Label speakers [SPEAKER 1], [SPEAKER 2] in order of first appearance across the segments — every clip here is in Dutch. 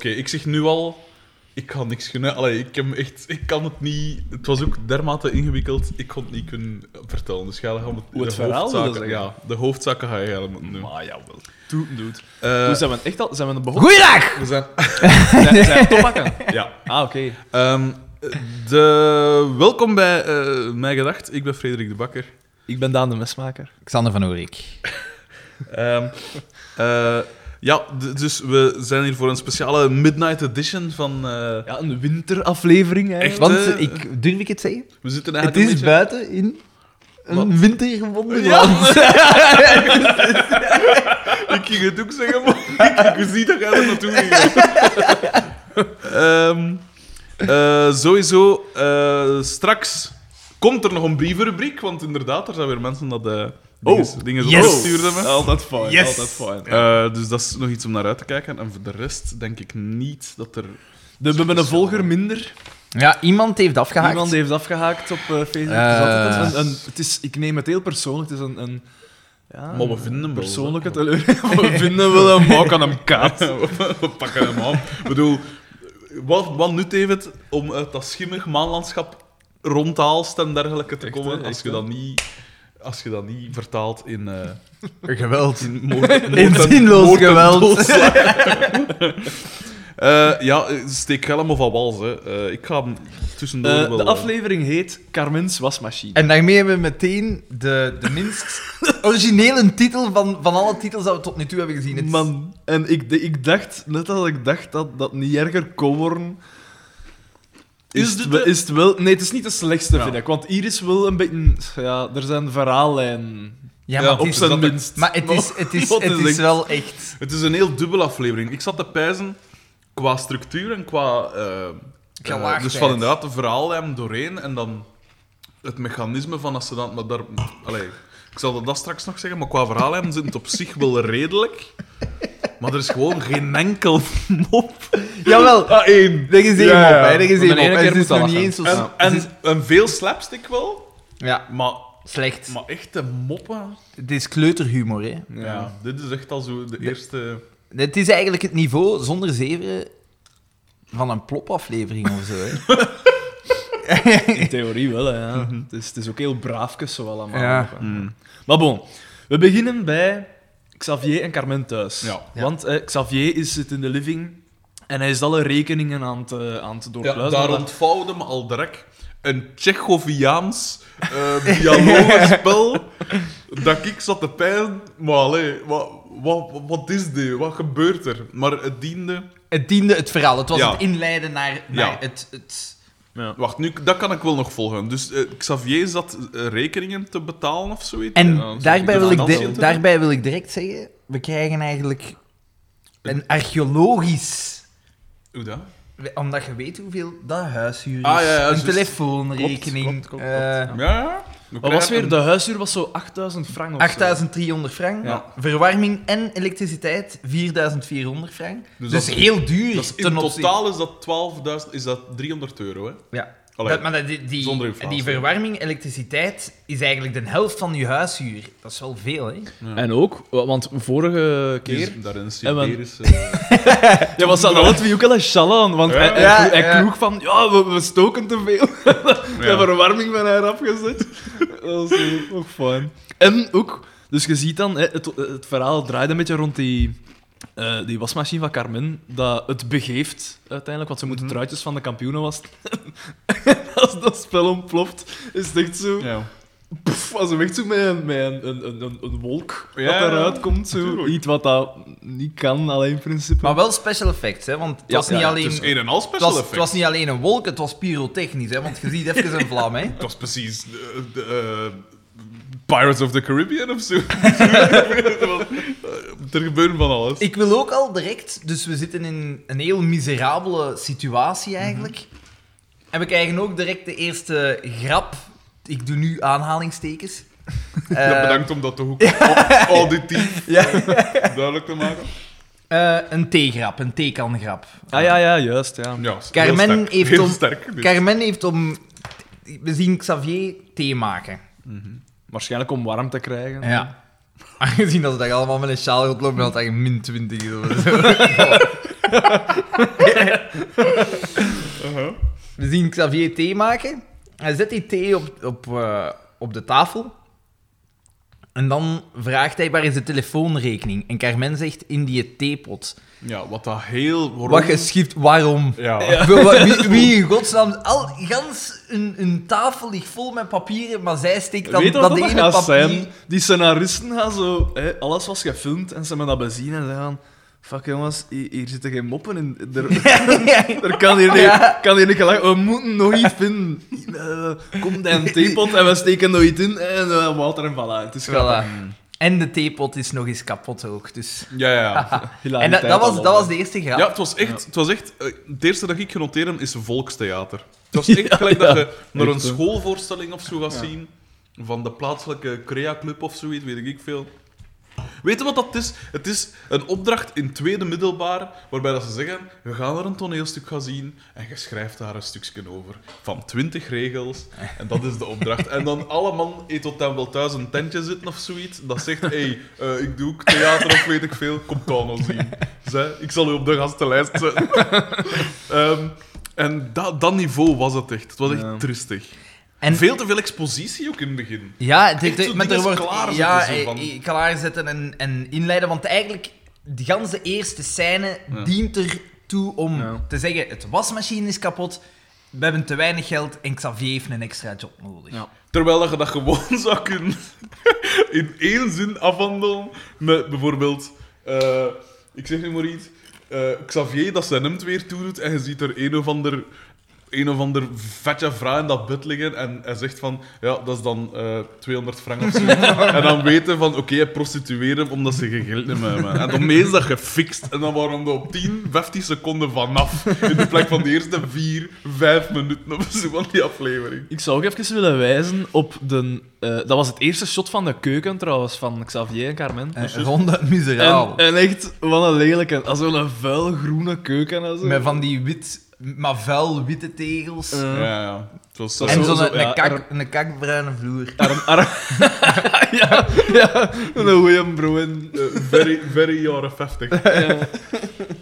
[SPEAKER 1] ik zeg nu al, ik ga niks kunnen. Allee, ik, heb echt, ik kan het niet. Het was ook dermate ingewikkeld, ik kon het niet kunnen vertellen. Dus ga gaan we
[SPEAKER 2] Hoe het verhaal wilde
[SPEAKER 1] hoofdzaken,
[SPEAKER 2] zeggen.
[SPEAKER 1] ja, de hoofdzaken ga je eigenlijk moeten doen.
[SPEAKER 3] Ah,
[SPEAKER 2] Maar jawel. Toen doet.
[SPEAKER 1] Eh,
[SPEAKER 2] Toen zijn we echt al... Zijn we een behoorlijk...
[SPEAKER 3] Goeiedag!
[SPEAKER 1] we zijn,
[SPEAKER 2] Zijn, zijn we toppakken?
[SPEAKER 1] ja.
[SPEAKER 2] Ah, oké.
[SPEAKER 1] Ehm, de, welkom bij eh Mij Gedacht. Ik ben Frederik de Bakker.
[SPEAKER 2] Ik ben Daan de Mesmaker.
[SPEAKER 3] Xander van Oerik.
[SPEAKER 1] Ehm, eh, ja, d- dus we zijn hier voor een speciale Midnight Edition van... eh,
[SPEAKER 2] Ja, een winteraflevering eigenlijk.
[SPEAKER 3] Want
[SPEAKER 1] eh,
[SPEAKER 3] ik, durf ik het zeggen?
[SPEAKER 1] we zitten
[SPEAKER 3] Het
[SPEAKER 1] eigenlijk
[SPEAKER 3] is
[SPEAKER 1] een beetje-
[SPEAKER 3] buiten in een
[SPEAKER 1] Wat?
[SPEAKER 3] wintergebonden
[SPEAKER 1] Ja.
[SPEAKER 3] land.
[SPEAKER 1] Ik ging het ook zeggen, maar ik zie dat jij er naartoe ging. Ehm, eh, sowieso, eh, straks komt er nog een brievenrubriek, want inderdaad, er zijn weer mensen dat eh dinges-
[SPEAKER 2] Oh,
[SPEAKER 1] dingen
[SPEAKER 3] yes.
[SPEAKER 1] opgestuurd hebben.
[SPEAKER 2] Altijd fijn,
[SPEAKER 3] Yes.
[SPEAKER 2] altijd fijn.
[SPEAKER 1] Eh, dus dat is nog iets om naar uit te kijken. En voor de rest denk ik niet dat er...
[SPEAKER 2] We hebben een volger minder.
[SPEAKER 3] Ja, iemand heeft afgehaakt.
[SPEAKER 2] Iemand heeft afgehaakt op eh, Facebook.
[SPEAKER 3] Eh.
[SPEAKER 2] Het is altijd een, een- het is, ik neem het heel persoonlijk. Het is een... een ja,
[SPEAKER 1] Maar we vinden hem wel,
[SPEAKER 2] Persoonlijke teleurstelling. We vinden wel een mok aan hem kaat.
[SPEAKER 1] we pakken hem aan. Ik bedoel, wat, wat nut heeft het om uit dat schimmig maanlandschap rond de Aalst en dergelijke te
[SPEAKER 2] Echt,
[SPEAKER 1] komen
[SPEAKER 2] hè?
[SPEAKER 1] als,
[SPEAKER 2] Echt,
[SPEAKER 1] je
[SPEAKER 2] hè?
[SPEAKER 1] dat niet, als je dat niet vertaalt in... eh,
[SPEAKER 3] Geweld.
[SPEAKER 1] in moord, moord
[SPEAKER 3] In
[SPEAKER 1] en-
[SPEAKER 3] zinloos
[SPEAKER 1] moord en
[SPEAKER 3] geweld.
[SPEAKER 1] doodslag. Eh, ja, eh, steek helm of aan wals, hè. Eh, ik ga hem tussendoor
[SPEAKER 2] Eh,
[SPEAKER 1] wel...
[SPEAKER 2] de
[SPEAKER 1] eh,
[SPEAKER 2] aflevering heet Carmen's wasmachine.
[SPEAKER 3] En daarmee hebben we meteen de, de minst originele titel van, van alle titels dat we tot nu toe hebben gezien. Het is-
[SPEAKER 2] Man, en ik, de- ik dacht, net als ik dacht dat dat niet erger kon worden. Is,
[SPEAKER 1] Is
[SPEAKER 2] het,
[SPEAKER 1] dit
[SPEAKER 2] we-
[SPEAKER 1] de-
[SPEAKER 2] is het wel... Nee, het is niet de slechtste,
[SPEAKER 1] Ja.
[SPEAKER 2] vind ik. Want hier is wel een beetje... Ja, er zijn verhaallijnen.
[SPEAKER 1] Ja,
[SPEAKER 3] Ja, maar het
[SPEAKER 1] op
[SPEAKER 3] is-
[SPEAKER 1] zijn
[SPEAKER 3] dat-
[SPEAKER 1] minst.
[SPEAKER 3] Maar het is, het is,
[SPEAKER 1] Wat
[SPEAKER 3] het
[SPEAKER 1] is
[SPEAKER 3] is
[SPEAKER 1] echt-
[SPEAKER 3] wel echt...
[SPEAKER 1] Het is een heel dubbele aflevering. Ik zat te pijzen qua structuur en qua... eh, eh,
[SPEAKER 3] Gelaagdheid.
[SPEAKER 1] dus van inderdaad de verhaallijn doorheen en dan het mechanisme van als ze dan... Maar daar, allee, ik zal dat straks nog zeggen, maar qua verhaallijn zit het op zich wel redelijk. Maar er is gewoon geen enkel mop.
[SPEAKER 3] Jawel,
[SPEAKER 1] Ah, één.
[SPEAKER 3] er is één
[SPEAKER 1] Ja, ja.
[SPEAKER 3] op, hè, er is
[SPEAKER 2] Maar
[SPEAKER 3] één
[SPEAKER 2] de ene
[SPEAKER 3] op.
[SPEAKER 2] keer
[SPEAKER 3] Het is
[SPEAKER 2] moet dat
[SPEAKER 3] nog niet
[SPEAKER 2] lachen.
[SPEAKER 3] eens zo...
[SPEAKER 1] En, en, en veel slapstick wel,
[SPEAKER 3] Ja,
[SPEAKER 1] maar,
[SPEAKER 3] slecht.
[SPEAKER 1] maar echt de moppen...
[SPEAKER 3] Het is kleuterhumor, hè.
[SPEAKER 1] Ja. dit is echt al zo de eerste...
[SPEAKER 3] Het is eigenlijk het niveau zonder zeven van een plopaflevering of zo. Hè.
[SPEAKER 2] In theorie wel, hè, ja.
[SPEAKER 1] Mhm.
[SPEAKER 2] het, is, het is ook heel braafjes zo allemaal.
[SPEAKER 3] Ja.
[SPEAKER 1] Mm.
[SPEAKER 2] Maar bon, we beginnen bij Xavier en Carmen thuis.
[SPEAKER 1] Ja.
[SPEAKER 3] Ja.
[SPEAKER 2] Want eh, Xavier is, zit in de living en hij is alle rekeningen aan het, eh, aan het
[SPEAKER 1] Ja,
[SPEAKER 2] doorpluizen.
[SPEAKER 1] daar ontvouwde me al direct een Tsjechoviaans eh dialogenspel dat ik zat te pijn. Maar allee, wat, wat, wat is dit? Wat gebeurt er? Maar het diende...
[SPEAKER 3] Het diende het verhaal. Het was
[SPEAKER 1] Ja.
[SPEAKER 3] het inleiden naar, naar
[SPEAKER 1] Ja.
[SPEAKER 3] het, het...
[SPEAKER 2] Ja.
[SPEAKER 1] Wacht, nu, dat kan ik wel nog volgen. Dus eh, Xavier zat eh, rekeningen te betalen of zoiets.
[SPEAKER 3] En
[SPEAKER 1] Ja, zo-
[SPEAKER 3] daarbij,
[SPEAKER 1] de
[SPEAKER 3] wil ik
[SPEAKER 1] financiën
[SPEAKER 3] di-
[SPEAKER 1] te-
[SPEAKER 3] daarbij wil ik direct zeggen, we krijgen eigenlijk een archeologisch...
[SPEAKER 1] Hoe dat?
[SPEAKER 3] Omdat je weet hoeveel dat huishuur is.
[SPEAKER 1] Ah, ja, ja,
[SPEAKER 3] een
[SPEAKER 1] juist.
[SPEAKER 3] telefoonrekening.
[SPEAKER 2] Klopt, klopt, klopt, klopt.
[SPEAKER 1] Ja,
[SPEAKER 3] eh,
[SPEAKER 1] ja. We
[SPEAKER 2] Wat was
[SPEAKER 1] krijgen
[SPEAKER 2] weer?
[SPEAKER 1] een-
[SPEAKER 2] De huishuur was zo 8000 frank of zo.
[SPEAKER 3] 8300 frank.
[SPEAKER 2] Ja.
[SPEAKER 3] Verwarming en elektriciteit 4400 frank. Dus,
[SPEAKER 1] Dus dat is-
[SPEAKER 3] heel duur.
[SPEAKER 1] dat is- in
[SPEAKER 3] ten opzichte-
[SPEAKER 1] totaal is dat 12.000... Is dat 300 euro, hè?
[SPEAKER 3] Ja.
[SPEAKER 1] Allee,
[SPEAKER 3] Dat- maar dat- die, die,
[SPEAKER 1] zonder inflatie.
[SPEAKER 3] die verwarming, elektriciteit, is eigenlijk de helft van je huishuur. Dat is wel veel, hè?
[SPEAKER 2] En ook, wa- want vorige
[SPEAKER 1] Die
[SPEAKER 2] keer...
[SPEAKER 1] is Daar een
[SPEAKER 2] En want-
[SPEAKER 1] Siberische...
[SPEAKER 2] Ja, was dat hadden we ook al een chalan, want
[SPEAKER 1] Ja.
[SPEAKER 2] hij, hij,
[SPEAKER 3] Ja,
[SPEAKER 2] hij
[SPEAKER 3] ja.
[SPEAKER 2] kloeg van, ja, we, we stoken te veel.
[SPEAKER 1] Ja.
[SPEAKER 2] De verwarming van haar afgezet. dat was eh, ook fijn. En ook, dus je ziet dan, hè, het, het verhaal draait een beetje rond die, eh, die wasmachine van Carmen, dat het begeeft uiteindelijk, want ze moeten
[SPEAKER 3] Mhm.
[SPEAKER 2] truitjes van de kampioenen wassen. Als dat spel ontploft, is het echt zo...
[SPEAKER 1] Ja.
[SPEAKER 2] Pff, als hem echt zo met een, met een, een, een, een, een wolk
[SPEAKER 1] Ja,
[SPEAKER 2] dat eruit komt. Zo.
[SPEAKER 1] tuurlijk.
[SPEAKER 2] Iets wat dat niet kan, alleen in principe.
[SPEAKER 3] Maar wel special effects, hè? Want het
[SPEAKER 2] Ja,
[SPEAKER 3] was niet
[SPEAKER 2] ja,
[SPEAKER 3] alleen.
[SPEAKER 1] Het is een en al
[SPEAKER 3] het
[SPEAKER 1] special
[SPEAKER 3] was, het
[SPEAKER 1] effect.
[SPEAKER 3] was niet alleen een wolk, het was pyrotechnisch, hè? Want je ziet even een vlam, hè?
[SPEAKER 1] Dat was precies eh, de, eh, Pirates of the Caribbean of zo. er gebeurde van alles.
[SPEAKER 3] Ik wil ook al direct, dus we zitten in een heel miserabele situatie eigenlijk.
[SPEAKER 1] Mhm.
[SPEAKER 3] En we krijgen ook direct de eerste grap. Ik doe nu aanhalingstekens.
[SPEAKER 1] Ja,
[SPEAKER 3] Eh,
[SPEAKER 1] bedankt om dat toch ook au- auditief
[SPEAKER 3] ja.
[SPEAKER 1] eh, duidelijk te maken.
[SPEAKER 3] Eh, een theegrap, een theekangrap.
[SPEAKER 2] Ah ja, ja, juist, ja.
[SPEAKER 1] Ja, heel
[SPEAKER 3] Carmen
[SPEAKER 1] sterk.
[SPEAKER 3] heeft
[SPEAKER 1] heel
[SPEAKER 3] om-
[SPEAKER 1] sterk. dus. dit.
[SPEAKER 3] Carmen heeft om... We zien Xavier thee maken.
[SPEAKER 2] Waarschijnlijk om warm te krijgen.
[SPEAKER 3] Ja. Aangezien dat ze daar allemaal met een sjaal rondlopen, had hij min 20 is of zo.
[SPEAKER 2] Uh-huh.
[SPEAKER 3] We zien Xavier thee maken. Hij zet die thee op, op, eh, op de tafel. En dan vraagt hij waar is de telefoonrekening. En Carmen zegt in die theepot.
[SPEAKER 1] Ja, wat dat heel... waarom-
[SPEAKER 3] Wat geschikt, waarom?
[SPEAKER 1] Ja.
[SPEAKER 3] Wa- wa- Wie, wie in godsnaam... Al, gans een, een tafel ligt vol met papieren, maar zij steekt dan
[SPEAKER 2] Weet je
[SPEAKER 3] dat,
[SPEAKER 2] wat dat
[SPEAKER 3] ene
[SPEAKER 2] gaat
[SPEAKER 3] papier...
[SPEAKER 2] zijn? Die scenaristen gaan zo... Hè, alles was gefilmd en ze hebben dat bezien en ze gaan... Fuck jongens, hier, hier zitten geen moppen in. Er, er kan hier niet,
[SPEAKER 3] Ja.
[SPEAKER 2] kan hier niet gelachen. We moeten nog iets vinden. Eh, komt een theepot en we steken nog iets in. En eh, water en voilà. Het is grappig.
[SPEAKER 3] Voilà. eh, En de theepot is nog eens kapot ook, dus...
[SPEAKER 1] Ja, ja, ja.
[SPEAKER 3] En dat,
[SPEAKER 2] Hilariteit
[SPEAKER 3] dat, was,
[SPEAKER 2] al
[SPEAKER 3] dat was
[SPEAKER 2] op.
[SPEAKER 3] de eerste grap.
[SPEAKER 1] Ja, het was echt... Het, was echt eh, het eerste dat ik genoteerd heb, is volkstheater. Het was echt gelijk dat je naar een
[SPEAKER 2] Echt, hè.
[SPEAKER 1] schoolvoorstelling of zo gaat zien, van de plaatselijke crea-club of zoiets, weet ik veel. Weet je wat dat is? Het is een opdracht in tweede middelbaar, waarbij dat ze zeggen, we gaan er een toneelstuk gaan zien en je schrijft daar een stukje over. Van twintig regels, en dat is de opdracht. En dan alle man eet tot dan wel thuis een tentje zitten of zoiets, dat zegt, hey, eh, ik doe ook theater of weet ik veel, kom dan ons zien. Zij, ik zal u op de gastenlijst zetten. Ehm, en dat, dat niveau was het echt. Het was echt
[SPEAKER 2] Ja.
[SPEAKER 1] tristig.
[SPEAKER 3] En-
[SPEAKER 1] Veel te veel expositie ook in het begin.
[SPEAKER 3] Ja, de,
[SPEAKER 1] Echt
[SPEAKER 3] de-
[SPEAKER 1] zo
[SPEAKER 3] maar er
[SPEAKER 1] dingen
[SPEAKER 3] wordt
[SPEAKER 1] klaarzetten
[SPEAKER 3] ja,
[SPEAKER 1] zo
[SPEAKER 3] eh,
[SPEAKER 1] van.
[SPEAKER 3] eh, klaarzetten en, en inleiden. Want eigenlijk, de ganse eerste scène
[SPEAKER 1] Ja.
[SPEAKER 3] dient ertoe om
[SPEAKER 2] Ja.
[SPEAKER 3] te zeggen: het wasmachine is kapot, we hebben te weinig geld en Xavier heeft een extra job nodig.
[SPEAKER 2] Ja.
[SPEAKER 1] Terwijl dat je dat gewoon zou kunnen in één zin afhandelen. Met bijvoorbeeld, eh, ik zeg nu maar iets, eh, Xavier dat zijn hemd weer toedoet en je ziet er een of ander, een of ander vetje vrouw in dat bed liggen en hij zegt van, ja, dat is dan eh, 200 frank of zo. en dan weten van, oké, hij prostitueert hem omdat ze geen geld meer hebben. En dan is dat gefixt en dan waren we op 10, 15 seconden vanaf. In de plek van de eerste 4, 5 minuten of zo van die aflevering.
[SPEAKER 2] Ik zou ook even willen wijzen op de... eh, dat was het eerste shot van de keuken trouwens, van Xavier en Carmen.
[SPEAKER 3] Eh, ronde miseraal.
[SPEAKER 2] En, en echt, wat een lelijke. Als zo'n vuil groene keuken en zo.
[SPEAKER 3] Met van die wit, maar vuil witte tegels.
[SPEAKER 2] Eh,
[SPEAKER 1] Ja, ja. Het was eh, zo-
[SPEAKER 3] en
[SPEAKER 2] zo-
[SPEAKER 3] zo'n
[SPEAKER 2] zo,
[SPEAKER 3] een
[SPEAKER 2] ja,
[SPEAKER 3] kak, een kakbruine vloer.
[SPEAKER 2] Arm, arm. ja, ja, een goeie broen.
[SPEAKER 1] eh, very, very jaren 50.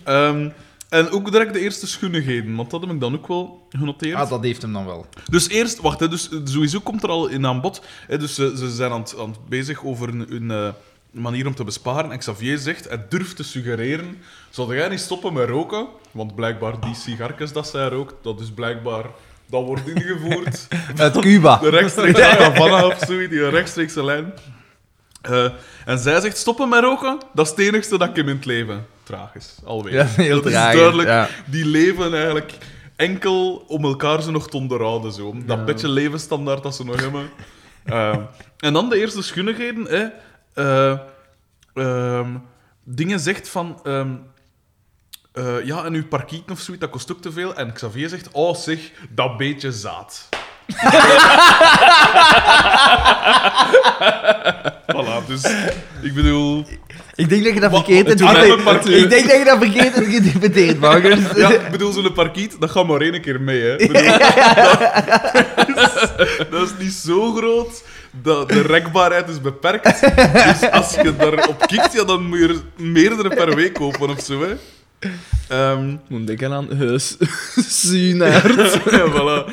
[SPEAKER 1] Ehm, en ook direct de eerste schoenigheden, want dat heb ik dan ook wel genoteerd.
[SPEAKER 3] Ah, dat heeft hem dan wel.
[SPEAKER 1] Dus eerst, wacht, hè, dus eh, sowieso komt er al in aan bod. Hè, dus ze, ze zijn aan het, aan het bezig over een, een, eh, manier om te besparen. En Xavier zegt, hij durft te suggereren, zou jij niet stoppen met roken? Want blijkbaar die sigarkes dat zij rookt, dat is blijkbaar, dat wordt ingevoerd.
[SPEAKER 3] Uit Cuba.
[SPEAKER 1] De rechtstreekse ja. Havana of zoiets, die rechtstreekse lijn. Eh, en zij zegt: stoppen met roken, dat is het enigste dat ik heb in het leven. Tragisch, alweer.
[SPEAKER 3] Ja,
[SPEAKER 1] dat
[SPEAKER 3] heel tragisch,
[SPEAKER 1] is duidelijk.
[SPEAKER 3] ja.
[SPEAKER 1] Die leven eigenlijk enkel om elkaar ze nog te onderhouden. Zo. Om Dat
[SPEAKER 2] Ja.
[SPEAKER 1] beetje levensstandaard dat ze nog hebben. Eh, en dan de eerste schunnigheden. Hè. Eh, ehm, dingen zegt van. ehm, eh, ja, en uw parkieten of zoiets, dat kost ook te veel. En Xavier zegt, oh zeg, dat beetje zaad. voilà, dus ik bedoel...
[SPEAKER 3] Ik denk dat je dat
[SPEAKER 1] Wat-
[SPEAKER 3] verkeerd
[SPEAKER 1] het
[SPEAKER 3] hebt
[SPEAKER 1] doet mij een
[SPEAKER 3] geïnterpreteerd.
[SPEAKER 1] parkeer.
[SPEAKER 3] Ik denk dat je dat verkeerd hebt geïnterpreteerd, Marcus.
[SPEAKER 1] Ja, ik bedoel, zo'n parkiet, dat gaat maar één keer mee, hè. Ik Bedoel, dat, dat is niet zo groot, dat de rekbaarheid is beperkt. Dus als je daarop kikt, ja, dan moet je er meerdere per week kopen of zo, hè. Ehm,
[SPEAKER 2] Ik moet denken aan Heus. Sunaard.
[SPEAKER 1] ja, voilà.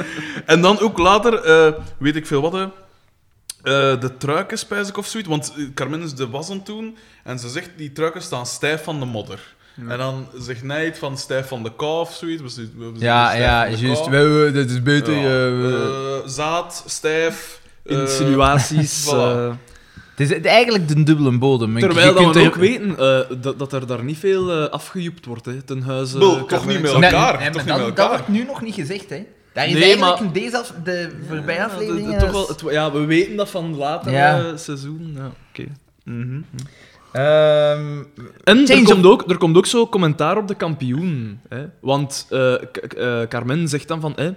[SPEAKER 1] En dan ook later, eh, weet ik veel wat, hè. Eh, de truiken spijs ik of zoiets. Want eh, Carmen is de was aan het doen en ze zegt die truiken staan stijf van de modder. En dan zegt Nijt van stijf van de kou of zoiets. We zitten- we zitten stijf van de kou.
[SPEAKER 3] dat is
[SPEAKER 1] Ja,
[SPEAKER 3] beter.
[SPEAKER 1] eh, zaad, stijf. eh,
[SPEAKER 2] Insinuaties.
[SPEAKER 1] voilà.
[SPEAKER 2] eh.
[SPEAKER 3] Het is eigenlijk de dubbele bodem. Ik- je
[SPEAKER 2] terwijl dat
[SPEAKER 3] kunt
[SPEAKER 2] we
[SPEAKER 3] er-
[SPEAKER 2] ook weten eh, dat, dat er daar niet veel eh, afgejoept wordt, hè, ten huize...
[SPEAKER 1] Wel,
[SPEAKER 2] eh,
[SPEAKER 1] toch
[SPEAKER 2] Carmen
[SPEAKER 1] niet
[SPEAKER 2] en
[SPEAKER 1] met
[SPEAKER 2] Xavier.
[SPEAKER 1] elkaar.
[SPEAKER 3] Nee,
[SPEAKER 1] toch
[SPEAKER 3] nee, maar
[SPEAKER 1] niet
[SPEAKER 3] dat,
[SPEAKER 1] met
[SPEAKER 3] dat
[SPEAKER 1] elkaar.
[SPEAKER 3] wordt nu nog niet gezegd, hè. Daar is
[SPEAKER 2] Nee,
[SPEAKER 3] eigenlijk
[SPEAKER 2] maar-
[SPEAKER 3] in deze af, de voorbije
[SPEAKER 2] Ja,
[SPEAKER 3] aflevering...
[SPEAKER 2] de- de-
[SPEAKER 3] eh,
[SPEAKER 2] toch wel, het- ja, we weten dat van later
[SPEAKER 3] Ja.
[SPEAKER 2] eh, seizoen. Ja, oké.
[SPEAKER 1] Mhm.
[SPEAKER 3] ehm,
[SPEAKER 2] En er
[SPEAKER 3] Change
[SPEAKER 2] komt, ook, er komt ook zo commentaar op de kampioen. Hè? Want eh, K- K- eh, Carmen zegt dan van... Hè,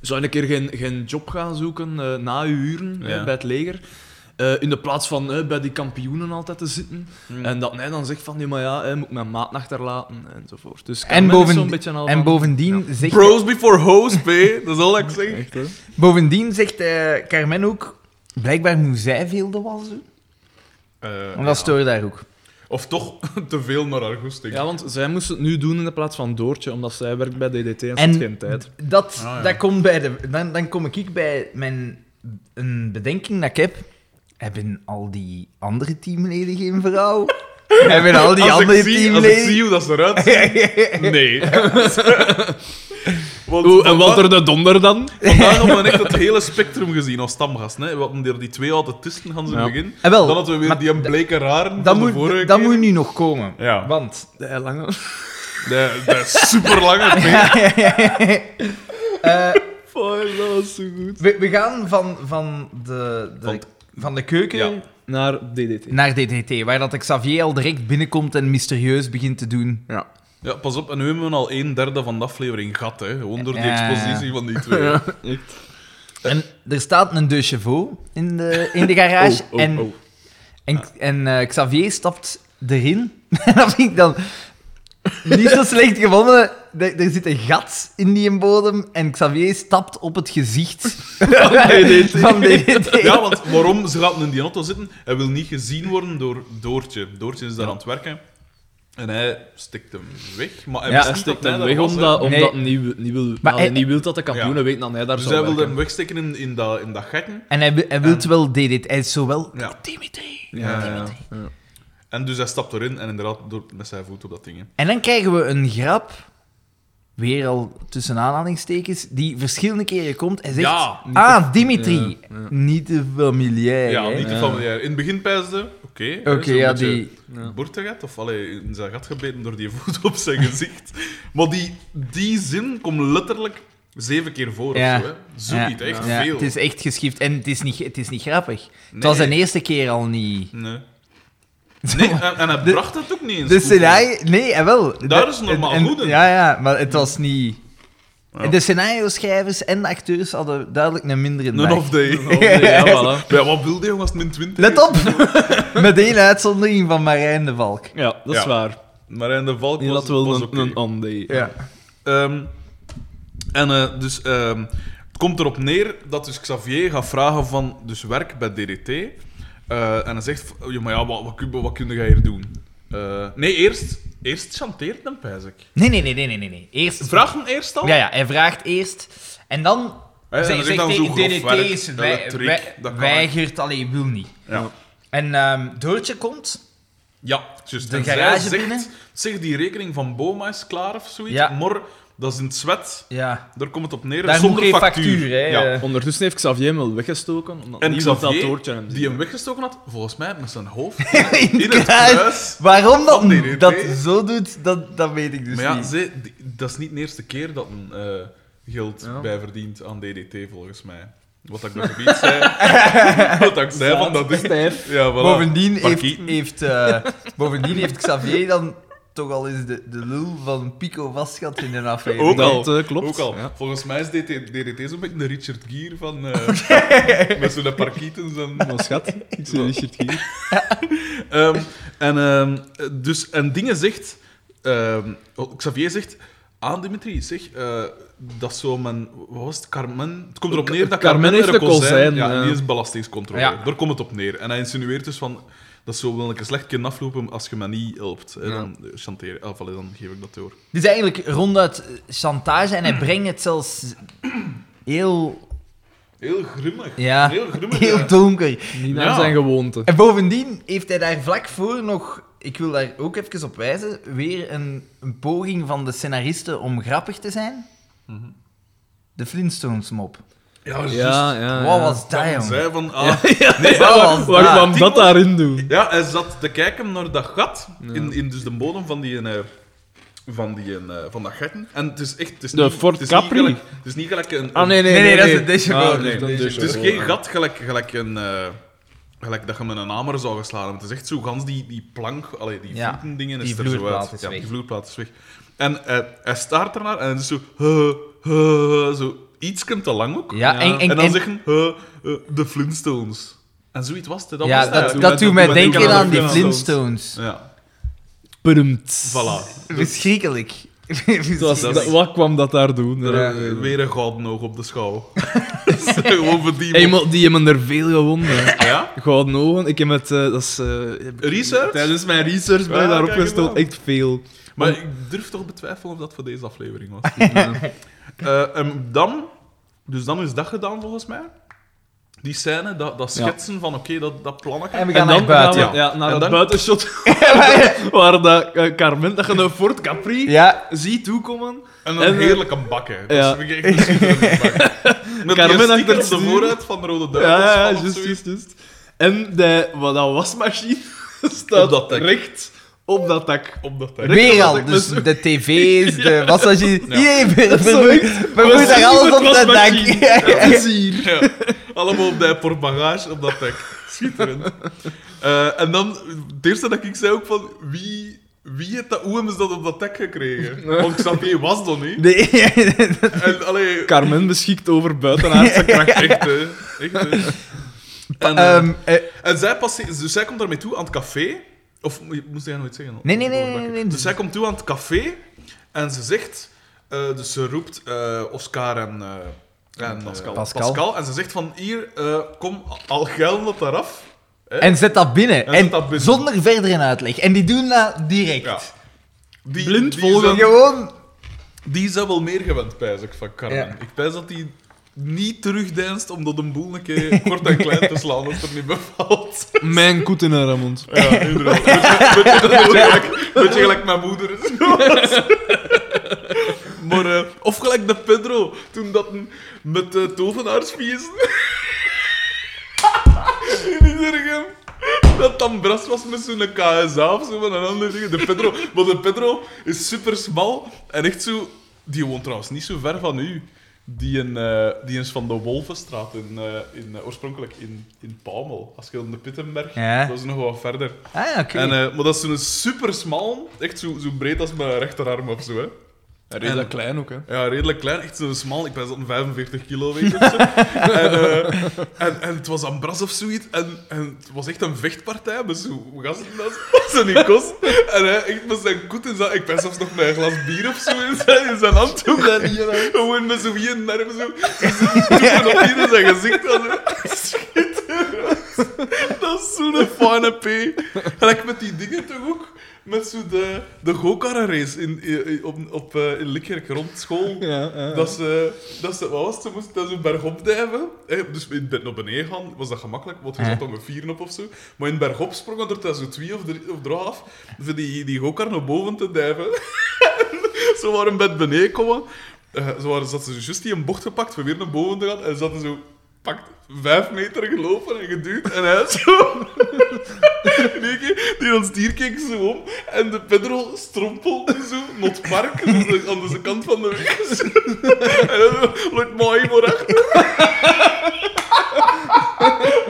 [SPEAKER 2] zou je een keer geen, geen job gaan zoeken eh, na uw uren hè,
[SPEAKER 1] Ja.
[SPEAKER 2] bij het leger? Eh, in de plaats van hè, bij die kampioenen altijd te zitten.
[SPEAKER 1] Mm.
[SPEAKER 2] Mhm. En dat hij dan zegt van... Ja, maar ja, hè, moet ik mijn maat achterlaten enzovoort. Dus
[SPEAKER 3] en,
[SPEAKER 2] Carmen is zo'n
[SPEAKER 3] boven,
[SPEAKER 2] beetje al
[SPEAKER 3] en
[SPEAKER 2] van-
[SPEAKER 3] bovendien zegt,
[SPEAKER 1] Bros before hoes, B. Dat is al dat ik zeg.
[SPEAKER 2] Echt, hè?
[SPEAKER 3] bovendien zegt eh, Carmen ook... Blijkbaar moet zij veel de was doen.
[SPEAKER 1] Eh,
[SPEAKER 3] En dat
[SPEAKER 1] ja.
[SPEAKER 3] stoorde daar ook.
[SPEAKER 1] Of toch te veel naar haar goesting.
[SPEAKER 2] Ja, want zij moest het nu doen in de plaats van Doortje, omdat zij werkt bij DDT en,
[SPEAKER 3] En
[SPEAKER 2] had geen tijd.
[SPEAKER 3] Dat,
[SPEAKER 1] Ah, ja.
[SPEAKER 3] dat komt bij de, dan, dan kom ik bij mijn een bedenking dat ik heb. Hebben al die andere teamleden geen vrouw? Hebben al die
[SPEAKER 1] als,
[SPEAKER 3] andere
[SPEAKER 1] ik zie, als ik
[SPEAKER 3] teamleden...
[SPEAKER 1] zie hoe dat ze eruit ziet, nee. Want
[SPEAKER 2] Oeh, en
[SPEAKER 1] vandaag-
[SPEAKER 2] Walter de Donder dan?
[SPEAKER 1] Vandaag hebben we echt het hele spectrum gezien als stamgast. Hè. We hadden hier die twee autisten gaan ze
[SPEAKER 2] Ja.
[SPEAKER 1] begin.
[SPEAKER 3] Ah, wel,
[SPEAKER 1] dan hadden we weer
[SPEAKER 3] maar
[SPEAKER 1] die een bleke raren
[SPEAKER 3] dat
[SPEAKER 1] van
[SPEAKER 3] moet,
[SPEAKER 1] de vorige
[SPEAKER 3] dat
[SPEAKER 1] keer.
[SPEAKER 3] moet nu nog komen.
[SPEAKER 1] Ja.
[SPEAKER 3] Want...
[SPEAKER 2] De lange.
[SPEAKER 1] De, de superlange twee.
[SPEAKER 3] Eh,
[SPEAKER 2] Fuck, dat was zo goed.
[SPEAKER 3] we, we gaan van, van, de, de,
[SPEAKER 1] Want-
[SPEAKER 3] van de keuken
[SPEAKER 1] Ja.
[SPEAKER 2] Naar DDT.
[SPEAKER 3] naar DDT, waar dat Xavier al direct binnenkomt en mysterieus begint te doen.
[SPEAKER 2] Ja.
[SPEAKER 1] Ja, pas op. En nu hebben we al een derde van de aflevering gehad. Hè. Gewoon door die
[SPEAKER 3] Ja.
[SPEAKER 1] expositie van die twee.
[SPEAKER 2] Ja, echt.
[SPEAKER 3] En er staat een deux chevaux in de, in de garage.
[SPEAKER 2] Oh, oh,
[SPEAKER 3] en
[SPEAKER 2] oh.
[SPEAKER 1] Ah.
[SPEAKER 3] En, en eh, Xavier stapt erin. En dat vind ik dan niet zo slecht gevonden. Er, er zit een gat in die bodem en Xavier stapt op het gezicht
[SPEAKER 2] DDT.
[SPEAKER 3] van DDT.
[SPEAKER 1] Ja, want waarom? Ze gaat in die auto zitten. Hij wil niet gezien worden door Doortje. Doortje is daar aan het werken. En hij stikt hem weg. Maar hij
[SPEAKER 3] Ja,
[SPEAKER 1] wist
[SPEAKER 2] Hij
[SPEAKER 1] niet
[SPEAKER 2] stikt
[SPEAKER 1] dat
[SPEAKER 2] hem
[SPEAKER 1] daar
[SPEAKER 2] weg
[SPEAKER 1] was, hè.
[SPEAKER 2] omdat,
[SPEAKER 3] Nee.
[SPEAKER 2] omdat hij niet, wil- niet, wil,
[SPEAKER 3] Maar
[SPEAKER 2] allee,
[SPEAKER 3] hij-
[SPEAKER 2] niet wil dat de kampioenen
[SPEAKER 1] Ja.
[SPEAKER 2] weten dat hij daar
[SPEAKER 1] Dus
[SPEAKER 2] zou
[SPEAKER 1] hij wilde
[SPEAKER 2] werken.
[SPEAKER 1] hem wegsteken in, in, dat, in dat gatje.
[SPEAKER 3] En hij, wi- hij wil wel DDT. Hij is zo wel...
[SPEAKER 1] Ja.
[SPEAKER 3] Dimitri.
[SPEAKER 1] Ja, ja, ja. En dus hij stapt erin en inderdaad door, met zijn voet op dat ding. hè.
[SPEAKER 3] En dan krijgen we een grap. Weer al tussen aanhalingstekens. Die verschillende keren komt. Hij zegt...
[SPEAKER 1] Ja,
[SPEAKER 2] niet
[SPEAKER 3] ah, Dimitri.
[SPEAKER 2] Ja, ja.
[SPEAKER 3] Niet de familiair.
[SPEAKER 1] Ja,
[SPEAKER 3] hè.
[SPEAKER 1] niet te
[SPEAKER 2] Ja.
[SPEAKER 1] familiair. In het begin pijsde, oké.
[SPEAKER 3] Oké, ja, die...
[SPEAKER 2] Ja.
[SPEAKER 1] Boerte gaat, of allee, in zijn gat gebeten door die voet op zijn gezicht. Maar die, die zin komt letterlijk zeven keer voor
[SPEAKER 3] Ja.
[SPEAKER 1] of zo. Hè. Zo
[SPEAKER 3] Ja.
[SPEAKER 1] niet, echt
[SPEAKER 3] Ja,
[SPEAKER 1] veel.
[SPEAKER 3] Het is echt geschift en het is niet, het is niet grappig. Het
[SPEAKER 1] Nee.
[SPEAKER 3] was de eerste keer al niet.
[SPEAKER 1] Nee. Nee, en, en hij bracht het ook niet eens. goed,
[SPEAKER 3] De
[SPEAKER 1] hè.
[SPEAKER 3] Dus scenario... Nee, eh, wel.
[SPEAKER 1] Daar
[SPEAKER 3] De-
[SPEAKER 1] is normaal
[SPEAKER 3] en- en-
[SPEAKER 1] goed in.
[SPEAKER 3] Ja, ja, maar het was niet...
[SPEAKER 1] Ja.
[SPEAKER 3] De scenario-schrijvers en de acteurs hadden duidelijk een mindere
[SPEAKER 1] Een
[SPEAKER 3] dag.
[SPEAKER 1] off day.
[SPEAKER 2] Ja, voilà.
[SPEAKER 1] Ja, wat wilde jongens min 20?
[SPEAKER 3] Let op! Met één uitzondering van Marijn de Valk.
[SPEAKER 2] Ja, dat is
[SPEAKER 1] Ja.
[SPEAKER 2] waar.
[SPEAKER 1] Maar in de valk
[SPEAKER 2] Die
[SPEAKER 1] was,
[SPEAKER 2] had wel
[SPEAKER 1] was
[SPEAKER 2] een,
[SPEAKER 1] oké.
[SPEAKER 2] een on-day.
[SPEAKER 3] Ja.
[SPEAKER 1] Ehm, en eh, dus ehm, het komt erop neer dat dus Xavier gaat vragen van dus werk bij DDT. Eh, en hij zegt, van, ja, maar ja, wat, wat, kun- wat kun jij hier doen? Eh, nee, eerst, eerst chanteert hem, pijs ik.
[SPEAKER 3] Nee, nee, nee, nee, nee, nee, nee. Eerst...
[SPEAKER 1] Vraag hem eerst al.
[SPEAKER 3] Ja, ja, hij vraagt eerst. En dan...
[SPEAKER 1] Hij- hij zegt dan zo grof
[SPEAKER 3] DDT
[SPEAKER 1] werk,
[SPEAKER 3] is
[SPEAKER 1] dat
[SPEAKER 3] wij-
[SPEAKER 1] het trick,
[SPEAKER 3] wij-
[SPEAKER 1] dat kan
[SPEAKER 3] weigert, alleen wil niet.
[SPEAKER 1] Ja.
[SPEAKER 3] En ehm Doortje komt...
[SPEAKER 1] Ja, juist.
[SPEAKER 3] De
[SPEAKER 1] En zij
[SPEAKER 3] garage
[SPEAKER 1] zegt,
[SPEAKER 3] binnen.
[SPEAKER 1] zeg, die rekening van Boma is klaar of zoiets.
[SPEAKER 3] Ja.
[SPEAKER 1] Maar dat is in het zwet.
[SPEAKER 3] Ja.
[SPEAKER 1] Daar komt het op neer.
[SPEAKER 3] Daar
[SPEAKER 1] Zonder
[SPEAKER 3] moet geen
[SPEAKER 1] factuur.
[SPEAKER 3] factuur, hè.
[SPEAKER 1] Ja.
[SPEAKER 2] Ondertussen heeft Xavier hem wel weggestoken, omdat
[SPEAKER 1] En
[SPEAKER 2] niemand dat
[SPEAKER 1] Xavier,
[SPEAKER 2] doortje hem
[SPEAKER 1] die hem weggestoken had, volgens mij met zijn hoofd
[SPEAKER 3] In
[SPEAKER 1] in het
[SPEAKER 3] kruis.
[SPEAKER 1] kruis.
[SPEAKER 3] Waarom dat,
[SPEAKER 1] Van DDT?
[SPEAKER 3] dat zo doet, dat, dat weet ik dus
[SPEAKER 1] Maar ja,
[SPEAKER 3] niet.
[SPEAKER 1] ze, die- dat is niet de eerste keer dat een eh geld
[SPEAKER 2] Ja.
[SPEAKER 1] bij verdient aan DDT, volgens mij. Wat ik bij gebied zei. wat ik zei van dat is.
[SPEAKER 2] Stijf.
[SPEAKER 1] Ja, voilà.
[SPEAKER 3] Bovendien,
[SPEAKER 1] Park
[SPEAKER 3] heeft,
[SPEAKER 1] Eaton.
[SPEAKER 3] heeft, eh, bovendien heeft Xavier dan toch al eens de, de lul van Pico vastgehad in een aflevering.
[SPEAKER 1] Ook al.
[SPEAKER 2] Dat eh, klopt.
[SPEAKER 1] Ook al.
[SPEAKER 2] Ja.
[SPEAKER 1] Volgens mij is DT, DDT zo'n beetje de Richard Gere van. eh met zo'n parkietens en.
[SPEAKER 2] Maar schat, ik zie Richard hier.
[SPEAKER 1] Ehm, en, ehm, dus, en dingen zegt, ehm, Xavier zegt aan Dimitri, zeg, eh, dat zo mijn, wat was het, Carmen? Het komt erop neer dat
[SPEAKER 2] Carmen
[SPEAKER 1] Carmen,
[SPEAKER 2] heeft
[SPEAKER 1] er
[SPEAKER 2] een kozijn,
[SPEAKER 1] ja, en
[SPEAKER 2] ja.
[SPEAKER 1] die is belastingscontrole.
[SPEAKER 3] Ja.
[SPEAKER 1] Daar komt het op neer. En hij insinueert dus van, dat zo wel een keer slecht kunnen aflopen als je mij niet helpt. Hè,
[SPEAKER 2] Ja.
[SPEAKER 1] Dan eh, chanteer, of, allee, dan geef ik dat door.
[SPEAKER 3] Dus eigenlijk ronduit eh, chantage en hij brengt het zelfs heel,
[SPEAKER 1] Heel grimmig.
[SPEAKER 3] Ja.
[SPEAKER 1] Heel grimmig.
[SPEAKER 3] heel
[SPEAKER 1] ja.
[SPEAKER 3] donker.
[SPEAKER 2] Niet naar
[SPEAKER 1] Ja.
[SPEAKER 2] zijn gewoonte.
[SPEAKER 3] En bovendien heeft hij daar vlak voor nog, ik wil daar ook even op wijzen, weer een, een poging van de scenaristen om grappig te zijn.
[SPEAKER 1] Mhm.
[SPEAKER 3] De Flintstones mop.
[SPEAKER 1] Ja,
[SPEAKER 2] Ja, ja.
[SPEAKER 3] Wat
[SPEAKER 2] ja.
[SPEAKER 3] was dat,
[SPEAKER 1] Hij
[SPEAKER 3] jongen?
[SPEAKER 1] zei van, ah,
[SPEAKER 2] Nee,
[SPEAKER 3] Wat
[SPEAKER 2] waar
[SPEAKER 3] was
[SPEAKER 2] waar
[SPEAKER 3] dat?
[SPEAKER 2] kwam dat daarin doen?
[SPEAKER 1] Ja, hij zat te kijken naar dat gat,
[SPEAKER 2] Ja.
[SPEAKER 1] in, in dus de bodem van die... eh, van, die, eh, van dat gat. En het is echt... Het is
[SPEAKER 2] De
[SPEAKER 1] niet,
[SPEAKER 2] Ford
[SPEAKER 1] het is
[SPEAKER 2] Capri.
[SPEAKER 1] Niet gelijk, het is niet gelijk een...
[SPEAKER 3] Ah, nee, nee, dus dat is een déjà vu.
[SPEAKER 2] Ah,
[SPEAKER 1] Nee,
[SPEAKER 2] dat is een déjà
[SPEAKER 1] Het is
[SPEAKER 2] vu.
[SPEAKER 1] geen gat gelijk, gelijk een... eh, gelijk dat je met een hamer zou geslaan hebben. Het is echt zo gans die, die plank, allee, die
[SPEAKER 3] Ja,
[SPEAKER 1] voetendingen
[SPEAKER 3] die
[SPEAKER 1] is er zo
[SPEAKER 3] vloerplaat
[SPEAKER 1] uit.
[SPEAKER 3] is
[SPEAKER 1] ja,
[SPEAKER 3] weg.
[SPEAKER 1] die vloerplaat is weg. En eh, hij staart ernaar en het is zo... huh, huh, zo iets te lang ook.
[SPEAKER 3] Ja,
[SPEAKER 2] Ja.
[SPEAKER 3] En, en,
[SPEAKER 1] en dan
[SPEAKER 3] en-
[SPEAKER 1] zeggen... huh, eh, de Flintstones. En zoiets was het. Dat
[SPEAKER 3] ja,
[SPEAKER 1] was het
[SPEAKER 3] dat,
[SPEAKER 1] eigenlijk.
[SPEAKER 3] dat doet mij
[SPEAKER 1] doet
[SPEAKER 3] denken aan die
[SPEAKER 2] Flintstones.
[SPEAKER 3] Flintstones.
[SPEAKER 1] Ja.
[SPEAKER 2] Purumt.
[SPEAKER 1] Voilà.
[SPEAKER 3] Verschrikkelijk.
[SPEAKER 2] Het was-
[SPEAKER 1] Dat
[SPEAKER 2] dat-
[SPEAKER 1] is-
[SPEAKER 2] wat kwam dat daar doen? Ja.
[SPEAKER 1] eh, Er- Weer een gouden oog op de schouw. Gewoon verdienen.
[SPEAKER 2] Hey, maar die hebben er veel gewonnen.
[SPEAKER 1] Ja?
[SPEAKER 2] Gouden ogen, ik heb het... eh, dat is, eh, heb ik-
[SPEAKER 1] Research?
[SPEAKER 2] Tijdens mijn research ben ik
[SPEAKER 1] Ah,
[SPEAKER 2] daarop
[SPEAKER 1] kijk,
[SPEAKER 2] gestoeld.
[SPEAKER 1] gedaan.
[SPEAKER 2] Echt veel.
[SPEAKER 1] Maar
[SPEAKER 2] Om-
[SPEAKER 1] ik durf toch betwijfelen of dat voor deze aflevering was. Dus, Eh, en dan, dus dan is dat gedaan volgens mij. Die scène, dat, dat
[SPEAKER 2] Ja.
[SPEAKER 1] schetsen van oké, dat, dat plannetje.
[SPEAKER 3] En we gaan naar
[SPEAKER 2] gaan we-
[SPEAKER 3] buiten.
[SPEAKER 1] ja.
[SPEAKER 2] ja, naar
[SPEAKER 1] En
[SPEAKER 2] het
[SPEAKER 1] dan-
[SPEAKER 2] buitenshot. waar dat, eh, Carmen, dat je een Ford Capri
[SPEAKER 3] Ja,
[SPEAKER 2] ziet toekomen.
[SPEAKER 1] En een
[SPEAKER 2] En, eh,
[SPEAKER 1] heerlijke bak, hè. Dat
[SPEAKER 2] ja.
[SPEAKER 1] is echt een schitterende bak. Met
[SPEAKER 2] Carmen
[SPEAKER 1] die
[SPEAKER 2] achter
[SPEAKER 1] sticker
[SPEAKER 2] het
[SPEAKER 1] op de
[SPEAKER 2] stuur.
[SPEAKER 1] vooruit van de Rode
[SPEAKER 2] Ja,
[SPEAKER 1] Duivels.
[SPEAKER 2] ja,
[SPEAKER 1] van
[SPEAKER 2] ja,
[SPEAKER 1] of
[SPEAKER 2] juist,
[SPEAKER 1] zoiets.
[SPEAKER 2] juist, juist. En de, wat dat wasmachine
[SPEAKER 1] Op dat
[SPEAKER 2] staat
[SPEAKER 1] dak.
[SPEAKER 2] recht op dat dak.
[SPEAKER 1] Op dat tijd.
[SPEAKER 3] weer al. Dus de tv's, de wasmachines.
[SPEAKER 1] Ja.
[SPEAKER 3] Nee, we-
[SPEAKER 2] Dat is zo
[SPEAKER 3] we-
[SPEAKER 2] echt-
[SPEAKER 3] we moeten daar alles op dat dak.
[SPEAKER 2] wasmachine. Dat is hier.
[SPEAKER 1] Ja. Allemaal op die portbagage op dat dak. Schitterend. Eh, en dan, het eerste dat ik zei ook van, wie, wie heeft dat, hoe hebben ze dat op dat dak gekregen? Want Xavier was dat niet.
[SPEAKER 3] Nee,
[SPEAKER 1] En, allee,
[SPEAKER 2] Carmen beschikt over buitenaardse kracht.
[SPEAKER 1] echt, hè. Echt, hè. En, eh,
[SPEAKER 3] Ehm, eh,
[SPEAKER 1] en zij, passeert, dus zij komt daarmee toe aan het café. Of mo- moest jij nog iets zeggen?
[SPEAKER 3] Nee, nee, nee, nee, nee.
[SPEAKER 1] Dus zij komt toe aan het café en ze zegt... eh, dus ze roept eh, Oscar en... eh, en eh,
[SPEAKER 2] Pascal.
[SPEAKER 1] Pascal. En ze zegt van, hier, eh, kom, al geil dat eraf. Hè?
[SPEAKER 3] en zet dat binnen.
[SPEAKER 1] En
[SPEAKER 3] En,
[SPEAKER 1] zet dat binnen.
[SPEAKER 3] zonder verder in uitleg. En die doen dat direct.
[SPEAKER 1] Ja. Dus Die,
[SPEAKER 2] Blind
[SPEAKER 1] die
[SPEAKER 2] volgen.
[SPEAKER 1] zijn-
[SPEAKER 3] Gewoon.
[SPEAKER 1] Die is dat wel meer gewend, pijs ik, van Carmen.
[SPEAKER 3] Ja.
[SPEAKER 1] Ik pijs dat die niet terugdeinst om dat een boel een keer kort en klein te slaan als het er niet bevalt.
[SPEAKER 2] Mijn koet in haar mond.
[SPEAKER 1] Ja, inderdaad. Beetje, beetje, beetje gelijk, beetje gelijk mijn moeder. maar, eh, of gelijk de Pedro, toen dat een- met de tovenaars fiezen. In Izergem. Dat dan bras was met zo'n KSA of zo van een ander ding. De Pedro, maar de Pedro is super smal en echt zo. Die woont trouwens niet zo ver van u. Die, een, eh, die is van de Wolvenstraat in, eh, in, eh, oorspronkelijk in, in Palmel. Als je dan de Pittenberg,
[SPEAKER 3] Ja.
[SPEAKER 1] dat is nog wat verder.
[SPEAKER 3] Ah, ja, oké.
[SPEAKER 1] En, eh, maar dat is zo'n super smal, echt zo, zo breed als mijn rechterarm of zo. Hè.
[SPEAKER 2] Redelijk klein ook, hè.
[SPEAKER 1] Ja, redelijk klein, echt zo'n smal. Ik ben zo'n 45 kilo weet je, of zo. en, eh, en, en het was aan bras of zoiets. En, en het was echt een vechtpartij dus met zo'n gasten naast zijn die kost. En hij echt met zijn koet in zijn... Ik ben zelfs nog met een glas bier of zo in zijn, in zijn hand. Toen daar niet aan. Gewoon met zo'n hier nerm zo. Toen op hier in zijn gezicht. was, hè. Schitterend. Dat is zo'n fijne P. Gelijk met die dingen toch ook. Met zo de, de go-karrenrace in, in, in- op, op, eh, in Likkerk rond school.
[SPEAKER 2] Ja, ja.
[SPEAKER 1] Dat ze, dat ze, wat was het? ze moesten dat zo bergop dijven. Hè, Dus in ben- naar beneden gaan was dat gemakkelijk, want je
[SPEAKER 3] Ja.
[SPEAKER 1] zat dan met vieren op of zo. Maar in bergop sprongen er thuis zo twee of drie of drie af, voor die, die gokar naar boven te dijven. ze waren bij het beneden komen, eh, ze waren, zat ze juist die een bocht gepakt voor weer naar boven te gaan, en ze hadden zo pakt vijf meter gelopen en geduwd, en hij zo... In één keer, die ons dier keek zo om en de Pedro strompelde zo naar het park, dus de- aan de kant van de weg. Zo. En dan loopt mooi voor achter.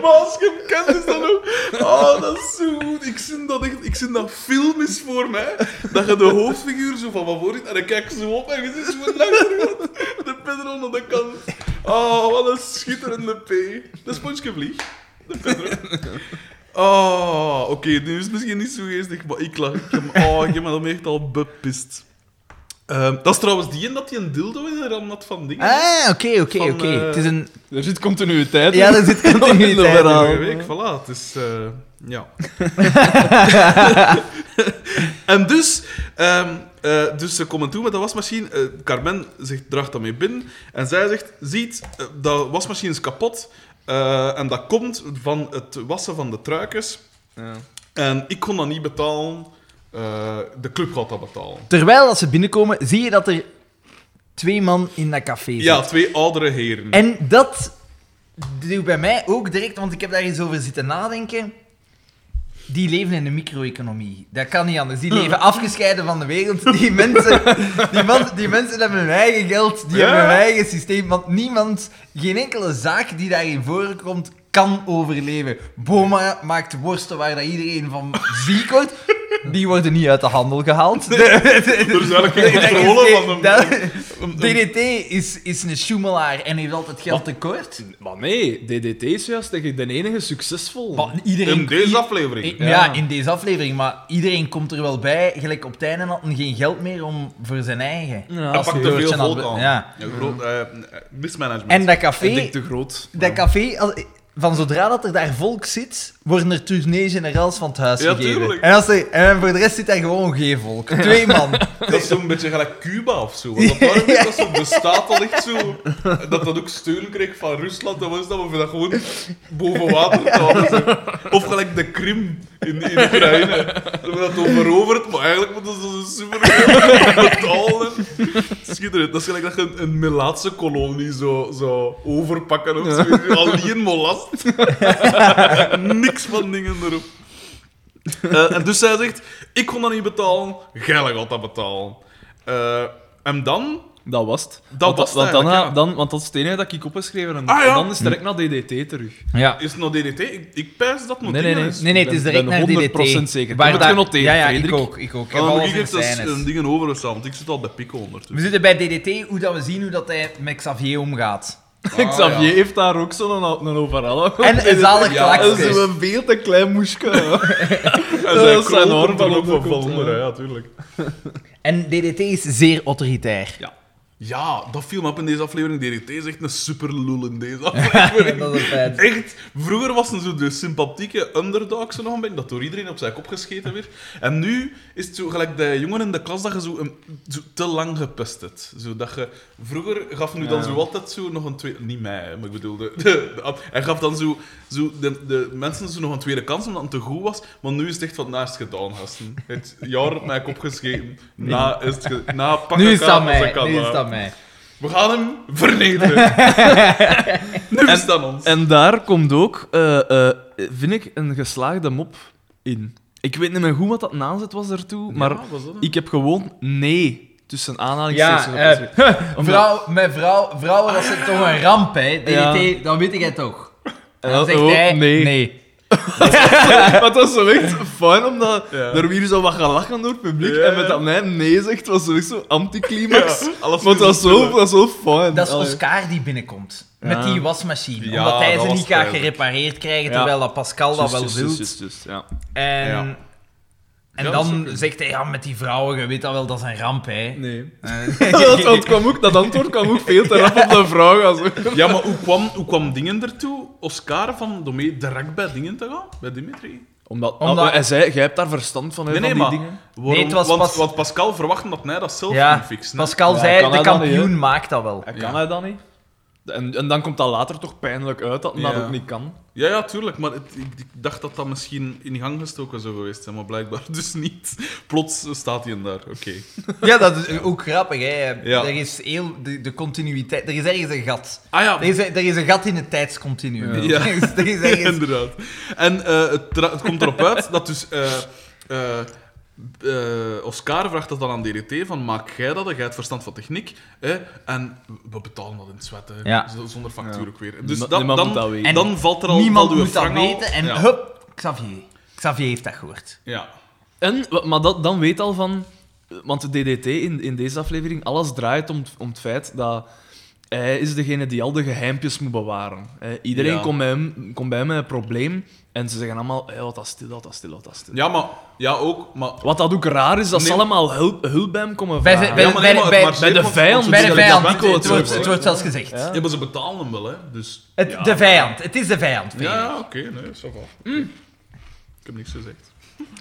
[SPEAKER 1] Maar als je hem kent, is dat ook... Oh, dat is zo goed. Ik zie dat, echt, ik zie dat filmisch voor mij. Dat je de hoofdfiguur zo van voor ziet en dan kijk je zo op en je ziet zo langs de Pedro naar de kant. Oh, wat een schitterende P. De Spongebob Vlieg. De Pedro. Oh, oké, nu is het misschien niet zo geestig, maar ik lach. Ik heb, oh, ik heb me daarmee echt al bepist. Ehm, dat is trouwens die en dat die een dildo in de rand had van dingen.
[SPEAKER 3] ah, oké, oké,
[SPEAKER 1] eh, Van,
[SPEAKER 3] oké.
[SPEAKER 1] eh,
[SPEAKER 3] Het is een...
[SPEAKER 2] Er zit continuïteit in.
[SPEAKER 3] Ja, dat zit continuïteit in.
[SPEAKER 2] verhaal.
[SPEAKER 1] Vorige week, voilà. Het is, eh, ja. en dus, ehm, eh, dus ze komen toe met de wasmachine. Eh, Carmen zegt, draagt dat mee binnen. En zij zegt, ziet, eh, dat wasmachine is kapot. Eh, en dat komt van het wassen van de truikens.
[SPEAKER 2] Ja.
[SPEAKER 1] En ik kon dat niet betalen. Eh, de club gaat dat betalen.
[SPEAKER 3] Terwijl als ze binnenkomen, zie je dat er twee man in dat café zitten.
[SPEAKER 1] Ja, twee oudere heren.
[SPEAKER 3] En dat doet bij mij ook direct, want ik heb daar eens over zitten nadenken. Die leven in de micro-economie. Dat kan niet anders.
[SPEAKER 1] Hm.
[SPEAKER 3] Die leven afgescheiden van de wereld. Die mensen, die man- die mensen hebben hun eigen geld, die
[SPEAKER 1] Ja.
[SPEAKER 3] hebben hun eigen systeem. Want niemand, geen enkele zaak die daarin voorkomt, kan overleven. Boma maakt worsten waar dat iedereen van ziek wordt. Die worden niet uit de handel gehaald.
[SPEAKER 1] Er is eigenlijk geen controle van een...
[SPEAKER 3] Dat-
[SPEAKER 1] een- een-
[SPEAKER 3] DDT is, is een schoemelaar en heeft altijd geld tekort.
[SPEAKER 2] Maar nee, DDT is juist denk ik de enige succesvol.
[SPEAKER 3] Maar iedereen...
[SPEAKER 1] in deze
[SPEAKER 3] I-
[SPEAKER 1] aflevering.
[SPEAKER 3] ja.
[SPEAKER 2] Ja.
[SPEAKER 3] in deze aflevering. Maar iedereen komt er wel bij. Gelijk op het einde had hij geen geld meer om voor zijn eigen.
[SPEAKER 2] Ja,
[SPEAKER 1] Hij
[SPEAKER 2] als
[SPEAKER 1] pakt
[SPEAKER 2] je-
[SPEAKER 1] er veel
[SPEAKER 3] Geurtje
[SPEAKER 1] volk
[SPEAKER 3] had-
[SPEAKER 1] aan.
[SPEAKER 3] ja.
[SPEAKER 1] Een groot, eh, eh, mismanagement.
[SPEAKER 3] En dat
[SPEAKER 2] ik denk
[SPEAKER 3] café,
[SPEAKER 2] te groot.
[SPEAKER 3] dat café als- van zodra dat er daar volk zit, worden er tournee-generaals van het huis
[SPEAKER 1] Ja,
[SPEAKER 3] gegeven.
[SPEAKER 1] tuurlijk.
[SPEAKER 3] En, als ze, en voor de rest zit daar gewoon geen volk. Twee man.
[SPEAKER 1] Dat is zo'n beetje gelijk Cuba of zo. Want dat waren ook dat zo'n bestaat dat echt zo. Dat dat ook steun kreeg van Rusland. Dat was dat, maar we dat gewoon boven water te houden. zo. Of gelijk de Krim in, in Oekraïne. Dat we dat toen veroverd, maar eigenlijk moeten ze zo super betalen. Schitterend. Dat is gelijk dat je een, een Melaatse kolonie zo, zo overpakken of zo. Alleen molast. Niks van dingen erop. Eh, en dus zij zegt: Ik kon dat niet betalen, jij gaat dat betalen. Eh, en dan,
[SPEAKER 2] Dat was het.
[SPEAKER 1] Dat
[SPEAKER 2] want,
[SPEAKER 1] was het
[SPEAKER 2] want, dan,
[SPEAKER 1] eigenlijk, ja.
[SPEAKER 2] dan, want dat is het enige dat ik opgeschreven heb.
[SPEAKER 1] Ah, ja.
[SPEAKER 2] En dan is het direct naar DDT terug.
[SPEAKER 3] Ja.
[SPEAKER 1] is het nog DDT? Ik, ik pijs dat nog
[SPEAKER 2] Nee, nee, nee.
[SPEAKER 1] is.
[SPEAKER 3] Nee, nee, het is
[SPEAKER 2] Ik ben-
[SPEAKER 3] direct naar
[SPEAKER 2] ben
[SPEAKER 3] DDT.
[SPEAKER 2] 100% zeker.
[SPEAKER 3] Waar
[SPEAKER 2] Ik heb het
[SPEAKER 3] daar-
[SPEAKER 2] genoteerd,
[SPEAKER 3] Ja, ja, ik
[SPEAKER 2] Frederik.
[SPEAKER 3] ook. Ik ook. Ik heb
[SPEAKER 1] Dan
[SPEAKER 3] alles
[SPEAKER 1] moet ik
[SPEAKER 3] in
[SPEAKER 1] echt eens,
[SPEAKER 3] scènes.
[SPEAKER 1] eh, dingen over staan, want ik zit al bij Pico ondertussen.
[SPEAKER 3] We zitten bij DDT, hoe dat we zien hoe dat hij met Xavier omgaat.
[SPEAKER 1] Ah,
[SPEAKER 2] Xavier heeft daar ook zo'n een, een overal.
[SPEAKER 3] En een zalig
[SPEAKER 1] Ja,
[SPEAKER 2] Dat
[SPEAKER 3] klaksje.
[SPEAKER 2] is een veel te klein moeske.
[SPEAKER 1] En
[SPEAKER 2] dat
[SPEAKER 1] zijn
[SPEAKER 2] is zijn
[SPEAKER 1] kroon
[SPEAKER 2] oor
[SPEAKER 1] komt
[SPEAKER 2] van
[SPEAKER 1] er ook van
[SPEAKER 2] onderkant,
[SPEAKER 1] van onder,
[SPEAKER 2] ja.
[SPEAKER 1] ja, tuurlijk.
[SPEAKER 3] En DDT is zeer autoritair.
[SPEAKER 1] Ja, dat viel me op in deze aflevering. DDT is echt een superlul in deze aflevering.
[SPEAKER 3] dat is een feit.
[SPEAKER 1] Echt, vroeger was het zo de sympathieke underdog zo nog een beetje, dat door iedereen op zijn kop gescheten werd. En nu is het zo gelijk de jongen in de klas dat je zo, een, zo te lang gepest hebt. Zo dat je, vroeger gaf nu dan zo altijd zo nog een tweede... Niet mij, hè, maar ik bedoel... De, de- de- hij gaf dan zo, zo de, de mensen zo nog een tweede kans omdat het te goed was. Maar nu is het echt van naast gedaan, gasten. Het jaar op mijn kop gescheten. Na, is het ge- na pak
[SPEAKER 3] Nu is
[SPEAKER 1] elkaar
[SPEAKER 3] dat
[SPEAKER 1] als
[SPEAKER 3] mij.
[SPEAKER 1] ik kan,
[SPEAKER 3] Nu is
[SPEAKER 1] hè.
[SPEAKER 3] dat mij.
[SPEAKER 1] We gaan hem vernederen. nu is het aan ons.
[SPEAKER 2] En daar komt ook, eh, eh, vind ik, een geslaagde mop in. Ik weet niet meer goed wat dat naamzet was daartoe, maar
[SPEAKER 1] Ja, was dat dan?
[SPEAKER 2] ik heb gewoon nee tussen aanhalingstekens.
[SPEAKER 3] Ja, eh, vrouw, met vrouw, vrouwen, dat is toch een ramp, hè? DDT, dat weet ik het toch. En dan
[SPEAKER 2] Eh,
[SPEAKER 3] zegt
[SPEAKER 2] oh,
[SPEAKER 3] hij,
[SPEAKER 2] nee. Maar het was zo echt fijn, omdat
[SPEAKER 1] Ja.
[SPEAKER 2] er weer zo wat gelachen door het publiek.
[SPEAKER 1] Ja.
[SPEAKER 2] En met dat mij nee zegt, was zo echt zo anticlimax.
[SPEAKER 1] Ja, alles
[SPEAKER 2] maar het was zo,
[SPEAKER 1] verzinnen.
[SPEAKER 2] dat was zo fijn.
[SPEAKER 3] Dat is
[SPEAKER 2] Allee.
[SPEAKER 3] Oscar die binnenkomt. Met
[SPEAKER 2] Ja.
[SPEAKER 3] die wasmachine.
[SPEAKER 1] Ja,
[SPEAKER 3] omdat hij
[SPEAKER 1] dat
[SPEAKER 3] ze
[SPEAKER 1] was
[SPEAKER 3] niet gaat
[SPEAKER 1] pijnlijk.
[SPEAKER 3] gerepareerd krijgen,
[SPEAKER 2] Ja.
[SPEAKER 3] terwijl dat Pascal dat
[SPEAKER 2] Juist,
[SPEAKER 3] wel
[SPEAKER 2] juist,
[SPEAKER 3] wil.
[SPEAKER 2] juist, juist, ja.
[SPEAKER 3] En,
[SPEAKER 1] Ja.
[SPEAKER 3] en
[SPEAKER 1] Ja, dat zou
[SPEAKER 3] dan
[SPEAKER 1] kunnen.
[SPEAKER 3] zegt hij, ja, met die vrouwen, je weet dat wel, dat is een ramp, hè?
[SPEAKER 2] Nee.
[SPEAKER 3] Eh,
[SPEAKER 2] dat, dat, kwam ook, dat antwoord kwam ook veel te rap op de vraag. Als...
[SPEAKER 1] Ja, maar hoe kwam, hoe kwam dingen ertoe? Oscar van Domee direct bij dingen te gaan? Bij Dimitri?
[SPEAKER 2] Omdat,
[SPEAKER 3] Omdat-
[SPEAKER 2] Hij zei, jij hebt daar verstand van, hè,
[SPEAKER 1] Nee, nee,
[SPEAKER 2] van
[SPEAKER 1] maar...
[SPEAKER 2] die dingen.
[SPEAKER 1] waarom-
[SPEAKER 3] Nee, het was
[SPEAKER 1] want,
[SPEAKER 3] pas-
[SPEAKER 1] want Pascal verwachtte dat hij dat zelf
[SPEAKER 3] Ja,
[SPEAKER 1] ging fixen. hè?
[SPEAKER 3] Pascal
[SPEAKER 2] Ja,
[SPEAKER 3] zei,
[SPEAKER 2] kan
[SPEAKER 3] de
[SPEAKER 2] hij dat niet,
[SPEAKER 3] kampioen
[SPEAKER 2] hè?
[SPEAKER 3] maakt dat wel.
[SPEAKER 2] En
[SPEAKER 1] Ja.
[SPEAKER 2] kan hij dat niet? En, en dan komt dat later toch pijnlijk uit dat hij
[SPEAKER 1] Ja.
[SPEAKER 2] dat ook niet kan.
[SPEAKER 1] Ja, ja, tuurlijk. Maar het- ik, ik dacht dat dat misschien in gang gestoken zou geweest zijn, maar blijkbaar dus niet. Plots staat hij daar. Oké.
[SPEAKER 3] Ja, dat is ook grappig, hè.
[SPEAKER 1] Ja.
[SPEAKER 3] Er is heel... De, de continuïteit... Er is ergens een gat.
[SPEAKER 1] Ah ja,
[SPEAKER 3] Er is, er is een gat in het tijdscontinuum.
[SPEAKER 1] Ja.
[SPEAKER 3] Er is, er is ergens...
[SPEAKER 1] Inderdaad. En eh, het, tra- het komt erop uit dat dus... eh, eh, eh, Oscar vraagt dat dan aan DDT, van maak jij dat, hè? jij hebt verstand van techniek, hè? en we betalen dat in het zwet, hè?
[SPEAKER 3] Ja.
[SPEAKER 1] Z- zonder factuur
[SPEAKER 2] Ja.
[SPEAKER 1] ook weer. Dus
[SPEAKER 2] Niemand-
[SPEAKER 1] dat,
[SPEAKER 2] niemand
[SPEAKER 1] dan,
[SPEAKER 2] moet dat weten.
[SPEAKER 1] en dan valt er al
[SPEAKER 3] Niemand
[SPEAKER 1] valt uw
[SPEAKER 3] moet dat
[SPEAKER 1] wrang al-
[SPEAKER 3] weten. En
[SPEAKER 1] ja.
[SPEAKER 3] hup, Xavier. Xavier heeft dat gehoord.
[SPEAKER 1] Ja.
[SPEAKER 2] En, wa- maar dat, dan weet al van... Want de DDT in, in deze aflevering, alles draait om, het- om het feit dat hij is degene die al de geheimpjes moet bewaren. Eh, iedereen
[SPEAKER 1] Ja.
[SPEAKER 2] komt, bij hem, komt bij hem met een probleem en ze zeggen allemaal, hey, wat dat stil, wat dat stil, wat dat stil.
[SPEAKER 1] ja, maar... Ja, ook, maar...
[SPEAKER 2] Wat dat ook raar is, dat ze
[SPEAKER 1] Nee.
[SPEAKER 2] allemaal hulp, hulp bij hem komen
[SPEAKER 3] Wij
[SPEAKER 2] vragen.
[SPEAKER 3] zijn- wij-
[SPEAKER 1] ja, maar nee, maar
[SPEAKER 3] bij-
[SPEAKER 1] het
[SPEAKER 3] bij-
[SPEAKER 1] marcheert,
[SPEAKER 2] bij de
[SPEAKER 1] want-
[SPEAKER 2] vijand.
[SPEAKER 1] want
[SPEAKER 3] Bij de
[SPEAKER 1] ze-
[SPEAKER 3] vijand.
[SPEAKER 1] dat
[SPEAKER 3] Het,
[SPEAKER 1] Marco het
[SPEAKER 3] wordt,
[SPEAKER 1] zo
[SPEAKER 3] het
[SPEAKER 1] zegt.
[SPEAKER 3] wordt zelfs gezegd.
[SPEAKER 1] Ja, maar ze betalen hem wel, hè. Dus...
[SPEAKER 3] Het,
[SPEAKER 1] ja.
[SPEAKER 3] De vijand. Het is de vijand.
[SPEAKER 1] Ja,
[SPEAKER 3] Frederik.
[SPEAKER 1] ja, oké, nee, ça va.
[SPEAKER 3] Mm.
[SPEAKER 1] Ik heb niks gezegd.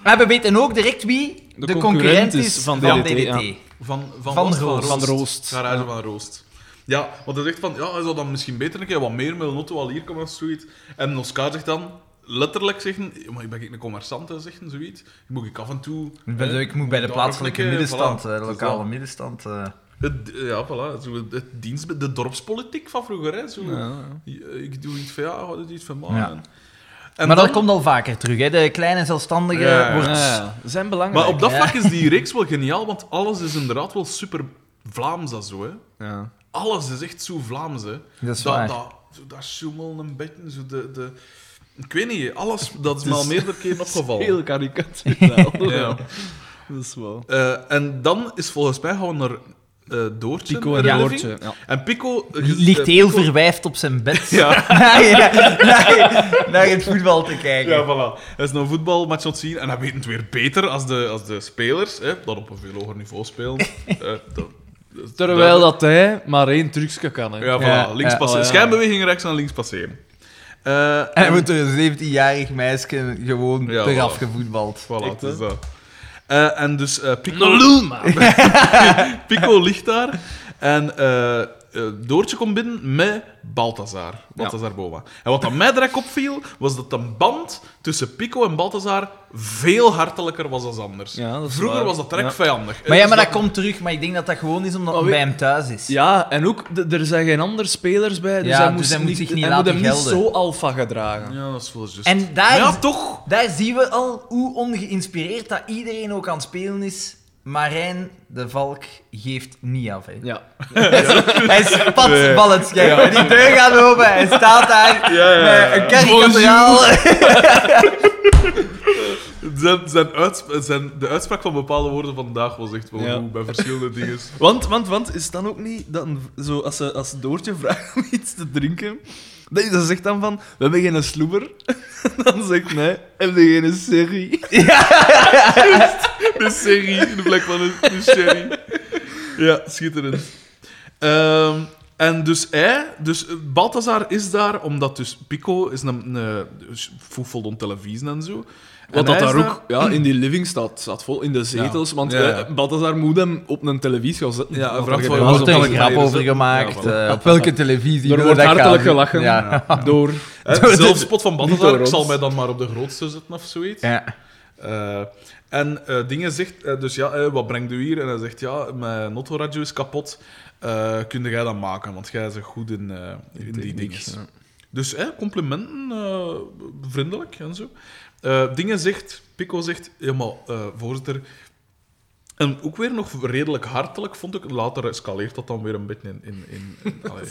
[SPEAKER 3] Maar we weten ook direct wie de, concurrent is van DDT.
[SPEAKER 2] ja.
[SPEAKER 1] Van, van,
[SPEAKER 3] Van
[SPEAKER 1] was het?
[SPEAKER 3] Roost.
[SPEAKER 2] Van Roost.
[SPEAKER 1] Garage
[SPEAKER 2] Ja.
[SPEAKER 1] van Roost. Ja, want hij zegt van, ja, hij zou dan misschien beter een keer wat meer met een auto al hier komen of zoiets. En Oscar zegt dan, letterlijk zeggen, "Ja, maar ik ben een commerçant, hè," zegt hij, zoiets. Moet ik af en toe...
[SPEAKER 3] Ik,
[SPEAKER 1] hè,
[SPEAKER 3] ben- ik moet bij de
[SPEAKER 1] daar
[SPEAKER 3] plaatselijke
[SPEAKER 1] een keer-
[SPEAKER 3] middenstand,
[SPEAKER 1] voilà.
[SPEAKER 3] eh, de
[SPEAKER 1] Het is
[SPEAKER 3] lokale
[SPEAKER 1] dat.
[SPEAKER 3] middenstand. eh.
[SPEAKER 1] Het, ja, voilà. Zo, het dienst, de dorpspolitiek van vroeger, hè. Zo, Eh, Ik doe iets van ja, wat is iets van man.
[SPEAKER 3] Ja.
[SPEAKER 1] En
[SPEAKER 3] maar dat
[SPEAKER 1] dan-
[SPEAKER 3] komt al vaker terug. Hè. De kleine zelfstandige
[SPEAKER 1] Ja, ja.
[SPEAKER 3] wordt...
[SPEAKER 2] Ja, zijn belangrijk.
[SPEAKER 1] Maar op dat
[SPEAKER 3] Ja.
[SPEAKER 1] vlak is die reeks wel geniaal, want alles is inderdaad wel super Vlaams, dat zo, hè.
[SPEAKER 2] Ja.
[SPEAKER 1] alles is echt zo Vlaams, hè.
[SPEAKER 3] Dat is
[SPEAKER 1] dat,
[SPEAKER 3] waar.
[SPEAKER 1] dat, zo dat schoemel een beetje, zo de, de, Ik weet niet, alles, dat is
[SPEAKER 2] Het
[SPEAKER 1] me al
[SPEAKER 2] is-
[SPEAKER 1] meerdere keren opgevallen.
[SPEAKER 2] Heel karikaturaal.
[SPEAKER 1] Ja.
[SPEAKER 2] Dat is wel.
[SPEAKER 1] Eh, en dan is volgens mij gaan we naar eh Doortje.
[SPEAKER 2] Pico en
[SPEAKER 1] Ja.
[SPEAKER 2] Doortje. Ja.
[SPEAKER 1] En Pico... eh,
[SPEAKER 3] Ligt
[SPEAKER 1] eh,
[SPEAKER 3] heel
[SPEAKER 1] Pico-
[SPEAKER 3] verwijfd op zijn bed
[SPEAKER 1] Ja.
[SPEAKER 3] naar, naar- naar het voetbal te kijken.
[SPEAKER 1] Ja, voilà. Hij is naar een voetbalmatch aan het zien en hij weet het weer beter als de, als de spelers, hè, dat op een veel hoger niveau spelen. Eh, dat- dat is
[SPEAKER 2] Terwijl
[SPEAKER 1] duidelijk.
[SPEAKER 2] dat hij maar één trucje kan. Hè.
[SPEAKER 1] Ja, voilà.
[SPEAKER 3] Ja,
[SPEAKER 1] links
[SPEAKER 3] ja,
[SPEAKER 1] passeren.
[SPEAKER 2] oh, ja.
[SPEAKER 1] Schijnbeweging rechts en links passeren. Eh,
[SPEAKER 3] En wordt er een 17-jarig meisje gewoon
[SPEAKER 1] Ja,
[SPEAKER 3] eraf
[SPEAKER 1] voilà.
[SPEAKER 3] gevoetbald.
[SPEAKER 1] Voilà,
[SPEAKER 2] Echt,
[SPEAKER 1] het is
[SPEAKER 2] hè?
[SPEAKER 1] dat. Eh, en dus eh,
[SPEAKER 2] Een
[SPEAKER 1] Pico,
[SPEAKER 2] lul, man.
[SPEAKER 1] Pico ligt daar en eh, eh, Doortje komt binnen met Balthazar. Balthazar Boma. En wat aan mij direct opviel, was dat de band tussen Pico en Balthazar veel hartelijker was dan anders.
[SPEAKER 2] Ja, dat is
[SPEAKER 1] Vroeger
[SPEAKER 2] waar.
[SPEAKER 1] was dat direct
[SPEAKER 2] Ja.
[SPEAKER 1] vijandig.
[SPEAKER 3] Maar ja,
[SPEAKER 1] Dus
[SPEAKER 3] maar dat komt terug. Maar ik denk dat dat gewoon is omdat
[SPEAKER 2] Maar weet-
[SPEAKER 3] het bij hem thuis is.
[SPEAKER 2] Ja, en ook, d- er zijn geen andere spelers bij, dus
[SPEAKER 3] Ja,
[SPEAKER 2] hij,
[SPEAKER 3] dus
[SPEAKER 2] moest
[SPEAKER 3] hij moet
[SPEAKER 2] niet,
[SPEAKER 3] zich niet
[SPEAKER 2] hij
[SPEAKER 3] laten
[SPEAKER 2] hem niet
[SPEAKER 3] gelden.
[SPEAKER 2] zo alfa gedragen.
[SPEAKER 1] Ja, dat is wel juist.
[SPEAKER 3] En daar
[SPEAKER 1] Maar dus- ja,
[SPEAKER 3] is-
[SPEAKER 1] toch.
[SPEAKER 3] Daar zien we al hoe ongeïnspireerd dat iedereen ook aan het spelen is. Marijn de Valk geeft niet af. Hè.
[SPEAKER 2] Ja.
[SPEAKER 3] Hij spat
[SPEAKER 1] Nee.
[SPEAKER 3] ballen schijf. Die deur gaat open. Hij staat daar
[SPEAKER 1] Ja, ja, ja.
[SPEAKER 3] met een karikaturaal.
[SPEAKER 1] Zijn, zijn uitsp- zijn, de uitspraak van bepaalde woorden vandaag was echt wel
[SPEAKER 2] Ja.
[SPEAKER 1] goed bij verschillende dingen.
[SPEAKER 2] Want, want, want, is het dan ook niet dat een- zo, als, ze, als Doortje vraagt om iets te drinken, dat je dan zegt dan van, we hebben geen sloeber. dan zegt nee, heb je geen serie.
[SPEAKER 1] De serie, in de plek van de, de serie. Ja, schitterend. Ehm, en dus hij, dus eh, Balthazar is daar omdat dus Pico is een, een dus foefelt om televisie en zo. En
[SPEAKER 2] Wat dat
[SPEAKER 1] hij is
[SPEAKER 2] daar ook ja, in die living staat, staat vol, in de zetels. Want
[SPEAKER 1] Ja, ja.
[SPEAKER 2] eh, Balthazar moet hem op een televisie gaan zetten.
[SPEAKER 1] Ja,
[SPEAKER 2] Want
[SPEAKER 1] vraagt
[SPEAKER 2] er
[SPEAKER 1] van,
[SPEAKER 2] geen
[SPEAKER 1] was
[SPEAKER 3] Er
[SPEAKER 2] was op
[SPEAKER 3] wordt
[SPEAKER 1] het
[SPEAKER 3] er
[SPEAKER 1] een
[SPEAKER 2] tele-
[SPEAKER 3] een grap
[SPEAKER 1] televisie.
[SPEAKER 3] over gemaakt.
[SPEAKER 1] Ja,
[SPEAKER 3] eh, op welke televisie?
[SPEAKER 2] Er
[SPEAKER 3] wil
[SPEAKER 2] wordt
[SPEAKER 3] dat
[SPEAKER 2] hartelijk
[SPEAKER 3] gaan?
[SPEAKER 2] gelachen
[SPEAKER 3] Ja.
[SPEAKER 2] door...
[SPEAKER 1] Eh,
[SPEAKER 2] door de-
[SPEAKER 1] zelfspot van Balthazar,
[SPEAKER 2] door
[SPEAKER 1] ik zal
[SPEAKER 2] ons.
[SPEAKER 1] mij dan maar op de grootste zetten of zoiets.
[SPEAKER 3] Ja.
[SPEAKER 1] Eh, en eh, dingen zegt, eh, dus ja, eh, wat brengt u hier? En hij zegt, ja, mijn Notto-radio is kapot. Eh kun jij dat maken? Want jij bent goed in, eh, in die dingen. Dus eh, complimenten, eh, vriendelijk en zo. Eh, dingen zegt, Pico zegt, ja maar eh, voorzitter... En ook weer nog redelijk hartelijk, vond ik. Later escaleert dat dan weer een beetje in, in, in, in- allee,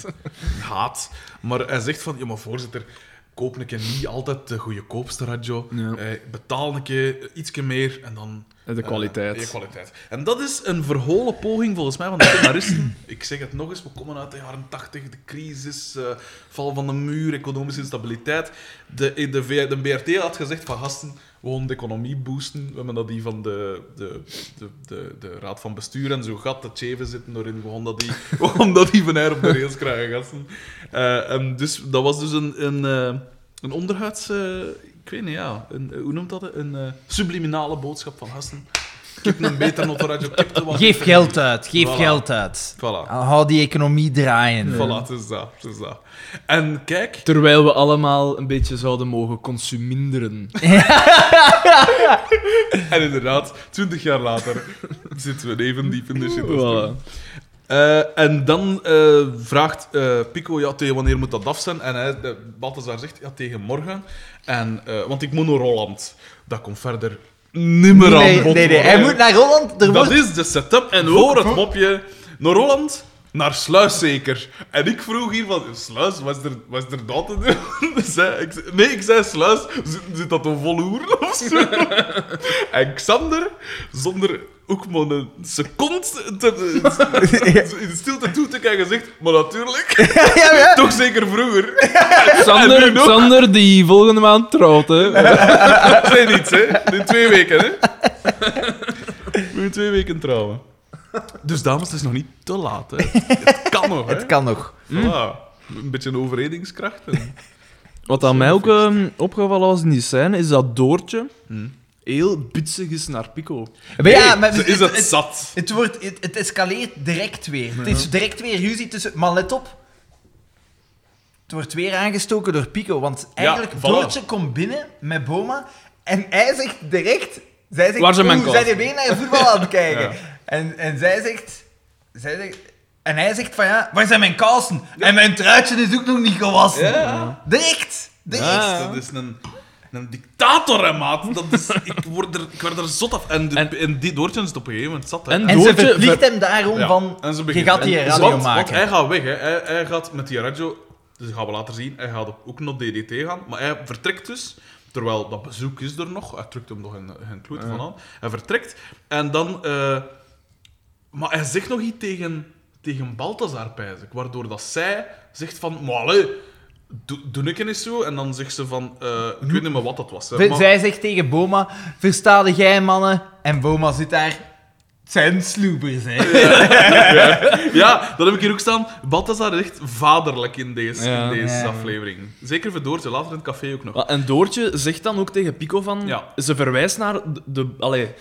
[SPEAKER 1] in haat. Maar hij zegt van, ja maar voorzitter, koop een keer niet altijd de goedkoopste radio.
[SPEAKER 2] Ja.
[SPEAKER 1] Eh, betaal een keer ietsje meer en dan...
[SPEAKER 2] De
[SPEAKER 1] eh,
[SPEAKER 2] kwaliteit.
[SPEAKER 1] ja, kwaliteit. En dat is een verholen poging volgens mij van de scenaristen. ik zeg het nog eens, we komen uit de jaren 80, de crisis, eh, val van de muur, economische instabiliteit. De, in de, V- de BRT had gezegd van gasten, we gaan de economie boosten. We hebben dat die van de, de, de, de, de raad van bestuur en zo gat, dat cheven zitten erin. We gaan dat die, we gaan dat die van haar op de rails krijgen, gasten. Eh, en dus dat was dus een... een eh, een onderhuids... eh, ik weet niet, ja. Een, hoe noemt dat? Een eh, subliminale boodschap van gasten. Kip een beter notoradio. Kip de wat
[SPEAKER 3] Geef
[SPEAKER 1] beter.
[SPEAKER 3] geld uit. Geef
[SPEAKER 1] Voilà.
[SPEAKER 3] geld Ah, uit.
[SPEAKER 1] Voilà.
[SPEAKER 3] Hou die economie draaien.
[SPEAKER 1] Voilà, het is dat. Het is dat. En kijk...
[SPEAKER 2] Terwijl we allemaal een beetje zouden mogen consuminderen.
[SPEAKER 1] En inderdaad, twintig jaar later zitten we even diep in de shit.
[SPEAKER 2] Voilà.
[SPEAKER 1] Eh, en dan eh, vraagt eh, Pico, ja, tegen wanneer moet dat af zijn? En hij, de Balthazar zegt, ja, tegen morgen. En, eh, want ik moet naar Holland. Dat komt verder nimmer aan
[SPEAKER 3] Nee,
[SPEAKER 1] bod
[SPEAKER 3] nee, nee. Hij
[SPEAKER 1] worden.
[SPEAKER 3] moet naar Holland. Er
[SPEAKER 1] Dat
[SPEAKER 3] wordt...
[SPEAKER 1] is de setup en voor het mopje naar Holland, naar Sluis zeker. En ik vroeg hier van, Sluis, was er, was er dat te doen? Dus hij- ik zei- nee, ik zei Sluis, zit, zit dat een volle hoer of zo? en Xander, zonder ook maar een seconde te- in stilte toe te kijken, zegt, maar natuurlijk,
[SPEAKER 3] Ja, ja, ja.
[SPEAKER 1] toch zeker vroeger. En
[SPEAKER 2] Sander,
[SPEAKER 1] nu nog.
[SPEAKER 2] Sander die volgende maand trouwt, hè.
[SPEAKER 1] Dat zijn iets, hè. In twee weken, hè. Moet je twee weken trouwen. Dus dames, het is nog niet te laat, hè. Het kan nog, hè. Mm.
[SPEAKER 3] Het kan nog.
[SPEAKER 1] Voilà. Een beetje een overredingskracht. En...
[SPEAKER 2] Wat aan mij ook ehm, opgevallen was in die scène, is dat Doortje
[SPEAKER 1] Hmm.
[SPEAKER 2] heel bitsig is naar Pico.
[SPEAKER 3] Maar ja, maar
[SPEAKER 1] Ze
[SPEAKER 3] het-
[SPEAKER 1] dus is
[SPEAKER 3] het-
[SPEAKER 1] het zat.
[SPEAKER 3] Het, wordt, het, het escaleert direct weer. Het is direct weer ruzie tussen... Maar let op. Het wordt weer aangestoken door Pico. Want eigenlijk,
[SPEAKER 1] voilà.
[SPEAKER 3] Doortje komt binnen met Boma. En hij zegt direct... Zij zegt,
[SPEAKER 2] Waar zijn mijn
[SPEAKER 3] "Oeh,
[SPEAKER 2] klas?"
[SPEAKER 3] zijn je weer naar je voetbal aan het kijken?
[SPEAKER 1] Ja.
[SPEAKER 3] En, en zij zegt... Zij zegt en hij zegt van ja, waar zijn mijn kousen? En mijn truitje is ook nog niet gewassen.
[SPEAKER 1] Ja.
[SPEAKER 3] Direct! Direct!
[SPEAKER 2] Ja.
[SPEAKER 1] Dus Dat is een, een dictator, hè, maat. Dat is, ik, word er, ik werd er zot af. En,
[SPEAKER 2] En-
[SPEAKER 1] en, en die Doortje is het op een gegeven moment zat. Hè.
[SPEAKER 2] En
[SPEAKER 3] En
[SPEAKER 2] Doortje
[SPEAKER 3] ze verplicht
[SPEAKER 2] ver-
[SPEAKER 3] hem daarom
[SPEAKER 1] Ja.
[SPEAKER 3] van,
[SPEAKER 1] En ze
[SPEAKER 3] je
[SPEAKER 1] begint-
[SPEAKER 3] gaat die
[SPEAKER 1] en-
[SPEAKER 3] radio
[SPEAKER 1] want, Want
[SPEAKER 3] maken.
[SPEAKER 1] hij gaat weg, hè. Hij, hij gaat met die radio Dus dat gaan we later zien. Hij gaat op- ook naar DDT gaan. Maar hij vertrekt dus. Terwijl dat bezoek is er nog. Hij drukt hem nog een, een klote van aan. Hij vertrekt. En dan... eh, maar hij zegt nog iets tegen, tegen Balthazar, pijs ik. Waardoor dat zij zegt van... Maar allee, doe, doe ik eens zo. En dan zegt ze van... eh, ik weet niet meer wat dat was. hè, maar-
[SPEAKER 3] Zij zegt tegen Boma, versta jij mannen? En Boma zit daar, het zijn sloebers, hè.
[SPEAKER 1] Ja, dat heb ik hier ook staan. Balthazar is echt vaderlijk in deze,
[SPEAKER 2] Ja.
[SPEAKER 1] in deze
[SPEAKER 3] Ja.
[SPEAKER 1] aflevering. Zeker voor Doortje, later in het café ook nog.
[SPEAKER 2] Wel, En Doortje zegt dan ook tegen Pico van...
[SPEAKER 1] Ja.
[SPEAKER 2] Ze verwijst naar de... de allee,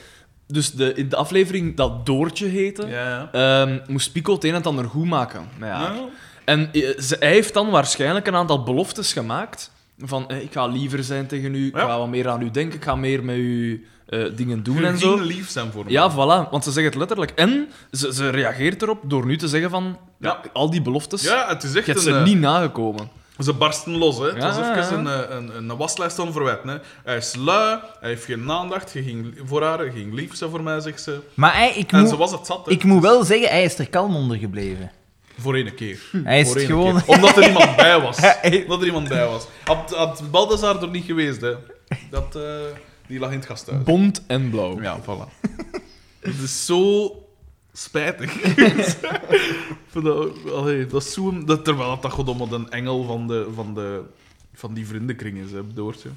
[SPEAKER 2] dus de, in de aflevering dat Doortje heette,
[SPEAKER 1] Ja,
[SPEAKER 2] ehm, moest Pico het een en het ander goed maken. Nou ja.
[SPEAKER 1] ja.
[SPEAKER 2] En eh, ze, hij heeft dan waarschijnlijk een aantal beloftes gemaakt. Van, eh, ik ga liever zijn tegen u, ik
[SPEAKER 1] Ja.
[SPEAKER 2] ga wat meer aan u denken, ik ga meer met u eh, dingen doen
[SPEAKER 1] Ging
[SPEAKER 2] en zo.
[SPEAKER 1] lief zijn voor me.
[SPEAKER 2] Ja, voilà, want ze zegt het letterlijk. En ze, ze reageert erop door nu te zeggen van...
[SPEAKER 1] Ja.
[SPEAKER 2] Ja. al die beloftes,
[SPEAKER 1] ja, het is
[SPEAKER 2] je
[SPEAKER 1] echt
[SPEAKER 2] hebt ze
[SPEAKER 1] een... eh,
[SPEAKER 2] niet nagekomen.
[SPEAKER 1] Ze barsten los, hè. Het
[SPEAKER 2] Ja,
[SPEAKER 1] was even
[SPEAKER 2] ja.
[SPEAKER 1] een, eh, een, een, waslijst aan verwijt, hè. Hij is lui, hij heeft geen aandacht, hij ging li- voor haar, hij ging lief zijn voor mij, zegt ze.
[SPEAKER 3] Maar hij, ik,
[SPEAKER 1] En ze
[SPEAKER 3] moet,
[SPEAKER 1] was het zat, hè.
[SPEAKER 3] ik moet wel zeggen, hij is er kalm onder gebleven.
[SPEAKER 1] Voor één
[SPEAKER 2] Hm.
[SPEAKER 1] keer.
[SPEAKER 3] Hij is
[SPEAKER 1] Voor
[SPEAKER 3] het
[SPEAKER 1] één
[SPEAKER 3] gewoon...
[SPEAKER 1] keer. Omdat er iemand bij was.
[SPEAKER 3] Hij-
[SPEAKER 1] Omdat er iemand bij was. Had, had Baldassar er niet geweest, hè. Dat, eh, die lag in het gasthuis.
[SPEAKER 2] Bond en blauw.
[SPEAKER 1] Ja, voilà. Het is zo spijtig. Van dat- allee, dat is zo, dat, terwijl dat, dat goddomme een engel van, de, van, de, van die vriendenkring is, hè, Doortje.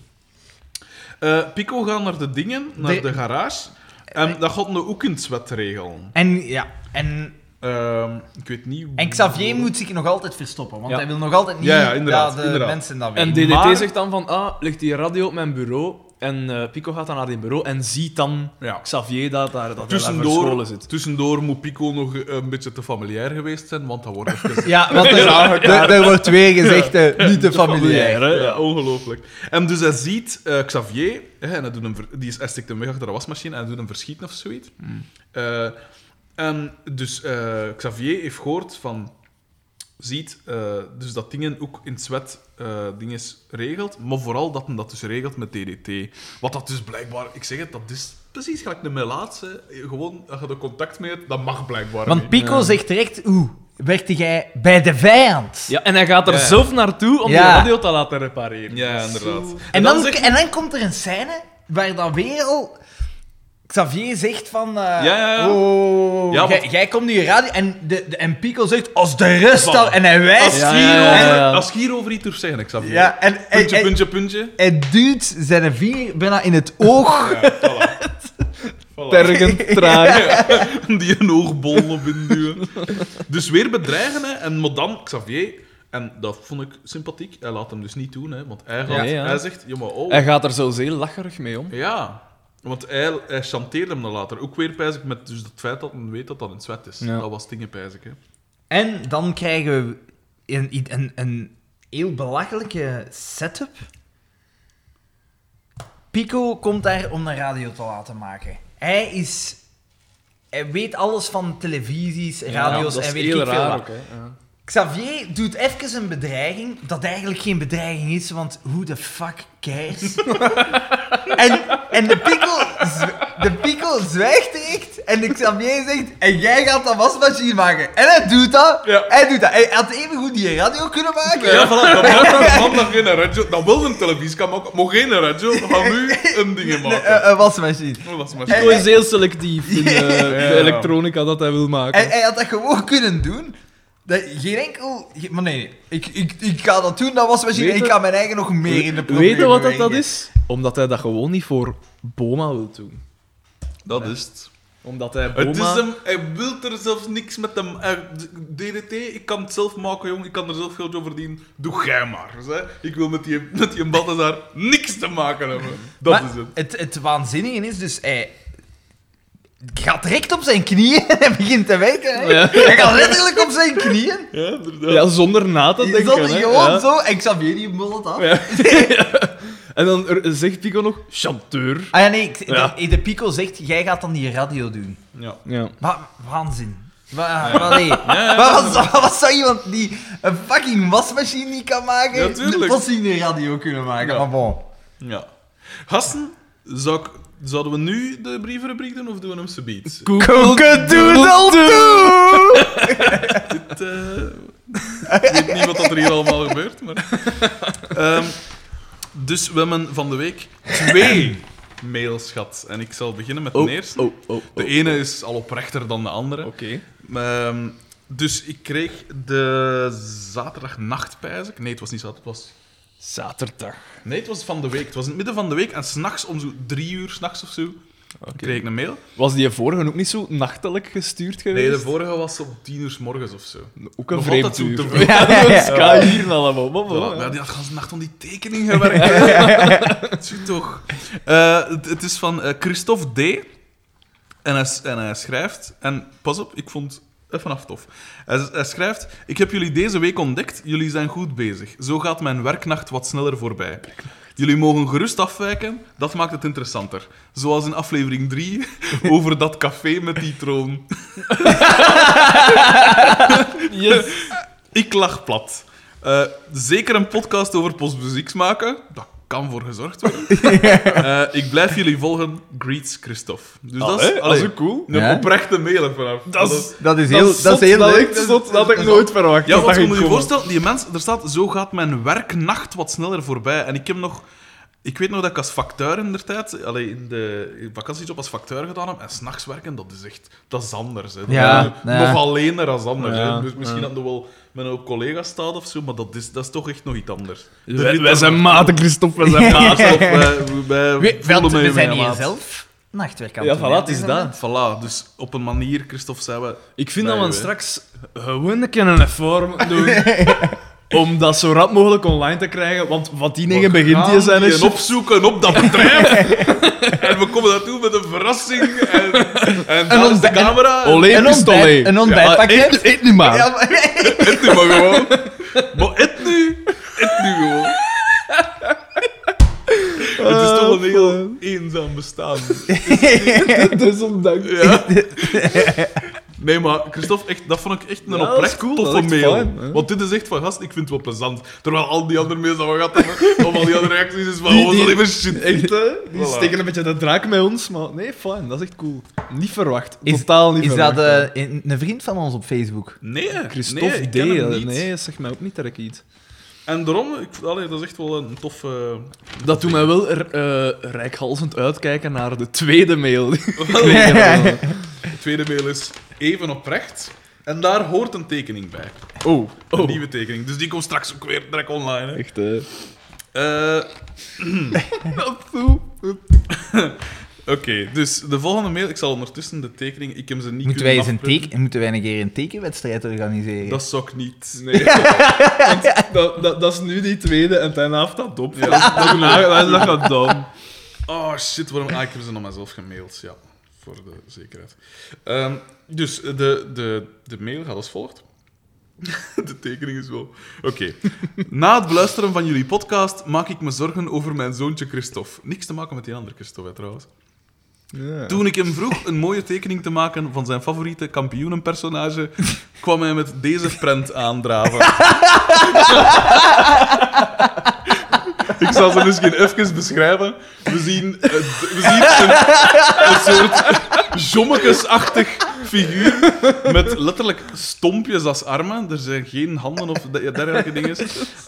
[SPEAKER 1] Eh, Pico gaat naar de dingen, naar de,
[SPEAKER 3] De-
[SPEAKER 1] garage. En dat gaat nu ook in het zwet regelen.
[SPEAKER 3] En ja, en,
[SPEAKER 1] Ehm, ik weet niet...
[SPEAKER 3] en Xavier moet zich nog altijd verstoppen, want
[SPEAKER 2] Ja.
[SPEAKER 3] hij wil nog altijd niet
[SPEAKER 1] Ja, ja, inderdaad,
[SPEAKER 3] dat de
[SPEAKER 1] inderdaad.
[SPEAKER 3] mensen dat
[SPEAKER 2] En
[SPEAKER 3] weten.
[SPEAKER 2] DDT
[SPEAKER 1] Maar-
[SPEAKER 2] zegt dan van, ah, ligt die radio op mijn bureau. En eh, Pico gaat dan naar die bureau en ziet dan
[SPEAKER 1] Ja.
[SPEAKER 2] Xavier dat daar, dat hij daar
[SPEAKER 1] Tussendoor,
[SPEAKER 2] verscholen zit.
[SPEAKER 1] tussendoor moet Pico nog eh, een beetje te familiair geweest zijn, want dat wordt even
[SPEAKER 3] Ja, want er, er- er wordt weer gezegd, eh, niet te familiair.
[SPEAKER 1] Ja, ja, ongelooflijk. En dus hij ziet eh, Xavier, hè, en hij, doet een ver- die is, hij stikt hem weg achter de wasmachine en hij doet hem verschieten of zoiets.
[SPEAKER 3] Hmm.
[SPEAKER 1] Eh, en dus eh, Xavier heeft gehoord van, ziet eh, dus dat dingen ook in het zwet eh dingen regelt, maar vooral dat men dat dus regelt met DDT. Wat dat dus blijkbaar, ik zeg het, dat is precies gelijk de laatste. Gewoon, dat je er contact mee hebt, dat mag blijkbaar
[SPEAKER 3] Want
[SPEAKER 1] niet.
[SPEAKER 3] Pico zegt direct, oeh, werkte jij bij de vijand?
[SPEAKER 2] Ja, en hij gaat er
[SPEAKER 1] Ja.
[SPEAKER 2] zelf naartoe om die
[SPEAKER 3] Ja.
[SPEAKER 2] radio te laten repareren.
[SPEAKER 1] Ja, inderdaad.
[SPEAKER 3] En dan,
[SPEAKER 1] zegt-
[SPEAKER 3] en dan komt er een scène waar dan weer al Xavier zegt van... eh,
[SPEAKER 1] Ja, ja, ja.
[SPEAKER 3] "Oh, Oh, oh,
[SPEAKER 1] Ja,
[SPEAKER 3] jij,
[SPEAKER 1] want-
[SPEAKER 3] jij komt nu je radio... En, de, de- en Pico zegt, als de rest al... En hij
[SPEAKER 1] Als
[SPEAKER 3] wijst...
[SPEAKER 2] Ja,
[SPEAKER 1] je
[SPEAKER 2] ja,
[SPEAKER 1] hierover-
[SPEAKER 2] ja, ja.
[SPEAKER 1] Als je hierover iets durft zeggen, Xavier.
[SPEAKER 3] Ja, en hij,
[SPEAKER 1] Puntje,
[SPEAKER 3] hij,
[SPEAKER 1] puntje, puntje.
[SPEAKER 3] hij duwt zijn vinger bijna in het oog.
[SPEAKER 1] Ja, voilà. Voilà.
[SPEAKER 2] Tergend traag.
[SPEAKER 1] Die een oogbol op induwen. Dus weer bedreigen, hè. En Madame Xavier... En dat vond ik sympathiek. Hij laat hem dus niet doen, hè. Want hij, gaat,
[SPEAKER 2] Ja, ja.
[SPEAKER 1] hij zegt... Ja, maar oh...
[SPEAKER 2] Hij gaat er zelfs heel lacherig mee om.
[SPEAKER 1] Ja. Want hij, hij chanteerde hem dan later. Ook weer, pijs ik, met dus het feit dat men weet dat dat een zwet is.
[SPEAKER 2] Ja.
[SPEAKER 1] Dat was dingen, pijs ik, hè.
[SPEAKER 3] En dan krijgen we een, een, een heel belachelijke setup. Pico komt daar om een radio te laten maken. Hij is... Hij weet alles van televisies, radio's en weet ik veel wat.
[SPEAKER 2] ook, hè. Ja.
[SPEAKER 3] Xavier doet even een bedreiging dat eigenlijk geen bedreiging is, want hoe de fuck cares? en en de, pico, z- de pico zwijgt echt en de Xavier zegt, en jij gaat dat wasmachine maken. En hij doet dat,
[SPEAKER 1] Ja.
[SPEAKER 3] hij doet dat. Hij had even goed die radio kunnen maken.
[SPEAKER 1] Ja, voilà. Dan maakt een man nog geen radio. Dan wil een televisie kan maken. Maar geen radio. Dan gaan we nu een dingen
[SPEAKER 3] Een-
[SPEAKER 1] maken.
[SPEAKER 2] eh,
[SPEAKER 3] een- een wasmachine.
[SPEAKER 1] Dat was maar
[SPEAKER 2] Pico is heel selectief in eh,
[SPEAKER 1] Ja.
[SPEAKER 2] de elektronica dat hij wil maken.
[SPEAKER 3] Hij, hij had dat gewoon kunnen doen. Dat, geen enkel... ge- Maar nee, nee. Ik, ik, ik ga dat doen, dat wasmachine,
[SPEAKER 2] Weet
[SPEAKER 3] en ik
[SPEAKER 2] je-
[SPEAKER 3] ga mijn eigen nog meer in de problemen
[SPEAKER 2] Weet je wat dat, dat
[SPEAKER 3] brengen.
[SPEAKER 2] is? Omdat hij dat gewoon niet voor Boma wil doen.
[SPEAKER 1] Dat is het.
[SPEAKER 2] Omdat hij Boma...
[SPEAKER 1] Het is hem, hij wil er zelfs niks met hem. Eh, d- DDT, ik kan het zelf maken, jong. Ik kan er zelf geld over verdienen. Doe jij maar. Hè. Ik wil met die, met die Balthazar niks te maken hebben. Dat
[SPEAKER 3] Maar
[SPEAKER 1] is het.
[SPEAKER 3] het. Het waanzinnige is dus, hij gaat direct op zijn knieën en begint te werken. Hè.
[SPEAKER 2] Ja.
[SPEAKER 3] Hij gaat letterlijk op zijn knieën.
[SPEAKER 1] Ja, inderdaad.
[SPEAKER 2] Ja, zonder na te
[SPEAKER 3] Die
[SPEAKER 2] denken.
[SPEAKER 3] zat
[SPEAKER 2] hè.
[SPEAKER 3] gewoon
[SPEAKER 2] Ja.
[SPEAKER 3] zo, en Xavier die mullet af.
[SPEAKER 2] Ja. En dan er- zegt Pico nog, chanteur.
[SPEAKER 3] Ah ja, nee, ik- de-
[SPEAKER 2] Ja.
[SPEAKER 3] De, Pico zegt, jij gaat dan die radio doen.
[SPEAKER 1] Ja.
[SPEAKER 2] Ja.
[SPEAKER 3] Wa waanzin. Wa wa- nee. Wat, was- wat zou iemand die een fucking wasmachine niet kan
[SPEAKER 1] Ja,
[SPEAKER 3] maken,
[SPEAKER 1] tuurlijk.
[SPEAKER 3] plotseling een radio kunnen maken?
[SPEAKER 1] Ja.
[SPEAKER 3] Maar bon.
[SPEAKER 1] ja. Gasten, zou ik- zouden we nu de brievenrubriek doen of doen we hem subiet?
[SPEAKER 3] Cocodoodle
[SPEAKER 2] doe!
[SPEAKER 1] Dit, eh, Ik weet niet wat dat er hier allemaal gebeurt. Maar... Ehm, dus we hebben van de week twee mails gehad. En ik zal beginnen met de eerste.
[SPEAKER 2] oh, oh, oh.
[SPEAKER 1] De ene is al oprechter dan de andere.
[SPEAKER 2] Oké.
[SPEAKER 1] Ehm, dus ik kreeg de zaterdagnacht, pijs ik. Nee, het was niet zaterdag. Het was...
[SPEAKER 2] Zaterdag.
[SPEAKER 1] Nee, het was van de week. Het was in het midden van de week. En s'nachts, om zo drie uur s'nachts of zo, kreeg ik een mail.
[SPEAKER 2] Was die vorige ook niet zo nachtelijk gestuurd geweest?
[SPEAKER 1] Nee, de vorige was om tien uur s morgens of zo.
[SPEAKER 2] Ook een
[SPEAKER 1] Nog
[SPEAKER 2] vreemd
[SPEAKER 1] altijd
[SPEAKER 2] uur.
[SPEAKER 1] zo te vroeg.
[SPEAKER 2] Ja, ja, ja. Sky hier allemaal. maar
[SPEAKER 1] Voilà.
[SPEAKER 2] voilà.
[SPEAKER 1] Maar die had de hele nacht aan die tekening gewerkt. Zie toch. Eh, het, het is van eh, Christophe D. En hij, s- en hij schrijft... En pas op, ik vond het vanaf tof. Hij, s- hij schrijft... Ik heb jullie deze week ontdekt. Jullie zijn goed bezig. Zo gaat mijn werknacht wat sneller voorbij. Jullie mogen gerust afwijken, dat maakt het interessanter. Zoals in aflevering 3 over dat café met die troon.
[SPEAKER 2] Yes.
[SPEAKER 1] Ik lag plat. Eh, zeker een podcast over postmuziek maken. Dat kan voor gezorgd worden. Eh, ik blijf jullie volgen. Greets Christophe. Dus dat is,
[SPEAKER 2] Ah, Allee, dat
[SPEAKER 1] allee,
[SPEAKER 2] is ook cool.
[SPEAKER 1] een
[SPEAKER 3] Ja.
[SPEAKER 1] oprechte mailer vanaf.
[SPEAKER 2] Dat is...
[SPEAKER 3] Dat is heel, dat
[SPEAKER 2] zot,
[SPEAKER 3] is heel
[SPEAKER 2] dat
[SPEAKER 3] leuk.
[SPEAKER 2] ik- zot, dat had ik nooit verwacht.
[SPEAKER 1] Ja,
[SPEAKER 2] dat
[SPEAKER 1] want
[SPEAKER 2] dat
[SPEAKER 1] je
[SPEAKER 2] ging
[SPEAKER 1] moet je
[SPEAKER 2] komen.
[SPEAKER 1] voorstellen, die mens, er staat, zo gaat mijn werknacht wat sneller voorbij. En ik heb nog... Ik weet nog dat ik als facteur in de tijd, allee, in de vakantiejob als facteur gedaan heb, en s'nachts werken, dat is echt, dat is anders. Hè. Dat
[SPEAKER 3] Ja,
[SPEAKER 1] is
[SPEAKER 3] ja.
[SPEAKER 1] Nog alleener als anders.
[SPEAKER 2] Ja,
[SPEAKER 1] hè. Dus misschien
[SPEAKER 2] ja.
[SPEAKER 1] dat er wel met een hoop collega's staat of zo, maar dat is, dat is toch echt nog iets anders. De
[SPEAKER 2] Wij, wij
[SPEAKER 1] ritme-
[SPEAKER 2] zijn maten, Christophe. Wij zijn maten.
[SPEAKER 1] Ja, stop, wij- wij
[SPEAKER 3] We,
[SPEAKER 1] voelen mee
[SPEAKER 3] we zijn
[SPEAKER 1] mee,
[SPEAKER 3] hier
[SPEAKER 1] maat.
[SPEAKER 3] zelf nachtwerk aan
[SPEAKER 2] Ja,
[SPEAKER 3] het doen,
[SPEAKER 2] voilà,
[SPEAKER 3] hè.
[SPEAKER 2] het is
[SPEAKER 3] Dus,
[SPEAKER 2] dat.
[SPEAKER 3] eh,
[SPEAKER 1] Voilà, dus op een manier, Christophe, zijn we...
[SPEAKER 2] Ik vind
[SPEAKER 1] Nee,
[SPEAKER 2] dat we
[SPEAKER 1] hè.
[SPEAKER 2] straks gewoon een keer een vorm doen. om dat zo rap mogelijk online te krijgen. Want wat die negen begint, die zijn
[SPEAKER 1] en
[SPEAKER 2] is.
[SPEAKER 1] opzoeken op dat bedrijf. en we komen daartoe met een verrassing. En, en daar is de
[SPEAKER 3] ontbijt-
[SPEAKER 1] camera.
[SPEAKER 2] Olé,
[SPEAKER 3] Een
[SPEAKER 2] pistolet.
[SPEAKER 3] ontbijt- een ontbijtpakket.
[SPEAKER 2] Ja, eet, eet nu maar.
[SPEAKER 3] Ja, maar-
[SPEAKER 1] Eet nu maar gewoon. Maar eet nu. Eet nu gewoon. Het is
[SPEAKER 2] Ah,
[SPEAKER 1] toch een heel eenzaam bestaan.
[SPEAKER 2] Desondanks.
[SPEAKER 1] Ja. Nee, maar Christophe, echt, dat vond ik echt een
[SPEAKER 2] Ja, dat is
[SPEAKER 1] oprecht
[SPEAKER 2] cool,
[SPEAKER 1] toffe
[SPEAKER 2] dat is echt
[SPEAKER 1] mail.
[SPEAKER 2] fijn, hè?
[SPEAKER 1] Want dit is echt van, gast, ik vind het wel plezant. Terwijl al die andere mails dat we gehad hebben, of al die andere reacties, is van, oh,
[SPEAKER 2] Die-
[SPEAKER 1] dat is
[SPEAKER 2] die-
[SPEAKER 1] alleen maar shit.
[SPEAKER 2] Echt, hè? Die
[SPEAKER 1] Voilà.
[SPEAKER 2] steken een beetje de draak met ons, maar nee, fijn, dat is echt cool. Niet verwacht. Totaal niet
[SPEAKER 3] Is
[SPEAKER 2] verwacht.
[SPEAKER 3] dat eh, een een vriend van ons op Facebook?
[SPEAKER 1] Nee,
[SPEAKER 2] Christophe
[SPEAKER 1] nee, ik
[SPEAKER 2] D.
[SPEAKER 1] ken hem
[SPEAKER 2] eh,
[SPEAKER 1] niet.
[SPEAKER 2] Nee, zeg mij ook niet direct iets.
[SPEAKER 1] En daarom, ik, allee, dat is echt wel een tof... eh,
[SPEAKER 2] Dat doet mij wel er, eh, reikhalzend uitkijken naar de tweede mail.
[SPEAKER 1] De tweede mail is even oprecht. En daar hoort een tekening bij.
[SPEAKER 2] oh,
[SPEAKER 1] Een
[SPEAKER 2] oh.
[SPEAKER 1] nieuwe tekening. Dus die komt straks ook weer direct online. Hè.
[SPEAKER 2] Echt, eh.
[SPEAKER 1] Eh,
[SPEAKER 2] Oeh.
[SPEAKER 1] Oké, dus de volgende mail... Ik zal ondertussen de tekening... Ik heb ze niet
[SPEAKER 3] Moeten
[SPEAKER 1] kunnen
[SPEAKER 3] wij, eens een
[SPEAKER 1] afprinten.
[SPEAKER 3] teken, moeten wij een keer een tekenwedstrijd organiseren?
[SPEAKER 1] Dat zou ik niet...
[SPEAKER 2] Nee. Want dat, dat, dat is nu die tweede en daarna heeft dat dop.
[SPEAKER 1] Ja,
[SPEAKER 2] Dat is- dat is dat is dat gaat dan.
[SPEAKER 1] Oh shit, waarom... Ah, ik heb ze nog mezelf gemaild. Ja, voor de zekerheid. Ehm, dus de, de, de mail gaat als volgt. De tekening is wel. Oké. Na het beluisteren van jullie podcast maak ik me zorgen over mijn zoontje Christophe. Niks te maken met die andere Christophe, hè, trouwens. Toen ik hem vroeg een mooie tekening te maken van zijn favoriete kampioenenpersonage, kwam hij met deze prent aandraven. ik zal ze misschien even beschrijven. We zien, eh, we zien een, een soort jommekesachtig figuur met letterlijk stompjes als armen. Er zijn geen handen of de- dergelijke dingen.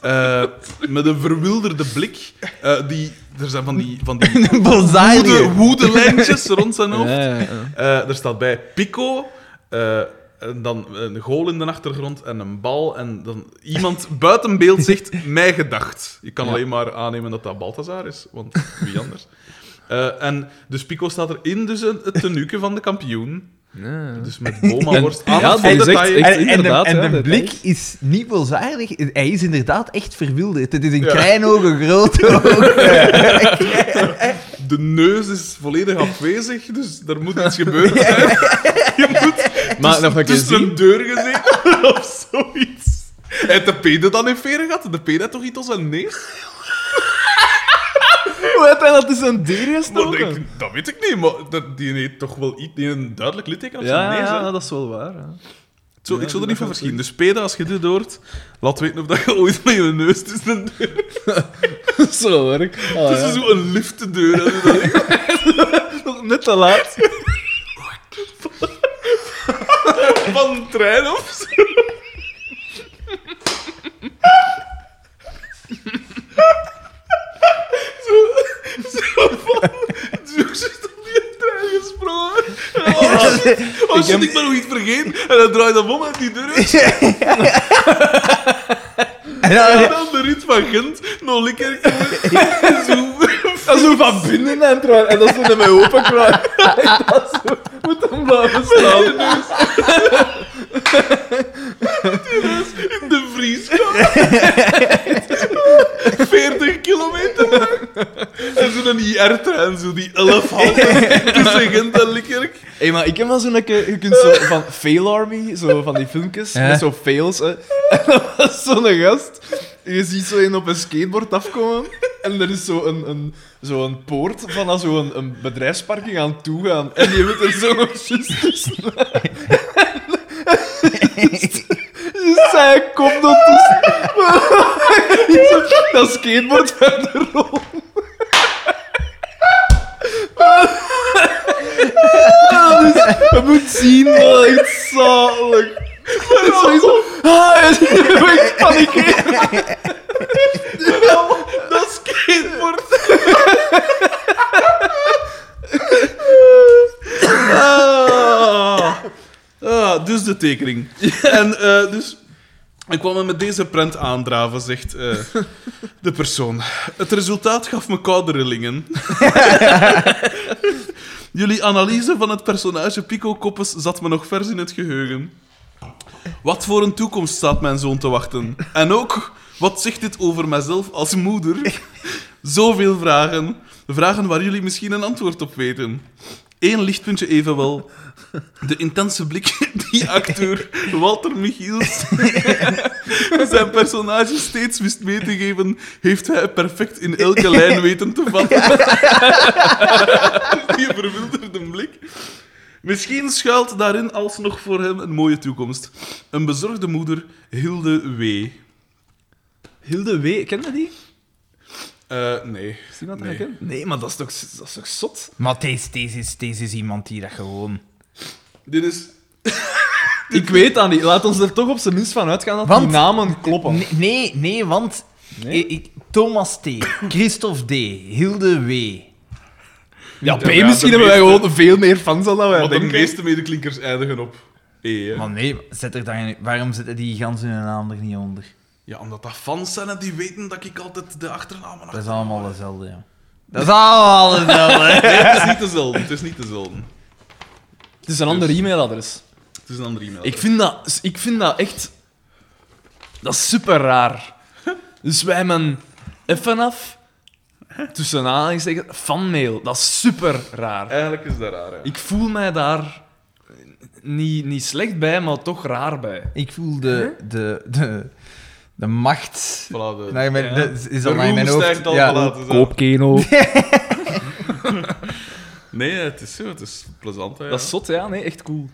[SPEAKER 1] Eh, met een verwilderde blik. Eh, die, er zijn van die, van die
[SPEAKER 3] Een balzaai
[SPEAKER 1] woede,
[SPEAKER 3] hier.
[SPEAKER 1] woedelijntjes rond zijn hoofd.
[SPEAKER 2] Ja, ja.
[SPEAKER 1] Eh, er staat bij Pico. eh, en dan een goal in de achtergrond en een bal. En dan iemand buiten beeld zegt: Mij gedacht. Je kan
[SPEAKER 2] Ja.
[SPEAKER 1] alleen maar aannemen dat dat Balthazar is, want wie anders. Eh, en dus Pico staat erin, dus een- het tenuke van de kampioen. Dus met Boma-worst aan.
[SPEAKER 2] Ja,
[SPEAKER 1] het
[SPEAKER 2] dat is
[SPEAKER 1] detail.
[SPEAKER 2] echt- echt-
[SPEAKER 3] En, en, de,
[SPEAKER 2] inderdaad,
[SPEAKER 3] en
[SPEAKER 2] ja,
[SPEAKER 3] de
[SPEAKER 2] dat
[SPEAKER 3] blik is niet balzaardig. Hij is inderdaad echt verwilderd. Het is een
[SPEAKER 1] Ja.
[SPEAKER 3] kleinogen, grote ogen.
[SPEAKER 1] De neus is volledig afwezig, dus er moet iets gebeuren. Je moet
[SPEAKER 2] Maar Ah, nog een keer
[SPEAKER 1] tussen
[SPEAKER 2] zien.
[SPEAKER 1] een deur gezeten of zoiets. En de pede dan in veren gehad? De pede had toch iets als een neus?
[SPEAKER 2] Hoe heeft hij dat is een dier
[SPEAKER 1] Dat,
[SPEAKER 2] gestoken?
[SPEAKER 1] ik- dat weet ik niet, maar dat, die heeft toch wel iets, die heeft een duidelijk litteken op
[SPEAKER 2] Ja,
[SPEAKER 1] zijn neus. hè?
[SPEAKER 2] ja, dat is wel waar. ja.
[SPEAKER 1] Zo, ik zou
[SPEAKER 2] ja,
[SPEAKER 1] er
[SPEAKER 2] dat
[SPEAKER 1] niet van
[SPEAKER 2] gaat
[SPEAKER 1] verschillen. Dus pede, als je dit hoort, laat weten of dat je ooit met je neus tussen een deur...
[SPEAKER 2] Zo werk. Ah,
[SPEAKER 1] tussen
[SPEAKER 2] ja.
[SPEAKER 1] zo'n liftdeur... en zo.
[SPEAKER 2] Nog Net te laat.
[SPEAKER 1] van een trein of zo. zit op die trein gesprongen. Oh shit, oh, shit,
[SPEAKER 2] heb-
[SPEAKER 1] ik ben nog iets vergeten. En dan draait dat om uit die deur. is.
[SPEAKER 3] En dan-
[SPEAKER 1] En dan de rit van Gent, nog lekker. Zo.
[SPEAKER 2] Dat is zo van binnen aan het draaien. En dat is dan met open kraan. Dat is zo- moet dan blijven staan.
[SPEAKER 1] In de vrieskamer. 40 kilometer lang. En zo'n IR-trein, zo die 11 halten tussen Gent en Likkerk.
[SPEAKER 2] Hé, maar ik heb wel zo'n... keer- Je kunt zo van Fail Army, zo van die filmpjes,
[SPEAKER 3] Ja.
[SPEAKER 2] met zo fails. Hè. En dat was zo'n gast. Je ziet zo een op een skateboard afkomen. En er is zo'n een, een, zo een poort van aan zo'n een bedrijfsparking aan toegaan. En die moet er zo nog juist tussen. Dus zij komt dat tussen. Dat skateboard verder rond. Je moet zien, dat is echt zalig. Dat is sowieso... Ah, en ik ben gepanikeerd.
[SPEAKER 1] Dat skateboard. Ah. Ah, dus de tekening. En eh, dus... Ik kwam me met deze prent aandraven, zegt eh, de persoon. Het resultaat gaf me koude rillingen. Jullie analyse van het personage Pico Koppes zat me nog vers in het geheugen. Wat voor een toekomst staat mijn zoon te wachten? En ook, wat zegt dit over mijzelf als moeder? Zoveel vragen. Vragen waar jullie misschien een antwoord op weten. Eén lichtpuntje evenwel. De intense blik die acteur Walter Michiels zijn personage steeds wist mee te geven, heeft hij perfect in elke lijn weten te vatten. Die verwilderde blik. Misschien schuilt daarin alsnog voor hem een mooie toekomst. Een bezorgde moeder, Hilde W.
[SPEAKER 2] Hilde W. Ken je die?
[SPEAKER 1] Eh, nee.
[SPEAKER 2] Is iemand
[SPEAKER 1] Nee.
[SPEAKER 2] dat Nee, maar dat is toch, dat is toch zot?
[SPEAKER 3] Maar deze, deze, is, deze is iemand die dat gewoon...
[SPEAKER 1] Dit is...
[SPEAKER 2] Ik weet dat niet. Laat ons er toch op zijn minst van uitgaan dat
[SPEAKER 3] Want-
[SPEAKER 2] die namen kloppen.
[SPEAKER 3] Nee, nee, nee, want
[SPEAKER 2] Nee?
[SPEAKER 3] ik- ik- Thomas T, Christophe D, Hilde W.
[SPEAKER 2] Ja, B
[SPEAKER 1] Ja, de
[SPEAKER 2] misschien hebben wij
[SPEAKER 1] meeste-
[SPEAKER 2] gewoon veel meer fans dan dat wij
[SPEAKER 1] Want de
[SPEAKER 2] denken.
[SPEAKER 1] meeste medeklinkers eindigen op E. hè.
[SPEAKER 3] Maar nee, zet er dan, waarom zitten die ganzen hun naam er niet onder?
[SPEAKER 1] Ja, omdat dat fans zijn en die weten dat ik altijd de achternamen
[SPEAKER 3] Dat
[SPEAKER 1] achter...
[SPEAKER 3] is allemaal hetzelfde, ja. Dat is allemaal hetzelfde.
[SPEAKER 1] Nee, het is niet dezelfde. Het is niet dezelfde.
[SPEAKER 2] Het is een ander e-mailadres.
[SPEAKER 1] Het is een andere e-mail.
[SPEAKER 2] Ik vind dat, ik vind dat echt... Dat is super raar. Dus wij hebben even af, tussen aanhalingstekens, fanmail. Dat is super raar.
[SPEAKER 1] Eigenlijk is dat raar, ja.
[SPEAKER 2] Ik voel mij daar niet, niet slecht bij, maar toch raar bij.
[SPEAKER 3] Ik voel de, de, de, de macht.
[SPEAKER 1] Voilà, de...
[SPEAKER 3] naar mijn,
[SPEAKER 2] ja.
[SPEAKER 3] dat is- is
[SPEAKER 1] de
[SPEAKER 3] al naar
[SPEAKER 1] roem
[SPEAKER 3] mijn hoofd.
[SPEAKER 1] stijgt al
[SPEAKER 3] Ja.
[SPEAKER 1] voilà, het is al-
[SPEAKER 2] Koopkeno.
[SPEAKER 1] Nee, het is zo. Het is plezant, hè,
[SPEAKER 2] Dat
[SPEAKER 1] ja.
[SPEAKER 2] is zot, ja. Nee, echt cool.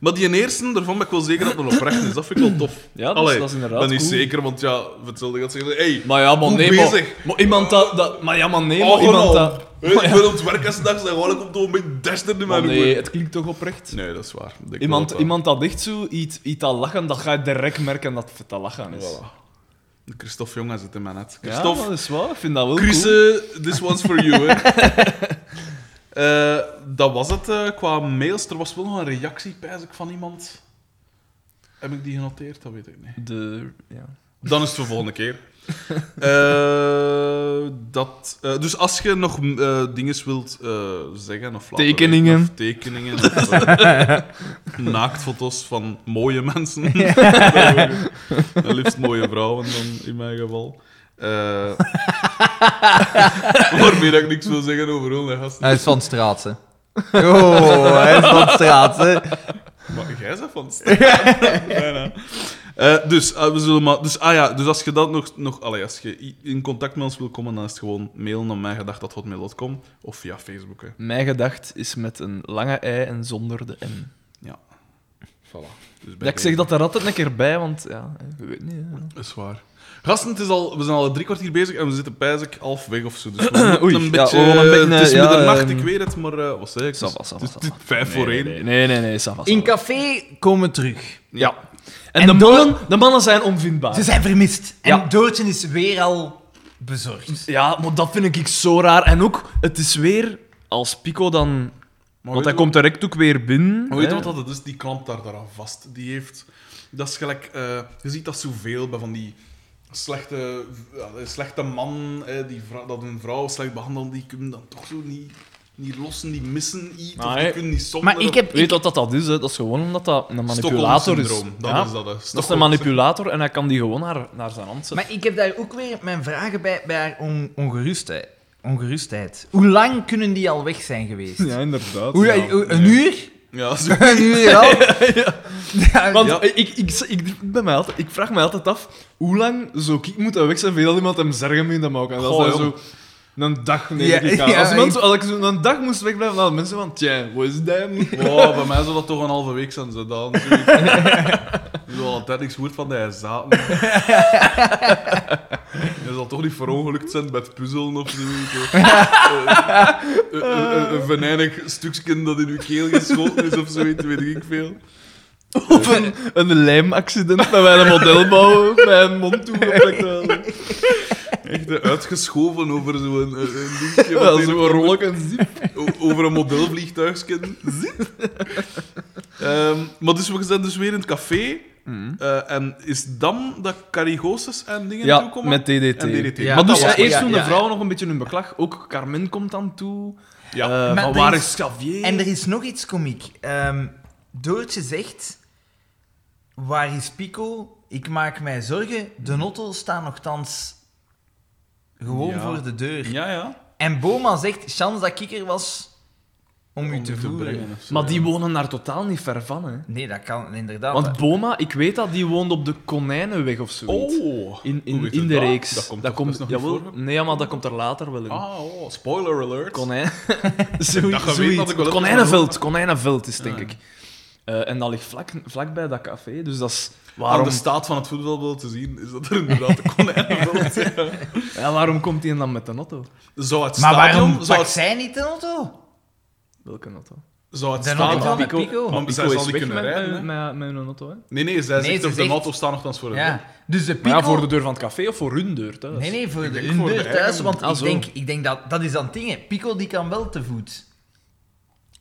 [SPEAKER 1] Maar die eerste, daarvan ben ik wel zeker dat het een oprecht is. Dat vind ik wel tof.
[SPEAKER 2] Ja, dat is- dat is inderdaad
[SPEAKER 1] dus Dat is
[SPEAKER 2] cool.
[SPEAKER 1] zeker, want ja, voor hetzelfde gaat zeggen... Hey,
[SPEAKER 2] Maar ja, man,
[SPEAKER 1] Goed
[SPEAKER 2] nee, maar,
[SPEAKER 1] bezig.
[SPEAKER 2] maar iemand dat, dat... Maar ja, man, nee, maar
[SPEAKER 1] oh,
[SPEAKER 2] iemand
[SPEAKER 1] gewoon al.
[SPEAKER 2] dat...
[SPEAKER 1] Weet je, Ik ben op het werk als dag, gewoon ik op het moment duister in
[SPEAKER 2] Maar
[SPEAKER 1] mijn
[SPEAKER 2] Oh, nee,
[SPEAKER 1] hoek.
[SPEAKER 2] het klinkt toch oprecht?
[SPEAKER 1] Nee, dat is waar. Ik denk
[SPEAKER 2] Iemand,
[SPEAKER 1] wel dat-
[SPEAKER 2] iemand dat echt zo iets, iets aan lachen, dat ga je direct merken dat het aan lachen is.
[SPEAKER 1] Voilà. Christophe Jongen zit in mijn net.
[SPEAKER 2] Ja,
[SPEAKER 1] Christophe,
[SPEAKER 2] maar dat is waar. Ik vind dat wel
[SPEAKER 1] Chris,
[SPEAKER 2] cool.
[SPEAKER 1] eh, this one's for you, hè. Eh, dat was het eh, qua mails. Er was wel nog een reactie, pijs ik, van iemand. Heb ik die genoteerd? Dat weet ik niet.
[SPEAKER 2] De... Ja.
[SPEAKER 1] Dan is het voor volgende keer. Eh, dat, eh, dus als je nog eh dingen wilt eh, zeggen of laten
[SPEAKER 2] Tekeningen.
[SPEAKER 1] weten, of tekeningen of, eh, naaktfoto's van mooie mensen, En liefst mooie vrouwen dan in mijn geval. Eh, waarmee dat ik niks wil zeggen over hun gasten.
[SPEAKER 3] Hij is van straat, hè. Oh, hij is van straat, hè.
[SPEAKER 1] Maar jij bent van straat. Bijna. Eh, dus, eh, we zullen maar, dus, ah ja, dus als je dat nog... nog allee, als je i- in contact met ons wil komen, dan is het gewoon mail naar mijngedacht.hotmail.com of via Facebook. Hè.
[SPEAKER 2] Mijn gedacht is met een lange ei en zonder de M.
[SPEAKER 1] Voilà. Dus bij
[SPEAKER 2] Ja, ik zeg
[SPEAKER 1] deze.
[SPEAKER 2] dat er altijd een keer bij, want ja, je weet niet. hè.
[SPEAKER 1] Dat is waar. Gasten, het is al, we zijn al drie kwartier bezig en we zitten pijzig half weg of zo. Dus we moeten
[SPEAKER 2] Oei,
[SPEAKER 1] een
[SPEAKER 2] ja,
[SPEAKER 1] beetje...
[SPEAKER 2] we gaan een beetje,
[SPEAKER 1] het is
[SPEAKER 2] ja,
[SPEAKER 1] middernacht, ik
[SPEAKER 2] ehm,
[SPEAKER 1] weet het, maar... eh, wat zei ik?
[SPEAKER 2] Ça va, ça
[SPEAKER 1] Het
[SPEAKER 2] va,
[SPEAKER 1] is-
[SPEAKER 2] ça
[SPEAKER 1] het is
[SPEAKER 2] va.
[SPEAKER 1] vijf voor één.
[SPEAKER 2] Nee, nee, nee, nee, ça va, ça
[SPEAKER 3] In
[SPEAKER 2] va.
[SPEAKER 3] café komen we terug.
[SPEAKER 2] Ja. En,
[SPEAKER 3] En
[SPEAKER 2] de,
[SPEAKER 3] door-
[SPEAKER 2] mannen, de mannen zijn onvindbaar.
[SPEAKER 3] Ze zijn vermist. En
[SPEAKER 2] Ja.
[SPEAKER 3] Doortje is weer al bezorgd.
[SPEAKER 2] Ja, maar dat vind ik zo raar. En ook, het is weer... als Pico dan...
[SPEAKER 1] Maar
[SPEAKER 2] want
[SPEAKER 1] weet
[SPEAKER 2] hij
[SPEAKER 1] je-
[SPEAKER 2] komt direct ook weer binnen.
[SPEAKER 1] Maar weet je
[SPEAKER 2] hè.
[SPEAKER 1] wat dat is? Die klampt daar daaraan vast. Die heeft... Dat is gelijk... eh, je ziet dat zoveel bij van die slechte, ja, slechte man, eh, die vrou- dat hun vrouw slecht behandelt, die kunnen dan toch zo niet, niet lossen, die missen iets, of
[SPEAKER 2] Nee.
[SPEAKER 1] die kunnen niet zonder...
[SPEAKER 3] Maar ik heb...
[SPEAKER 2] Weet je wat
[SPEAKER 3] Ik,
[SPEAKER 2] dat, dat is? Hè? Dat is gewoon omdat dat een manipulator is.
[SPEAKER 1] Dat
[SPEAKER 2] Ja.
[SPEAKER 1] is dat, hè.
[SPEAKER 2] Dat is een manipulator en hij kan die gewoon naar, naar zijn hand zetten.
[SPEAKER 3] maar ik heb daar ook weer mijn vragen bij, bij haar on- ongerustheid. ongerustheid. Hoe lang kunnen die al weg zijn geweest?
[SPEAKER 2] inderdaad.
[SPEAKER 3] Hoe, Een uur?
[SPEAKER 1] Ja, zo.
[SPEAKER 3] Een uur al? Ja,
[SPEAKER 2] Want
[SPEAKER 1] Ja.
[SPEAKER 2] ik, ik, ik, ik, ben mij altijd, ik vraag me altijd af, hoe lang zou ik moeten weg zijn voordat iemand hem zeggen moet hem ook. En dat
[SPEAKER 1] Goh,
[SPEAKER 2] hij
[SPEAKER 1] jong.
[SPEAKER 2] zo een dag neem
[SPEAKER 3] Ja,
[SPEAKER 2] ik aan.
[SPEAKER 3] ja,
[SPEAKER 2] als, iemand
[SPEAKER 3] ik-
[SPEAKER 2] zo- als ik zo een dag moest wegblijven, dan hadden mensen van, tja, wat is dat?
[SPEAKER 1] Wow, bij mij zou dat toch een halve week zijn, ze dan. zoiets. Je zal altijd niks hoort van die zaten. Je zal toch niet verongelukt zijn met puzzelen of zo. Eh, eh, eh, eh, Een venijnig stukje dat in uw keel geschoten is of zoiets, weet ik veel.
[SPEAKER 2] Of een, een lijmaccident bij mijn modelbouw, mijn mond toegeplakt. wel.
[SPEAKER 1] Echt eh, uitgeschoven over zo'n eh, een dingetje.
[SPEAKER 2] Wel,
[SPEAKER 1] wat
[SPEAKER 2] zo'n
[SPEAKER 1] hier-
[SPEAKER 2] rollen en zip.
[SPEAKER 1] O- over een modelvliegtuigje. Zip. Ehm, maar dus we zijn dus weer in het café.
[SPEAKER 2] Mhm.
[SPEAKER 1] Eh, en is dan dat Carigoses en dingen
[SPEAKER 2] Ja,
[SPEAKER 1] toekomen?
[SPEAKER 2] met DDT.
[SPEAKER 1] En DDT.
[SPEAKER 3] Ja,
[SPEAKER 2] maar
[SPEAKER 1] dat was
[SPEAKER 2] dus eh,
[SPEAKER 1] het.
[SPEAKER 2] eerst
[SPEAKER 3] ja,
[SPEAKER 2] doen de
[SPEAKER 3] ja.
[SPEAKER 2] vrouwen nog een beetje hun beklag. Ook Carmen komt dan toe.
[SPEAKER 1] Ja.
[SPEAKER 2] Eh,
[SPEAKER 3] Maar
[SPEAKER 2] van
[SPEAKER 3] er
[SPEAKER 2] waar
[SPEAKER 3] is-
[SPEAKER 2] is Xavier?
[SPEAKER 3] En er is nog iets komiek. Ehm, Doortje zegt... Waar is Pico? Ik maak mij zorgen. De nottel staan nogthans gewoon
[SPEAKER 1] Ja.
[SPEAKER 3] voor de deur.
[SPEAKER 1] ja, ja.
[SPEAKER 3] En Boma zegt... Chans dat ik er was om, u te voeren.
[SPEAKER 1] of zo,
[SPEAKER 2] Maar die
[SPEAKER 1] ja.
[SPEAKER 2] wonen daar totaal niet ver van, hè.
[SPEAKER 3] Nee, dat kan inderdaad.
[SPEAKER 2] Want Boma, ik weet dat, die woont op de Konijnenweg of zoiets.
[SPEAKER 1] Oh.
[SPEAKER 2] in
[SPEAKER 1] Hoe
[SPEAKER 2] in,
[SPEAKER 1] weet
[SPEAKER 2] in
[SPEAKER 1] je
[SPEAKER 2] de
[SPEAKER 1] dat?
[SPEAKER 2] reeks.
[SPEAKER 1] Dat komt toch best nog niet
[SPEAKER 2] jawel.
[SPEAKER 1] voor?
[SPEAKER 2] Nee, maar dat komt er later wel in.
[SPEAKER 1] Ah, oh, spoiler alert.
[SPEAKER 2] Konijn.
[SPEAKER 1] Dat
[SPEAKER 2] zoiets.
[SPEAKER 1] geweten had
[SPEAKER 2] zoiets.
[SPEAKER 1] ik wel even
[SPEAKER 2] Konijnenveld. Konijnenveld is het, denk
[SPEAKER 1] Ah.
[SPEAKER 2] ik. Eh, en dat ligt vlak, vlakbij dat café, dus dat is...
[SPEAKER 1] Waarom?
[SPEAKER 2] Waarom,
[SPEAKER 1] Aan de staat van het voetbalbeeld te zien, is dat er inderdaad een konijn ja.
[SPEAKER 2] ja, waarom komt hij dan met de auto?
[SPEAKER 1] Zou het
[SPEAKER 3] maar
[SPEAKER 1] stadion...
[SPEAKER 3] waarom
[SPEAKER 1] zou
[SPEAKER 3] pakt
[SPEAKER 1] het,
[SPEAKER 3] zij niet de auto?
[SPEAKER 2] Welke auto?
[SPEAKER 1] zou het
[SPEAKER 3] Zijn
[SPEAKER 2] Ah,
[SPEAKER 3] auto
[SPEAKER 1] stadion...
[SPEAKER 3] met Pico?
[SPEAKER 1] Want zij zal niet kunnen rijden,
[SPEAKER 2] met, eh,
[SPEAKER 1] hè?
[SPEAKER 2] met, met hun auto, hè?
[SPEAKER 1] Nee, nee, zij
[SPEAKER 3] Nee,
[SPEAKER 1] zegt
[SPEAKER 3] ze
[SPEAKER 1] op de
[SPEAKER 3] zegt-
[SPEAKER 1] auto staan nogthans voor de deur.
[SPEAKER 3] Ja. Dus de Pico...
[SPEAKER 2] Maar ja, voor de deur van het café of voor hun deur thuis?
[SPEAKER 3] Nee, nee, voor de,
[SPEAKER 1] denk
[SPEAKER 3] hun
[SPEAKER 1] voor de
[SPEAKER 3] deur thuis.
[SPEAKER 1] eigen-
[SPEAKER 3] Want
[SPEAKER 2] Ah,
[SPEAKER 3] ik,
[SPEAKER 2] zo.
[SPEAKER 3] denk, ik denk dat... Dat is dan dingen. Pico die kan wel te voet.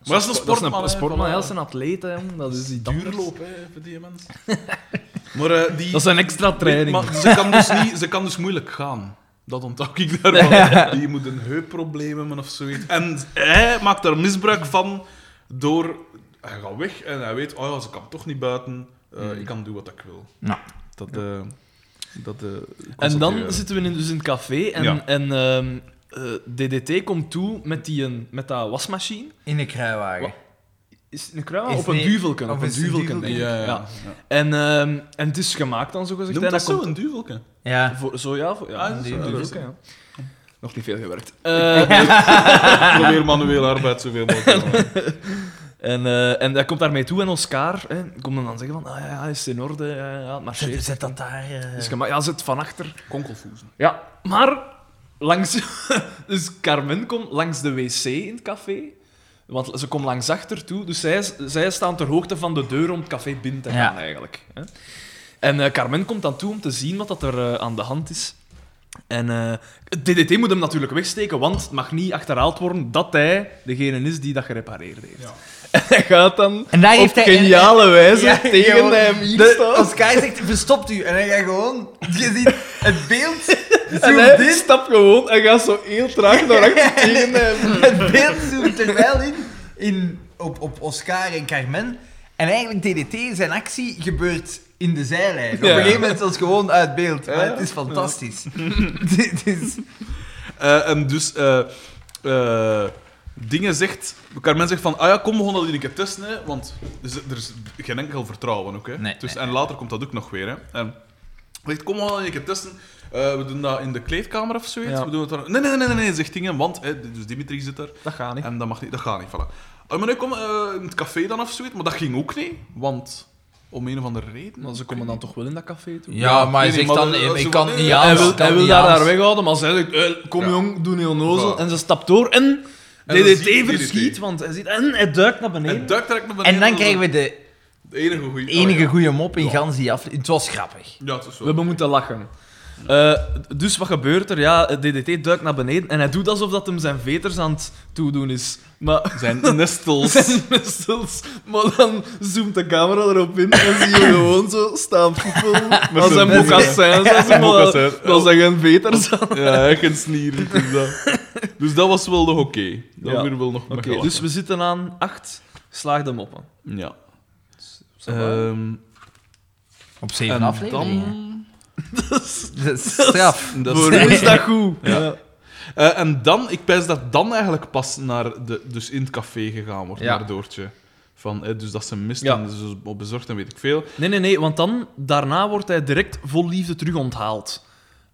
[SPEAKER 1] Maar dat is een
[SPEAKER 2] Dat is
[SPEAKER 1] sportman.
[SPEAKER 2] een
[SPEAKER 1] hè,
[SPEAKER 2] sportman,
[SPEAKER 1] voilà.
[SPEAKER 2] ja, dat is een atleet, hè, jong. Dat is die
[SPEAKER 1] duurloop hè, voor die mensen. maar eh, die...
[SPEAKER 2] Dat is een extra training.
[SPEAKER 1] Maar ze kan, dus niet, ze kan dus moeilijk gaan. Dat onthoud ik daarvan. Die moet een heupprobleem hebben of zoiets. En hij maakt daar misbruik van door... Hij gaat weg en hij weet, oh ja, ze kan toch niet buiten. Eh, Ik kan doen wat ik wil.
[SPEAKER 3] Nou.
[SPEAKER 1] Dat, eh dat eh,
[SPEAKER 2] En dan
[SPEAKER 1] constateer.
[SPEAKER 2] zitten we in, dus in het café en,
[SPEAKER 1] Ja.
[SPEAKER 2] en ehm, eh, DDT komt toe met, die, een- met dat wasmachine.
[SPEAKER 3] In de kruiwagen.
[SPEAKER 2] Wat? Is het een kruim?
[SPEAKER 3] Is
[SPEAKER 2] Op een
[SPEAKER 3] die-
[SPEAKER 2] duvelken.
[SPEAKER 3] of
[SPEAKER 2] Op een
[SPEAKER 3] is het een
[SPEAKER 2] duvelken,
[SPEAKER 1] Ja,
[SPEAKER 2] denk ik.
[SPEAKER 1] ja, ja.
[SPEAKER 2] Ja. En, ehm, en het is gemaakt dan, zogezegd.
[SPEAKER 1] Noemt
[SPEAKER 2] en
[SPEAKER 1] dat
[SPEAKER 2] dat
[SPEAKER 1] zo,
[SPEAKER 2] komt-
[SPEAKER 1] een duvelke?
[SPEAKER 3] Ja.
[SPEAKER 2] Voor, zo ja, voor, ja,
[SPEAKER 1] Ah,
[SPEAKER 2] een
[SPEAKER 1] zo, ja, dat
[SPEAKER 2] duvelken,
[SPEAKER 1] is-
[SPEAKER 2] ja. Nog niet veel gewerkt. Eh,
[SPEAKER 1] Probeer manueel arbeid zoveel mogelijk te maken.
[SPEAKER 2] en, eh, en hij komt daarmee toe en Oscar hè, komt dan, dan zeggen van, ah ja, ja, is in orde, ja, ja, ja, het
[SPEAKER 3] Zet,
[SPEAKER 2] marcheert.
[SPEAKER 3] zet dat daar... eh,
[SPEAKER 2] Is gemaakt. Ja, zit van achter.
[SPEAKER 1] Konkelfoezen.
[SPEAKER 2] Ja, maar langs. dus Carmen komt langs de wc in het café. Want ze komt langs achter toe. Dus zij, zij staan ter hoogte van de deur om het café binnen te gaan,
[SPEAKER 3] Ja.
[SPEAKER 2] eigenlijk. hè. En eh, Carmen komt dan toe om te zien wat dat er eh, aan de hand is. En eh, het DDT moet hem natuurlijk wegsteken, want het mag niet achterhaald worden dat hij degene is die dat gerepareerd heeft.
[SPEAKER 1] Ja.
[SPEAKER 2] En hij gaat dan
[SPEAKER 3] En daar
[SPEAKER 2] op
[SPEAKER 3] heeft hij-
[SPEAKER 2] geniale wijze
[SPEAKER 3] Ja,
[SPEAKER 2] tegen
[SPEAKER 3] gewoon.
[SPEAKER 2] hem hier
[SPEAKER 3] De-
[SPEAKER 2] staan.
[SPEAKER 3] Als Kai zegt, verstopt u. En hij gaat gewoon... Je ziet het beeld...
[SPEAKER 2] En
[SPEAKER 3] Zoomt
[SPEAKER 2] hij
[SPEAKER 3] in,
[SPEAKER 2] stapt gewoon en gaat zo heel traag naar achter tegen hem.
[SPEAKER 3] het beeld zoomt er wel in, in op, op Oscar en Carmen. En eigenlijk DDT, zijn actie gebeurt in de zijlijn. Op
[SPEAKER 2] Ja.
[SPEAKER 3] een gegeven moment is het gewoon uit beeld. Maar
[SPEAKER 1] Ja.
[SPEAKER 3] het is fantastisch. Dit is...
[SPEAKER 1] Eh, en dus eh, eh, dingen zegt, Carmen zegt van, ah ja, kom, we gaan dat hier een keer testen, hè, want dus er is geen enkel vertrouwen ook. Hè.
[SPEAKER 3] Nee,
[SPEAKER 1] dus,
[SPEAKER 3] nee,
[SPEAKER 1] en later komt dat ook nog weer. Hè. En zegt, kom, we gaan dat hier een keer testen. Eh, we doen dat in de kleedkamer of zoiets.
[SPEAKER 2] Ja.
[SPEAKER 1] We doen het daar... nee, nee, nee, nee, nee, zegt dingen, want hè, dus Dimitri zit er.
[SPEAKER 2] Dat gaat niet.
[SPEAKER 1] En dat mag niet, dat gaat niet, voilà. Ah, maar nu kom eh, in het café dan of zoiets, maar dat ging ook niet, want om een of andere reden.
[SPEAKER 2] Maar ze komen dan toch wel in dat café toe.
[SPEAKER 1] Ja, maar hij nee, nee, zegt maar dan, dat- eh, ik kan dat- niet dat- aan,
[SPEAKER 2] Hij
[SPEAKER 1] dat
[SPEAKER 2] wil,
[SPEAKER 1] kan
[SPEAKER 2] hij wil daar haar weghouden, maar zij zegt, eh, kom
[SPEAKER 1] Ja.
[SPEAKER 2] jong, doe niet onnozel.
[SPEAKER 1] Voilà.
[SPEAKER 2] En ze stapt door en
[SPEAKER 1] En dan
[SPEAKER 2] DDT
[SPEAKER 1] zie je
[SPEAKER 2] verschiet,
[SPEAKER 1] DDT.
[SPEAKER 2] want hij ziet, en hij duikt naar
[SPEAKER 1] En
[SPEAKER 2] beneden.
[SPEAKER 1] duikt direct naar beneden.
[SPEAKER 3] En dan krijgen we de
[SPEAKER 1] De enige goede. Oh,
[SPEAKER 3] enige goede mop in gans die aflevering. Het was grappig.
[SPEAKER 1] Ja, het is
[SPEAKER 2] We
[SPEAKER 1] wel.
[SPEAKER 2] hebben moeten lachen. Eh, dus wat gebeurt er? Ja, DDT duikt naar beneden en hij doet alsof dat hem zijn veters aan het toedoen is. Maar
[SPEAKER 1] Zijn nestels.
[SPEAKER 2] zijn nestels. Maar dan zoomt de camera erop in en zie je gewoon zo staan poepelen. Als
[SPEAKER 1] zo'n
[SPEAKER 2] zijn
[SPEAKER 1] mes,
[SPEAKER 2] mocassins. als hij
[SPEAKER 1] Zijn
[SPEAKER 2] maar-
[SPEAKER 1] mocassins.
[SPEAKER 2] Dat zijn geen veters aan.
[SPEAKER 1] ja, geen snier. het is dat. Dus dat was wel nog oké. Dat
[SPEAKER 2] Ja.
[SPEAKER 1] weer wel nog
[SPEAKER 2] Oké,
[SPEAKER 1] mee
[SPEAKER 2] dus
[SPEAKER 1] gelachen.
[SPEAKER 2] we zitten aan acht slaagde moppen.
[SPEAKER 1] Ja.
[SPEAKER 2] Eh,
[SPEAKER 1] Ehm,
[SPEAKER 3] Op zeven
[SPEAKER 1] en
[SPEAKER 3] afleveringen.
[SPEAKER 1] dan...
[SPEAKER 3] Dat is straf.
[SPEAKER 1] Dat
[SPEAKER 2] Voor
[SPEAKER 1] is-
[SPEAKER 2] u is dat goed.
[SPEAKER 1] Ja.
[SPEAKER 2] Ja.
[SPEAKER 1] Ehm, Eh, en dan, ik pijs dat dan eigenlijk pas naar de, dus in het café gegaan wordt,
[SPEAKER 3] Ja.
[SPEAKER 1] naar Doortje. Van, eh, dus dat ze mist
[SPEAKER 2] Ja.
[SPEAKER 1] en ze op bezorgd en weet ik veel.
[SPEAKER 2] Nee, nee, nee, want dan, daarna wordt hij direct vol liefde terug onthaald.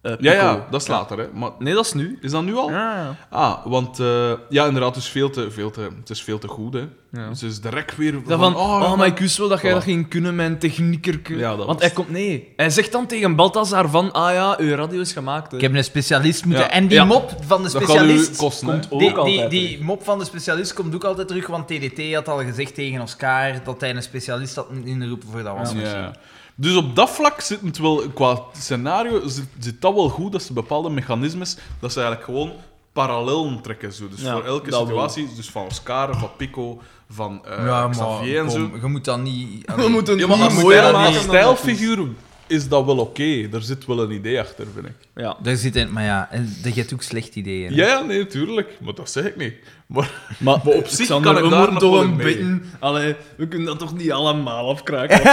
[SPEAKER 2] Eh,
[SPEAKER 1] Ja,
[SPEAKER 2] Pico.
[SPEAKER 1] ja, dat is later, hè. Maar
[SPEAKER 2] Nee, dat is nu.
[SPEAKER 1] is dat nu al?
[SPEAKER 2] Ja,
[SPEAKER 1] Ah, want eh, ja, inderdaad, het is veel te, veel te, het is veel te goed, hè.
[SPEAKER 2] ja.
[SPEAKER 1] Dus het is direct weer van,
[SPEAKER 2] Dat van, oh, maar ik wist wel dat jij
[SPEAKER 1] Voilà.
[SPEAKER 2] dat ging kunnen, mijn technieker.
[SPEAKER 1] Ja, dat was
[SPEAKER 2] Want hij
[SPEAKER 1] het.
[SPEAKER 2] komt, nee. Hij zegt dan tegen Balthazar van, ah ja, uw radio is gemaakt. Hè.
[SPEAKER 3] Ik heb een specialist moeten...
[SPEAKER 1] Ja.
[SPEAKER 3] En die
[SPEAKER 2] Ja.
[SPEAKER 3] mop van de
[SPEAKER 1] dat gaat u
[SPEAKER 3] specialist...
[SPEAKER 1] kosten, hè.
[SPEAKER 2] komt ook
[SPEAKER 3] Die, die,
[SPEAKER 2] altijd
[SPEAKER 3] die mop van de specialist komt ook altijd terug, want TDT had al gezegd tegen Oscar dat hij een specialist had moeten inroepen voor dat was.
[SPEAKER 1] Ja. Ah, Dus op dat vlak zit het wel, qua scenario, zit, zit dat wel goed dat ze bepaalde mechanismes, dat ze eigenlijk gewoon parallellen trekken. Zo. Dus
[SPEAKER 2] Ja,
[SPEAKER 1] voor elke
[SPEAKER 2] dat
[SPEAKER 1] situatie, dus van Oscar, van Pico, van eh,
[SPEAKER 3] Ja, maar
[SPEAKER 1] Xavier en zo.
[SPEAKER 3] kom, je moet dat niet...
[SPEAKER 2] We moeten
[SPEAKER 1] Ja, maar
[SPEAKER 2] niet
[SPEAKER 1] als
[SPEAKER 2] mooier
[SPEAKER 1] stijl,
[SPEAKER 2] maken
[SPEAKER 1] als
[SPEAKER 2] dan dat is.
[SPEAKER 1] stijlfiguur is dat wel oké. Daar zit wel een idee achter, vind ik.
[SPEAKER 2] Ja.
[SPEAKER 3] Daar zit in, maar ja, en je hebt ook slecht ideeën. hè.
[SPEAKER 1] Ja, ja, nee, tuurlijk. Maar dat zeg ik niet. Maar
[SPEAKER 2] Maar,
[SPEAKER 1] Maar op zich
[SPEAKER 2] Xander,
[SPEAKER 1] kan ik
[SPEAKER 2] we
[SPEAKER 1] daar
[SPEAKER 2] moeten
[SPEAKER 1] nog
[SPEAKER 2] toch
[SPEAKER 1] wel
[SPEAKER 2] een
[SPEAKER 1] mee.
[SPEAKER 2] beetje... Allee, we kunnen dat toch niet allemaal afkraken?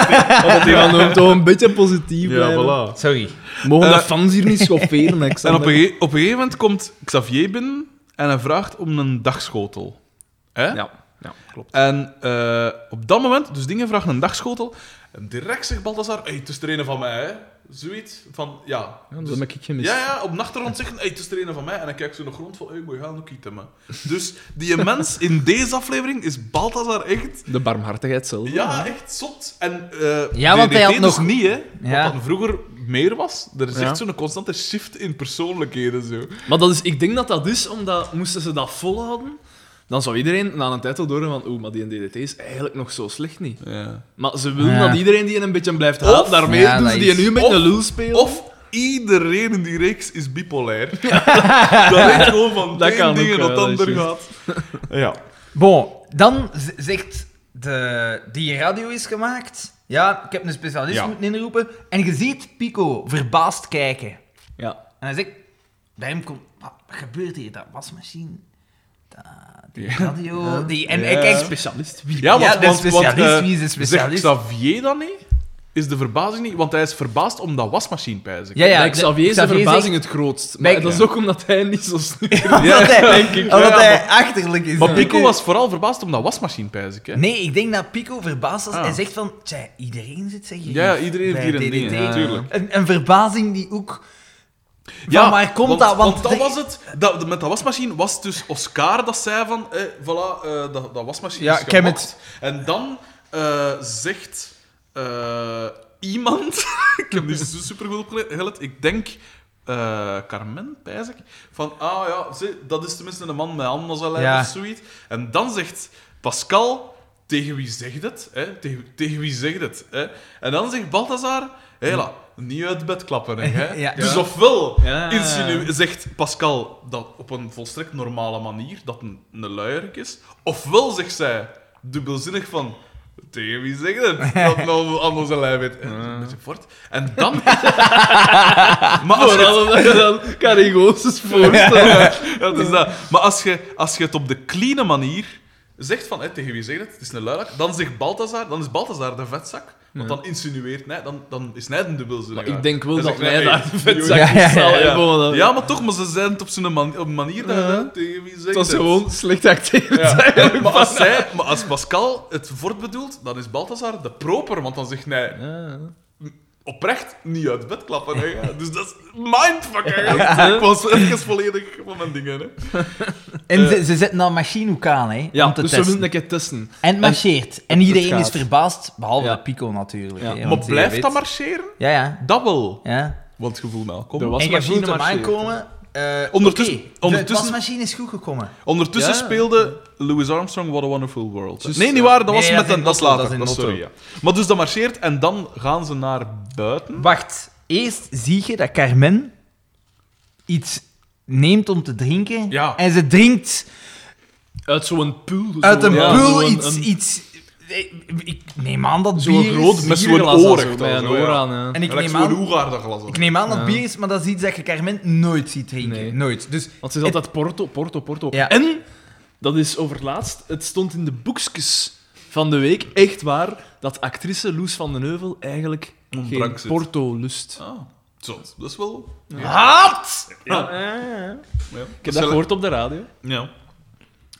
[SPEAKER 2] Want die gaan we toch een beetje positief blijven.
[SPEAKER 3] Sorry.
[SPEAKER 2] Mogen de
[SPEAKER 1] Eh,
[SPEAKER 2] fans hier niet schofferen, hè,
[SPEAKER 1] En op
[SPEAKER 2] Xander?
[SPEAKER 1] een, gege- op een gegeven moment komt Xavier binnen en hij vraagt om een dagschotel. Hè?
[SPEAKER 2] Ja, ja, klopt.
[SPEAKER 1] En eh, op dat moment, dus dingen vragen een dagschotel. En direct zegt Balthazar: hey, het is er een van mij, hè? Zoiets van ja.
[SPEAKER 2] Ja, dat
[SPEAKER 1] Dus-
[SPEAKER 2] heb ik gemist.
[SPEAKER 1] ja, ja, op nachtergrond zeggen: hey, het is er een van mij. En dan kijkt ze nog rond van: hey, moet je gaan ook eten, man. Dus die mens in deze aflevering is Balthazar echt.
[SPEAKER 2] De barmhartigheid zelf.
[SPEAKER 1] Ja, echt zot. En eh
[SPEAKER 3] Ja, want hij
[SPEAKER 1] DDT
[SPEAKER 3] had
[SPEAKER 1] dus
[SPEAKER 3] nog-
[SPEAKER 1] niet, hè?
[SPEAKER 3] Ja.
[SPEAKER 1] Wat dan vroeger meer was. Er is
[SPEAKER 2] Ja.
[SPEAKER 1] echt zo'n constante shift in persoonlijkheden. Zo.
[SPEAKER 2] Maar dat is, ik denk dat dat is omdat moesten ze dat volhouden, dan zou iedereen na een tijd wel doorgaan van oeh, maar die DDT is eigenlijk nog zo slecht niet.
[SPEAKER 1] Ja.
[SPEAKER 2] Maar ze willen
[SPEAKER 3] Ja.
[SPEAKER 2] dat iedereen die een beetje blijft
[SPEAKER 1] Of-
[SPEAKER 2] haten, daarmee
[SPEAKER 3] Ja,
[SPEAKER 2] doen
[SPEAKER 3] dat
[SPEAKER 2] ze die
[SPEAKER 3] is-
[SPEAKER 2] nu met
[SPEAKER 1] of-
[SPEAKER 2] een lul spelen.
[SPEAKER 1] Of iedereen in die reeks is bipolair. dat is gewoon van
[SPEAKER 2] Dat
[SPEAKER 1] dat
[SPEAKER 2] kan
[SPEAKER 1] één ding
[SPEAKER 2] ook,
[SPEAKER 1] naar
[SPEAKER 2] ja,
[SPEAKER 1] het
[SPEAKER 2] dat is
[SPEAKER 1] ander
[SPEAKER 2] juist.
[SPEAKER 1] gaat. Ja.
[SPEAKER 3] Bon, dan z- zegt de, die radio is gemaakt. Ja, ik heb een specialist
[SPEAKER 1] Ja.
[SPEAKER 3] moeten inroepen. En je ziet Pico verbaasd kijken.
[SPEAKER 2] Ja.
[SPEAKER 3] En hij zegt, bij hem komt, wat gebeurt hier? Dat wasmachine, dat, die
[SPEAKER 1] Ja.
[SPEAKER 3] radio, die... En
[SPEAKER 1] Ja.
[SPEAKER 3] ik kijk,
[SPEAKER 2] Specialist. Wie?
[SPEAKER 1] Ja, want,
[SPEAKER 3] Ja, de
[SPEAKER 1] want,
[SPEAKER 3] specialist,
[SPEAKER 1] want, eh,
[SPEAKER 3] wie is de specialist?
[SPEAKER 1] Zegt Xavier dan niet? Is de verbazing niet? Want hij is verbaasd om dat wasmachine pijzen.
[SPEAKER 3] Ja, ja,
[SPEAKER 2] Bij Xavier is de
[SPEAKER 3] Xavier
[SPEAKER 2] verbazing het grootst. Maar
[SPEAKER 3] Bij-
[SPEAKER 2] dat is ook omdat hij niet zo snel is.
[SPEAKER 3] omdat hij,
[SPEAKER 1] denk ik,
[SPEAKER 3] omdat
[SPEAKER 1] ja,
[SPEAKER 3] hij achterlijk is.
[SPEAKER 1] Maar Pico was vooral verbaasd om dat wasmachine pijzen. hè?
[SPEAKER 3] Nee, ik denk dat Pico verbaasd was.
[SPEAKER 1] Ah.
[SPEAKER 3] Hij zegt van, tja, iedereen zit zeg je
[SPEAKER 1] Ja, ja, iedereen heeft
[SPEAKER 3] bij
[SPEAKER 1] hier een
[SPEAKER 3] DDT.
[SPEAKER 1] ding. Ja, tuurlijk.
[SPEAKER 3] Een, een verbazing die ook... Van,
[SPEAKER 1] Ja,
[SPEAKER 3] waar komt
[SPEAKER 1] want,
[SPEAKER 3] dat?
[SPEAKER 1] Want,
[SPEAKER 3] Want,
[SPEAKER 1] dat
[SPEAKER 3] de-
[SPEAKER 1] was het. Dat, met dat wasmachine was het dus Oscar dat zei van... Eh, voilà, eh, dat, dat wasmachine
[SPEAKER 3] Ja,
[SPEAKER 1] is
[SPEAKER 3] ik heb
[SPEAKER 1] gemaakt. En dan eh, zegt eh, iemand... ik heb niet zo supergoed opgele- gelet. Ik denk... eh, Carmen, pijs ik. Van, ah ja, zie, dat is tenminste een man met handen als een lijf
[SPEAKER 3] Ja.
[SPEAKER 1] of zoiets. En dan zegt Pascal... Tegen wie zegt het? Hè? Tegen, tegen wie zegt het? Hè? En dan zegt Balthazar... Hela, niet uit bed klappen. Hè?
[SPEAKER 3] Ja.
[SPEAKER 1] Dus
[SPEAKER 3] Ja.
[SPEAKER 1] ofwel
[SPEAKER 2] Ja.
[SPEAKER 1] insinu- zegt Pascal dat op een volstrekt normale manier, dat een, een luierik is, ofwel zegt zij dubbelzinnig van. Tegen wie zeg je het? Dat nou aan onze lijf weet. Eh, Een beetje fort. En dan. maar als je,
[SPEAKER 2] Vooral omdat je dan Carigoses voorstelt.
[SPEAKER 1] dat is dat. Maar als je, als je het op de cleane manier zegt van. hè, tegen wie zeg je het? Het is een luierik. Dan zegt Balthazar, dan is Balthazar de vetzak. Want dan insinueert hij, dan, dan is hij een dubbelzinnig.
[SPEAKER 2] Maar ik denk wel dat
[SPEAKER 1] wij
[SPEAKER 2] wij daar de vetzak
[SPEAKER 3] Ja, ja, ja,
[SPEAKER 2] in zal
[SPEAKER 3] ja.
[SPEAKER 2] hebben, want-
[SPEAKER 1] Ja, maar toch, maar ze zijn het op zo'n man- op een manier dat je
[SPEAKER 2] Ja.
[SPEAKER 1] dat tegen wie zegt.
[SPEAKER 2] Het was
[SPEAKER 1] het.
[SPEAKER 2] gewoon slecht acteren.
[SPEAKER 1] Ja. Maar, als zij, maar als Pascal het fort bedoelt, dan is Balthazar de proper, want dan zegt hij oprecht niet uit bed klappen. Hè. Ja, Dus dat is mindfuck. hè. Ik was even volledig van mijn dingen. Hè.
[SPEAKER 3] En ze, ze zetten dan machinehoek aan, hè,
[SPEAKER 2] Eh, Ja,
[SPEAKER 3] om te
[SPEAKER 2] dus we
[SPEAKER 3] testen.
[SPEAKER 2] willen een keer testen.
[SPEAKER 3] En het marcheert. En iedereen
[SPEAKER 2] gaat.
[SPEAKER 3] is verbaasd, behalve
[SPEAKER 2] Ja.
[SPEAKER 3] Pico natuurlijk.
[SPEAKER 2] Ja.
[SPEAKER 3] hè,
[SPEAKER 2] Maar
[SPEAKER 1] Maar
[SPEAKER 3] want je
[SPEAKER 1] blijft
[SPEAKER 3] weet-
[SPEAKER 1] dat marcheren?
[SPEAKER 3] Ja, ja.
[SPEAKER 1] Dat wel.
[SPEAKER 3] ja.
[SPEAKER 1] Want het gevoel nou
[SPEAKER 2] Er was-
[SPEAKER 1] komt.
[SPEAKER 3] En je voelt hem
[SPEAKER 2] marcheert.
[SPEAKER 3] aankomen. eh,
[SPEAKER 1] Ondertussen-
[SPEAKER 3] oké, De
[SPEAKER 1] ondertussen-
[SPEAKER 3] wasmachine is goed gekomen.
[SPEAKER 1] Ondertussen
[SPEAKER 2] Ja.
[SPEAKER 1] speelde Louis Armstrong What a Wonderful World.
[SPEAKER 2] Juist,
[SPEAKER 1] nee, niet
[SPEAKER 2] ja.
[SPEAKER 1] waar, dat was
[SPEAKER 3] Nee,
[SPEAKER 1] met
[SPEAKER 3] dat is
[SPEAKER 1] een.
[SPEAKER 3] in
[SPEAKER 1] Dat is
[SPEAKER 3] Otto,
[SPEAKER 1] later.
[SPEAKER 3] dat is in
[SPEAKER 1] Dat is-
[SPEAKER 3] Otto.
[SPEAKER 1] sorry, ja. Maar dus dat marcheert en dan gaan ze naar buiten.
[SPEAKER 3] Wacht, Eerst zie je dat Carmen iets neemt om te drinken.
[SPEAKER 1] Ja.
[SPEAKER 3] En ze drinkt
[SPEAKER 2] Uit zo'n pool.
[SPEAKER 3] uit
[SPEAKER 2] zo-
[SPEAKER 3] een
[SPEAKER 2] ja,
[SPEAKER 3] pool
[SPEAKER 2] zo'n-
[SPEAKER 3] iets,
[SPEAKER 2] een-
[SPEAKER 3] iets... Ik neem aan dat
[SPEAKER 2] Zo'n
[SPEAKER 3] bier is.
[SPEAKER 2] groot
[SPEAKER 1] met zo'n
[SPEAKER 2] bierglas aan,
[SPEAKER 1] oren,
[SPEAKER 2] zo,
[SPEAKER 1] dan
[SPEAKER 2] Met een
[SPEAKER 1] zo, ja.
[SPEAKER 2] oor aan, hè.
[SPEAKER 3] En ik
[SPEAKER 1] Ik neem
[SPEAKER 3] neem aan...
[SPEAKER 1] dat glas aan.
[SPEAKER 3] Ik neem aan dat
[SPEAKER 2] Ja.
[SPEAKER 3] bier is, maar dat is iets dat je Carmen nooit ziet drinken.
[SPEAKER 2] Nee.
[SPEAKER 3] Nooit. Dus
[SPEAKER 2] Want ze is
[SPEAKER 3] Het-
[SPEAKER 2] altijd Porto, Porto, Porto.
[SPEAKER 3] Ja.
[SPEAKER 2] En, dat is overlaatst, het stond in de boekjes van de week, echt waar, dat actrice Loes van den Heuvel eigenlijk
[SPEAKER 1] Om
[SPEAKER 2] geen
[SPEAKER 1] drank zit.
[SPEAKER 2] Porto lust.
[SPEAKER 1] Ah, zo, dat is wel...
[SPEAKER 3] haat!
[SPEAKER 1] Ja. Ja.
[SPEAKER 2] Ik heb dat gehoord op de radio.
[SPEAKER 1] Ja.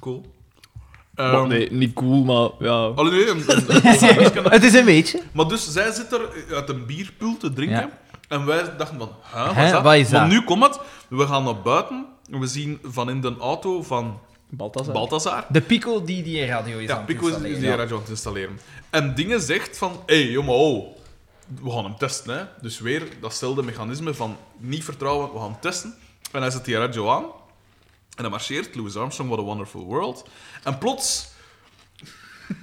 [SPEAKER 1] Cool.
[SPEAKER 2] Maar
[SPEAKER 1] Ehm,
[SPEAKER 2] nee, niet cool, maar ja.
[SPEAKER 1] Allee, nee, een- een- een-
[SPEAKER 3] Het is een beetje.
[SPEAKER 1] Maar dus, zij zit er uit een bierpul te drinken.
[SPEAKER 3] Ja.
[SPEAKER 1] En wij dachten van, hè, wat
[SPEAKER 3] Hè,
[SPEAKER 1] is dat?
[SPEAKER 3] wat is
[SPEAKER 1] Maar
[SPEAKER 3] dat?
[SPEAKER 1] nu komt het. We gaan naar buiten. En we zien van in de auto van
[SPEAKER 2] Balthazar.
[SPEAKER 1] Balthazar...
[SPEAKER 3] De Pico die die in radio is
[SPEAKER 1] Ja,
[SPEAKER 3] aan het
[SPEAKER 1] Pico is die
[SPEAKER 3] installeren.
[SPEAKER 1] die radio aan het installeren. En Dingen zegt van, hé, hey, jongen, oh, we gaan hem testen, hè. Dus weer datzelfde mechanisme van niet vertrouwen, we gaan hem testen. En hij zet die radio aan. En dan marcheert Louis Armstrong, What a Wonderful World. En plots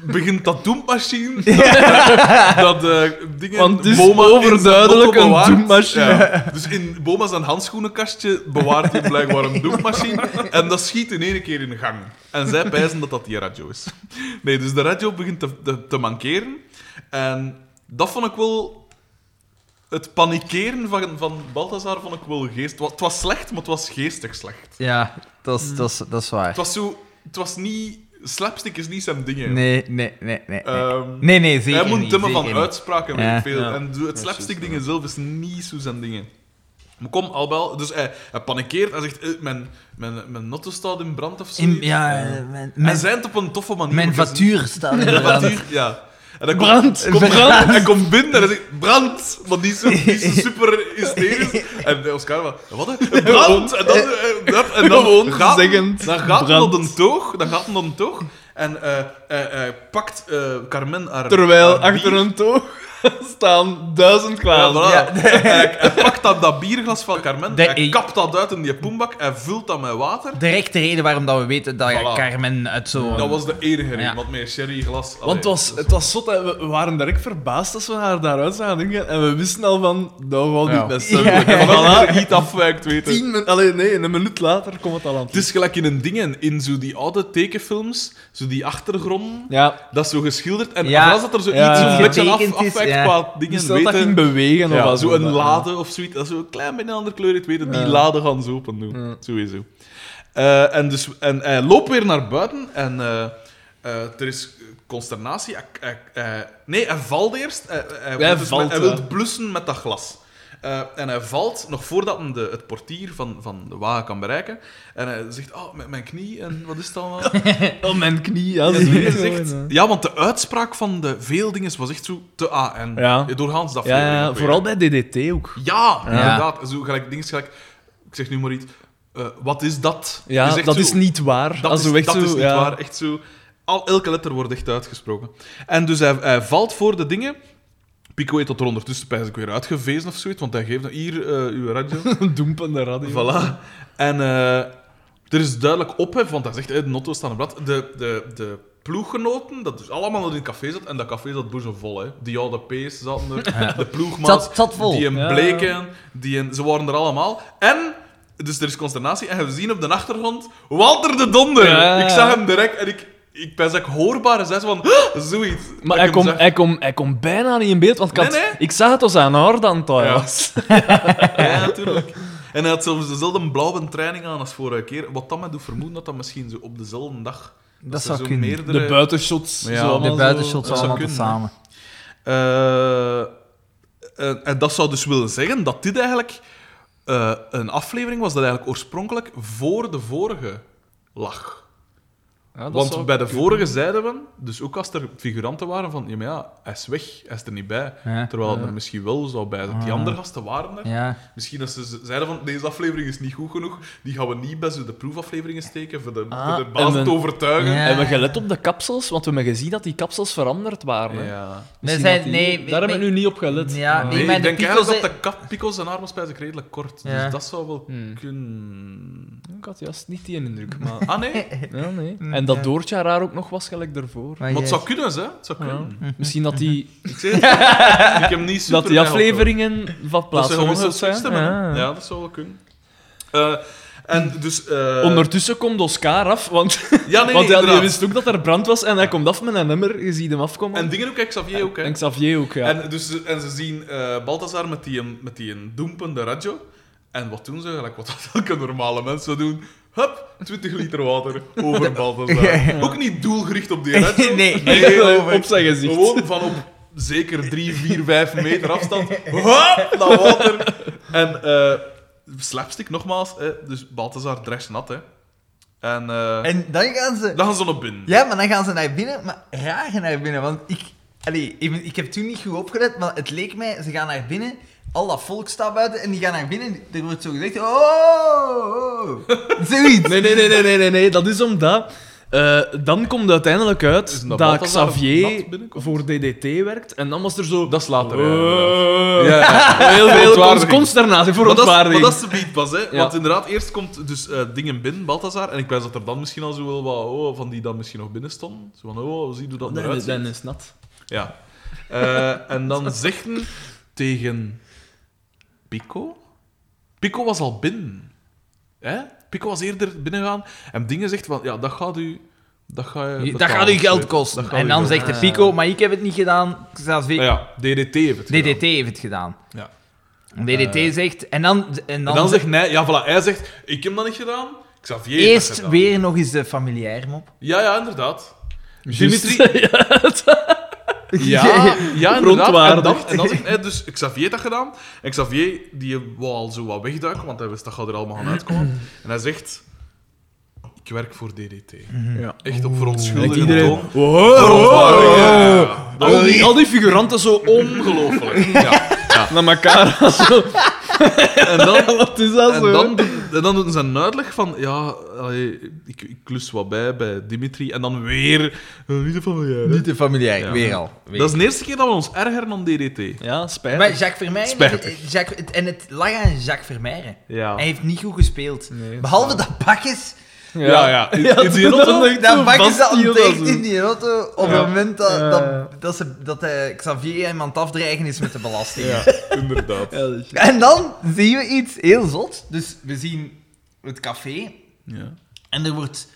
[SPEAKER 1] begint dat doempmachine dat eh dingen...
[SPEAKER 2] Want het is
[SPEAKER 1] Boma in zijn
[SPEAKER 2] overduidelijk
[SPEAKER 1] motto
[SPEAKER 2] een
[SPEAKER 1] bewaart.
[SPEAKER 2] doempmachine.
[SPEAKER 1] Ja. Dus in Boma's een handschoenenkastje bewaart hij blijkbaar een doempmachine. En dat schiet in één keer in gang. En zij pijzen dat dat die radio is. Nee, dus de radio begint te, te, te mankeren. En dat vond ik wel... Het panikeren van, van Balthazar vond ik wel geest. Het wa- Het was slecht, maar het was geestig slecht.
[SPEAKER 3] Ja, dat is, dat is, dat is waar.
[SPEAKER 1] Het was zo... Het was niet... Slapstick is niet zijn ding, hè.
[SPEAKER 3] Nee, nee, nee, nee. Nee,
[SPEAKER 1] Ehm,
[SPEAKER 3] nee, nee zeker
[SPEAKER 1] Hij moet
[SPEAKER 3] niet,
[SPEAKER 1] temmen van
[SPEAKER 3] zeker niet.
[SPEAKER 1] uitspraken, weet
[SPEAKER 3] Ja.
[SPEAKER 1] ik veel.
[SPEAKER 2] Ja.
[SPEAKER 1] En zo- het slapstick ding zelf is niet zo zijn dingen. Maar kom, al wel. Dus hij, hij panikeert. Hij zegt, eh, mijn, mijn, mijn auto staat in brand of zo.
[SPEAKER 3] In- ja, eh, mijn, mijn,
[SPEAKER 1] hij zei het op een toffe manier.
[SPEAKER 3] mijn
[SPEAKER 1] maar het is-
[SPEAKER 3] vatuur staat in
[SPEAKER 1] Mijn
[SPEAKER 3] brand.
[SPEAKER 1] vatuur, ja. En dan komt-
[SPEAKER 2] Brand!
[SPEAKER 1] Komt
[SPEAKER 3] Brand!
[SPEAKER 1] brand. Hij komt binnen en hij zegt, brand! Want die is zo, die is zo super hysterisch. En Oscar van, wat? hè? Een Brand! En dan, eh, dat, en dan
[SPEAKER 2] Gewoon
[SPEAKER 1] gaat hij
[SPEAKER 2] zeggend,
[SPEAKER 1] dan gaat hij
[SPEAKER 2] brand.
[SPEAKER 1] naar een toog. Dan gaat hij naar een toog. En eh, eh, hij pakt eh, Carmen haar
[SPEAKER 2] Terwijl
[SPEAKER 1] haar
[SPEAKER 2] achter
[SPEAKER 1] bier.
[SPEAKER 2] een toog staan duizend
[SPEAKER 1] Ja,
[SPEAKER 2] glazen.
[SPEAKER 1] voilà.
[SPEAKER 3] Ja.
[SPEAKER 1] Hij, hij pakt dat, dat bierglas van Carmen,
[SPEAKER 3] De-
[SPEAKER 1] hij kapt dat uit in die poembak, hij vult dat met water.
[SPEAKER 3] De rechte reden waarom dat we weten dat
[SPEAKER 1] Voilà.
[SPEAKER 3] Carmen uit zo'n...
[SPEAKER 1] Dat was de enige reden,
[SPEAKER 3] Ja.
[SPEAKER 1] want met een sherryglas... allee,
[SPEAKER 2] Want het was,
[SPEAKER 1] dat is-
[SPEAKER 2] het was zot, hè. we we waren direct verbaasd als we haar daaruit zagen drinken. En we wisten al van, dat gaat
[SPEAKER 1] Ja.
[SPEAKER 2] niet best zijn.
[SPEAKER 3] Ja.
[SPEAKER 1] En
[SPEAKER 2] En
[SPEAKER 1] als
[SPEAKER 2] voilà,
[SPEAKER 1] je er niet afwijkt, weet je.
[SPEAKER 2] tien min- allee, nee, een minuut later komt het al aan het
[SPEAKER 1] Het is gelijk in een dingen, in zo die oude tekenfilms, zo die achtergrond,
[SPEAKER 2] Ja,
[SPEAKER 1] dat is zo geschilderd. En
[SPEAKER 3] Ja.
[SPEAKER 1] als dat er zo
[SPEAKER 2] Ja.
[SPEAKER 1] iets een beetje af,
[SPEAKER 3] Getekend is,
[SPEAKER 1] afwijkt
[SPEAKER 3] ja.
[SPEAKER 1] qua dingen,
[SPEAKER 2] dus dat dat
[SPEAKER 1] weten-
[SPEAKER 2] ging bewegen of
[SPEAKER 1] Ja,
[SPEAKER 2] wat
[SPEAKER 1] zo een
[SPEAKER 2] dat,
[SPEAKER 1] lade of zoiets. Dat is zo een klein beetje een andere kleur. Het weten, die
[SPEAKER 2] Ja.
[SPEAKER 1] lade gaan ze open doen.
[SPEAKER 2] Ja.
[SPEAKER 1] Sowieso. Eh, en dus en, hij loopt weer naar buiten en eh, eh, er is consternatie. Hij- hij- hij- nee, hij valt eerst. Hij, hij, wil dus
[SPEAKER 2] valt,
[SPEAKER 1] met- hij
[SPEAKER 2] ja.
[SPEAKER 1] wil blussen met dat glas. Eh, en hij valt nog voordat hij de, het portier van, van de wagen kan bereiken. En hij zegt: Oh, met mijn knie en wat is dat allemaal?
[SPEAKER 2] ja. Oh, mijn knie. Ja,
[SPEAKER 1] Ja,
[SPEAKER 2] zo
[SPEAKER 1] zo
[SPEAKER 2] hier
[SPEAKER 1] gezegd.
[SPEAKER 2] gewoon,
[SPEAKER 1] ja, want de uitspraak van de veel dingen was echt zo te A. En
[SPEAKER 2] Ja.
[SPEAKER 1] doorgaans dat
[SPEAKER 2] ja. Ja,
[SPEAKER 1] aflevering
[SPEAKER 2] ja,
[SPEAKER 1] ook
[SPEAKER 2] vooral
[SPEAKER 1] weer.
[SPEAKER 2] bij DDT ook.
[SPEAKER 1] Ja,
[SPEAKER 3] Ja.
[SPEAKER 1] inderdaad. Zo gelijk, ding is gelijk, ik zeg nu maar iets. eh, wat is dat? Je
[SPEAKER 2] Ja,
[SPEAKER 1] zegt
[SPEAKER 2] dat
[SPEAKER 1] zo,
[SPEAKER 2] is niet waar.
[SPEAKER 1] Dat,
[SPEAKER 2] Als
[SPEAKER 1] is,
[SPEAKER 2] we echt
[SPEAKER 1] dat
[SPEAKER 2] zo,
[SPEAKER 1] is niet
[SPEAKER 2] ja.
[SPEAKER 1] waar. Echt zo. Al, elke letter wordt echt uitgesproken. En dus hij, hij valt voor de dingen. Pico heeft dat er ondertussen bij zich weer uitgevezen of zoiets, want hij geeft nou hier eh, uw radio.
[SPEAKER 2] Een doempende radio.
[SPEAKER 1] voilà. En eh, er is duidelijk ophef, want hij zegt, hey, de notto staan op blad. De, de, de ploeggenoten, dat is allemaal dat in het café zat, en dat café zat boezemvol. hè. Die oude P's zaten er, de ploegmaat.
[SPEAKER 3] Zat, zat vol.
[SPEAKER 1] Die een
[SPEAKER 2] Ja.
[SPEAKER 1] bleken, die een, ze waren er allemaal. En, dus er is consternatie. En we zien op de achtergrond Walter de Donder.
[SPEAKER 2] Ja.
[SPEAKER 1] Ik zag hem direct en ik, ik ben ik hoorbaar zei van, "Huh!" zoiets. Dat
[SPEAKER 2] Maar
[SPEAKER 1] ik
[SPEAKER 2] hij
[SPEAKER 1] hem
[SPEAKER 2] komt
[SPEAKER 1] zag.
[SPEAKER 2] hij kom, hij kom bijna niet in beeld, want ik, had-
[SPEAKER 1] Nee, nee.
[SPEAKER 2] ik zag het als aan haar dan het daar
[SPEAKER 1] Ja.
[SPEAKER 2] was.
[SPEAKER 1] Ja, natuurlijk. En hij had zelfs dezelfde blauwe training aan als vorige keer. Wat dat mij doet vermoeden dat dat misschien zo op dezelfde dag...
[SPEAKER 3] Dat,
[SPEAKER 1] ze
[SPEAKER 3] zou
[SPEAKER 1] zo
[SPEAKER 3] kunnen.
[SPEAKER 1] meerdere-
[SPEAKER 2] De buitenshots.
[SPEAKER 1] Ja,
[SPEAKER 2] zo allemaal
[SPEAKER 3] De
[SPEAKER 1] allemaal
[SPEAKER 3] buitenshots
[SPEAKER 1] dat zou
[SPEAKER 3] allemaal
[SPEAKER 1] kunnen,
[SPEAKER 3] samen.
[SPEAKER 1] Eh, en, en dat zou dus willen zeggen dat dit eigenlijk eh, een aflevering was dat eigenlijk oorspronkelijk voor de vorige lag.
[SPEAKER 2] Ja, dat
[SPEAKER 1] Want
[SPEAKER 2] zou-
[SPEAKER 1] bij de vorige zeiden we, dus ook als er figuranten waren, van ja, maar ja, hij is weg, hij is er niet bij.
[SPEAKER 3] Ja.
[SPEAKER 1] Terwijl
[SPEAKER 2] Ja.
[SPEAKER 1] er misschien wel zou bij zijn. Die
[SPEAKER 3] Ah.
[SPEAKER 1] andere gasten waren er.
[SPEAKER 3] Ja.
[SPEAKER 1] Misschien als ze z- zeiden van deze aflevering is niet goed genoeg, die gaan we niet bij zo de proefafleveringen steken voor de,
[SPEAKER 2] Ah,
[SPEAKER 1] voor de baas
[SPEAKER 2] en
[SPEAKER 1] te
[SPEAKER 2] dan-
[SPEAKER 1] overtuigen.
[SPEAKER 3] Ja.
[SPEAKER 2] Hebben we gelet op de kapsels? Want we hebben gezien dat die kapsels veranderd waren. Hè?
[SPEAKER 1] Ja.
[SPEAKER 2] Misschien
[SPEAKER 3] zijn-
[SPEAKER 2] dat die-
[SPEAKER 3] nee,
[SPEAKER 2] daar hebben we
[SPEAKER 3] nee.
[SPEAKER 2] nu niet op gelet.
[SPEAKER 3] Ja,
[SPEAKER 2] Ah.
[SPEAKER 1] Nee,
[SPEAKER 3] maar de
[SPEAKER 1] ik denk
[SPEAKER 3] pico's
[SPEAKER 1] eigenlijk
[SPEAKER 3] zijn-
[SPEAKER 1] dat de kap, pico's en armospijzen redelijk kort.
[SPEAKER 3] Ja.
[SPEAKER 1] Dus dat zou wel
[SPEAKER 2] Hmm.
[SPEAKER 1] kunnen...
[SPEAKER 2] Ik had juist niet die indruk, maar...
[SPEAKER 1] Ah nee?
[SPEAKER 2] Ja, nee. En En dat
[SPEAKER 3] Ja.
[SPEAKER 2] Doortje haar ook nog was gelijk daarvoor.
[SPEAKER 1] Maar het
[SPEAKER 3] jij-
[SPEAKER 1] zou kunnen, hè? Het zou
[SPEAKER 2] Ja.
[SPEAKER 1] kunnen.
[SPEAKER 2] Misschien dat die,
[SPEAKER 1] Ik zeg het. Ik heb niet super
[SPEAKER 2] dat die
[SPEAKER 1] bij gehouden.
[SPEAKER 2] afleveringen van
[SPEAKER 1] Hmm. Dat ze
[SPEAKER 2] plaats
[SPEAKER 1] gewoon
[SPEAKER 2] gewisseld
[SPEAKER 1] zo
[SPEAKER 2] zijn.
[SPEAKER 1] stemmen.
[SPEAKER 2] Ja.
[SPEAKER 1] hè. Ja, dat zou wel kunnen. Eh, en dus... eh,
[SPEAKER 2] Ondertussen komt Oscar af, want,
[SPEAKER 1] Ja, nee, nee,
[SPEAKER 2] want hij
[SPEAKER 1] inderdaad.
[SPEAKER 2] wist ook dat er brand was en hij komt af met een nummer. Je ziet hem afkomen.
[SPEAKER 1] En dingen ook, hè, Xavier ook, hè.
[SPEAKER 2] En Xavier ook, ja.
[SPEAKER 1] En, dus, ze- en ze zien eh Balthazar met die, met die doempende radio. En wat doen ze eigenlijk? Wat dat elke normale mens zou doen. Hup, 20 liter water over Balthazar.
[SPEAKER 3] Ja.
[SPEAKER 1] Ook niet doelgericht op die radio.
[SPEAKER 3] Nee,
[SPEAKER 2] Echt, op zijn gezicht.
[SPEAKER 1] Gewoon van op zeker 3, 4, 5 meter afstand. Hup, dat water. En eh slapstick nogmaals. eh, dus Balthazar dreigt nat, hè. En eh,
[SPEAKER 3] En dan gaan ze...
[SPEAKER 1] dan gaan ze nog binnen.
[SPEAKER 3] Ja, maar dan gaan ze naar binnen, maar raar naar binnen. Want ik, allee, ik, ben- ik heb toen niet goed opgelet, maar het leek mij, ze gaan naar binnen, al dat volk staat buiten en die gaan naar binnen. Er wordt zo gezegd, oh, oh. zoiets.
[SPEAKER 2] Nee, nee, nee, nee, nee, nee, nee. Dat is omdat... eh, dan komt het uiteindelijk
[SPEAKER 1] Is
[SPEAKER 2] uit
[SPEAKER 1] het
[SPEAKER 2] dat,
[SPEAKER 1] dat Balthazar
[SPEAKER 2] Xavier
[SPEAKER 1] nat binnenkomt?
[SPEAKER 2] voor DDT werkt. En dan was er zo...
[SPEAKER 1] Dat is later, ja,
[SPEAKER 2] Oh.
[SPEAKER 1] inderdaad. Ja, ja.
[SPEAKER 2] Heel veel cons-
[SPEAKER 1] Verontwaardiging.
[SPEAKER 2] consternatie voor
[SPEAKER 1] Maar dat, is, maar
[SPEAKER 2] ontwaarding.
[SPEAKER 1] dat is de beat pas, hè.
[SPEAKER 2] Ja.
[SPEAKER 1] Want inderdaad, eerst komt dus eh, dingen binnen, Balthazar. En ik wijs dat er dan misschien al zo wel wat oh, van die dan misschien nog binnen stonden. Zo van, oh, zie hoe dat
[SPEAKER 2] Nee,
[SPEAKER 1] eruit
[SPEAKER 2] nee,
[SPEAKER 1] ziet.
[SPEAKER 2] Dan is nat.
[SPEAKER 1] Ja. Eh, en dan zegt hij tegen Pico. Pico was al binnen. Hè? Pico was eerder binnengegaan. En dingen zegt van, ja, dat gaat u... Dat, ga je
[SPEAKER 3] Dat
[SPEAKER 1] betalen,
[SPEAKER 3] gaat u geld
[SPEAKER 1] zweet.
[SPEAKER 3] kosten.
[SPEAKER 1] Dat gaat
[SPEAKER 3] En
[SPEAKER 1] u
[SPEAKER 3] dan
[SPEAKER 1] geld
[SPEAKER 3] zegt de Pico, maar ik heb het niet gedaan. Xavier,
[SPEAKER 1] kosten. Ja, DDT heeft het gedaan.
[SPEAKER 3] DDT heeft het gedaan.
[SPEAKER 1] Ja. Eh.
[SPEAKER 3] DDT zegt, en dan, en dan,
[SPEAKER 1] En dan zegt hij... Ja, voilà. Hij zegt, ik heb dat niet gedaan. Xavier heeft dat
[SPEAKER 3] eerst
[SPEAKER 1] gedaan.
[SPEAKER 3] weer nog eens de familiair mop.
[SPEAKER 1] Ja, ja, inderdaad. Dimitri,
[SPEAKER 3] Ja,
[SPEAKER 1] Ja, ja inderdaad. En
[SPEAKER 2] verontwaardigd.
[SPEAKER 1] dan, en dan zegt hij dus, Xavier heeft dat gedaan. En Xavier, die wou al zo wat wegduiken, want hij wist dat gaat er allemaal gaan uitkomen. En hij zegt, ik werk voor DDT.
[SPEAKER 2] Ja.
[SPEAKER 1] Echt op verontschuldigende
[SPEAKER 2] Iedereen-
[SPEAKER 1] toon. Verontwaardiging, ja, ja. Dat
[SPEAKER 2] Al die, al die figuranten zo
[SPEAKER 1] is
[SPEAKER 2] om
[SPEAKER 1] Ongelooflijk. Ja.
[SPEAKER 2] naar elkaar. zo.
[SPEAKER 1] En dan...
[SPEAKER 2] Wat is dat
[SPEAKER 1] En
[SPEAKER 2] zo?
[SPEAKER 1] dan, doen- en dan doen ze een uitleg van, ja, allee, ik, ik klus wat bij bij Dimitri. En dan weer, eh, niet van ja.
[SPEAKER 3] Niet de familiair,
[SPEAKER 1] Ja.
[SPEAKER 3] weer al. Weer.
[SPEAKER 1] Dat is de eerste keer dat we ons ergeren aan DDT.
[SPEAKER 2] Ja, spijt.
[SPEAKER 3] Maar Jacques Vermeijren... eh,
[SPEAKER 1] Spijtig.
[SPEAKER 3] Jacques, het- en het lag aan Jacques Vermeijren.
[SPEAKER 1] Ja.
[SPEAKER 3] Hij heeft niet goed gespeeld.
[SPEAKER 2] Nee,
[SPEAKER 3] Behalve dat Bakjes...
[SPEAKER 1] Ja, ja. In, in die
[SPEAKER 2] dat-
[SPEAKER 1] rotte-
[SPEAKER 2] dat-
[SPEAKER 3] Dat Bakjes
[SPEAKER 2] vast
[SPEAKER 3] dat
[SPEAKER 2] hier,
[SPEAKER 3] ontdekt
[SPEAKER 2] dat is-
[SPEAKER 3] in die auto op
[SPEAKER 1] Ja.
[SPEAKER 3] het moment dat,
[SPEAKER 2] Ja.
[SPEAKER 3] dat, dat, ze, dat eh, Xavier hem aan het afdreigen is met de belasting.
[SPEAKER 1] Inderdaad.
[SPEAKER 2] Ja, dus- dat is-
[SPEAKER 3] En dan zien we iets heel zot. Dus we zien het café
[SPEAKER 1] Ja.
[SPEAKER 3] en er wordt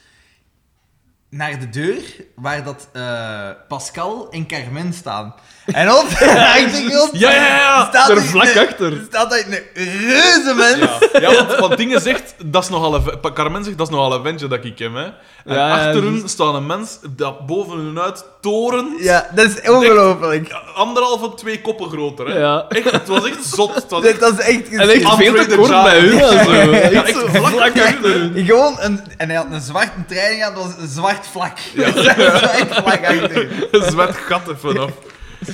[SPEAKER 3] naar de deur waar dat eh, Pascal en Carmen staan. En op de achtergrond
[SPEAKER 1] Ja, ja, ja.
[SPEAKER 3] staat
[SPEAKER 2] Er
[SPEAKER 3] een-
[SPEAKER 2] vlak achter.
[SPEAKER 3] Er staat daar een reuze mens.
[SPEAKER 1] Ja, ja want, want dingen zegt, dat is nogal een, v- Carmen zegt, dat is nogal een ventje dat ik hem hè. En
[SPEAKER 2] Ja, ja,
[SPEAKER 1] achter hun
[SPEAKER 2] juist.
[SPEAKER 1] staan een mens dat boven hun uit toren,
[SPEAKER 3] Ja, dat is ongelooflijk.
[SPEAKER 1] anderhalve, twee koppen groter. Hè.
[SPEAKER 2] Ja.
[SPEAKER 1] Echt, het was echt zot. Het was
[SPEAKER 3] Dat,
[SPEAKER 1] echt,
[SPEAKER 3] dat is echt...
[SPEAKER 2] En echt
[SPEAKER 1] André
[SPEAKER 2] veel te
[SPEAKER 1] de
[SPEAKER 2] kort
[SPEAKER 1] Giant.
[SPEAKER 2] bij hun. en zo.
[SPEAKER 1] ja, echt vlak achter hun.
[SPEAKER 3] Gewoon een... En hij had een zwarte training aan, dat was een zwart vlak. Ja. zwart vlak achter.
[SPEAKER 1] Een zwet gat er vanaf.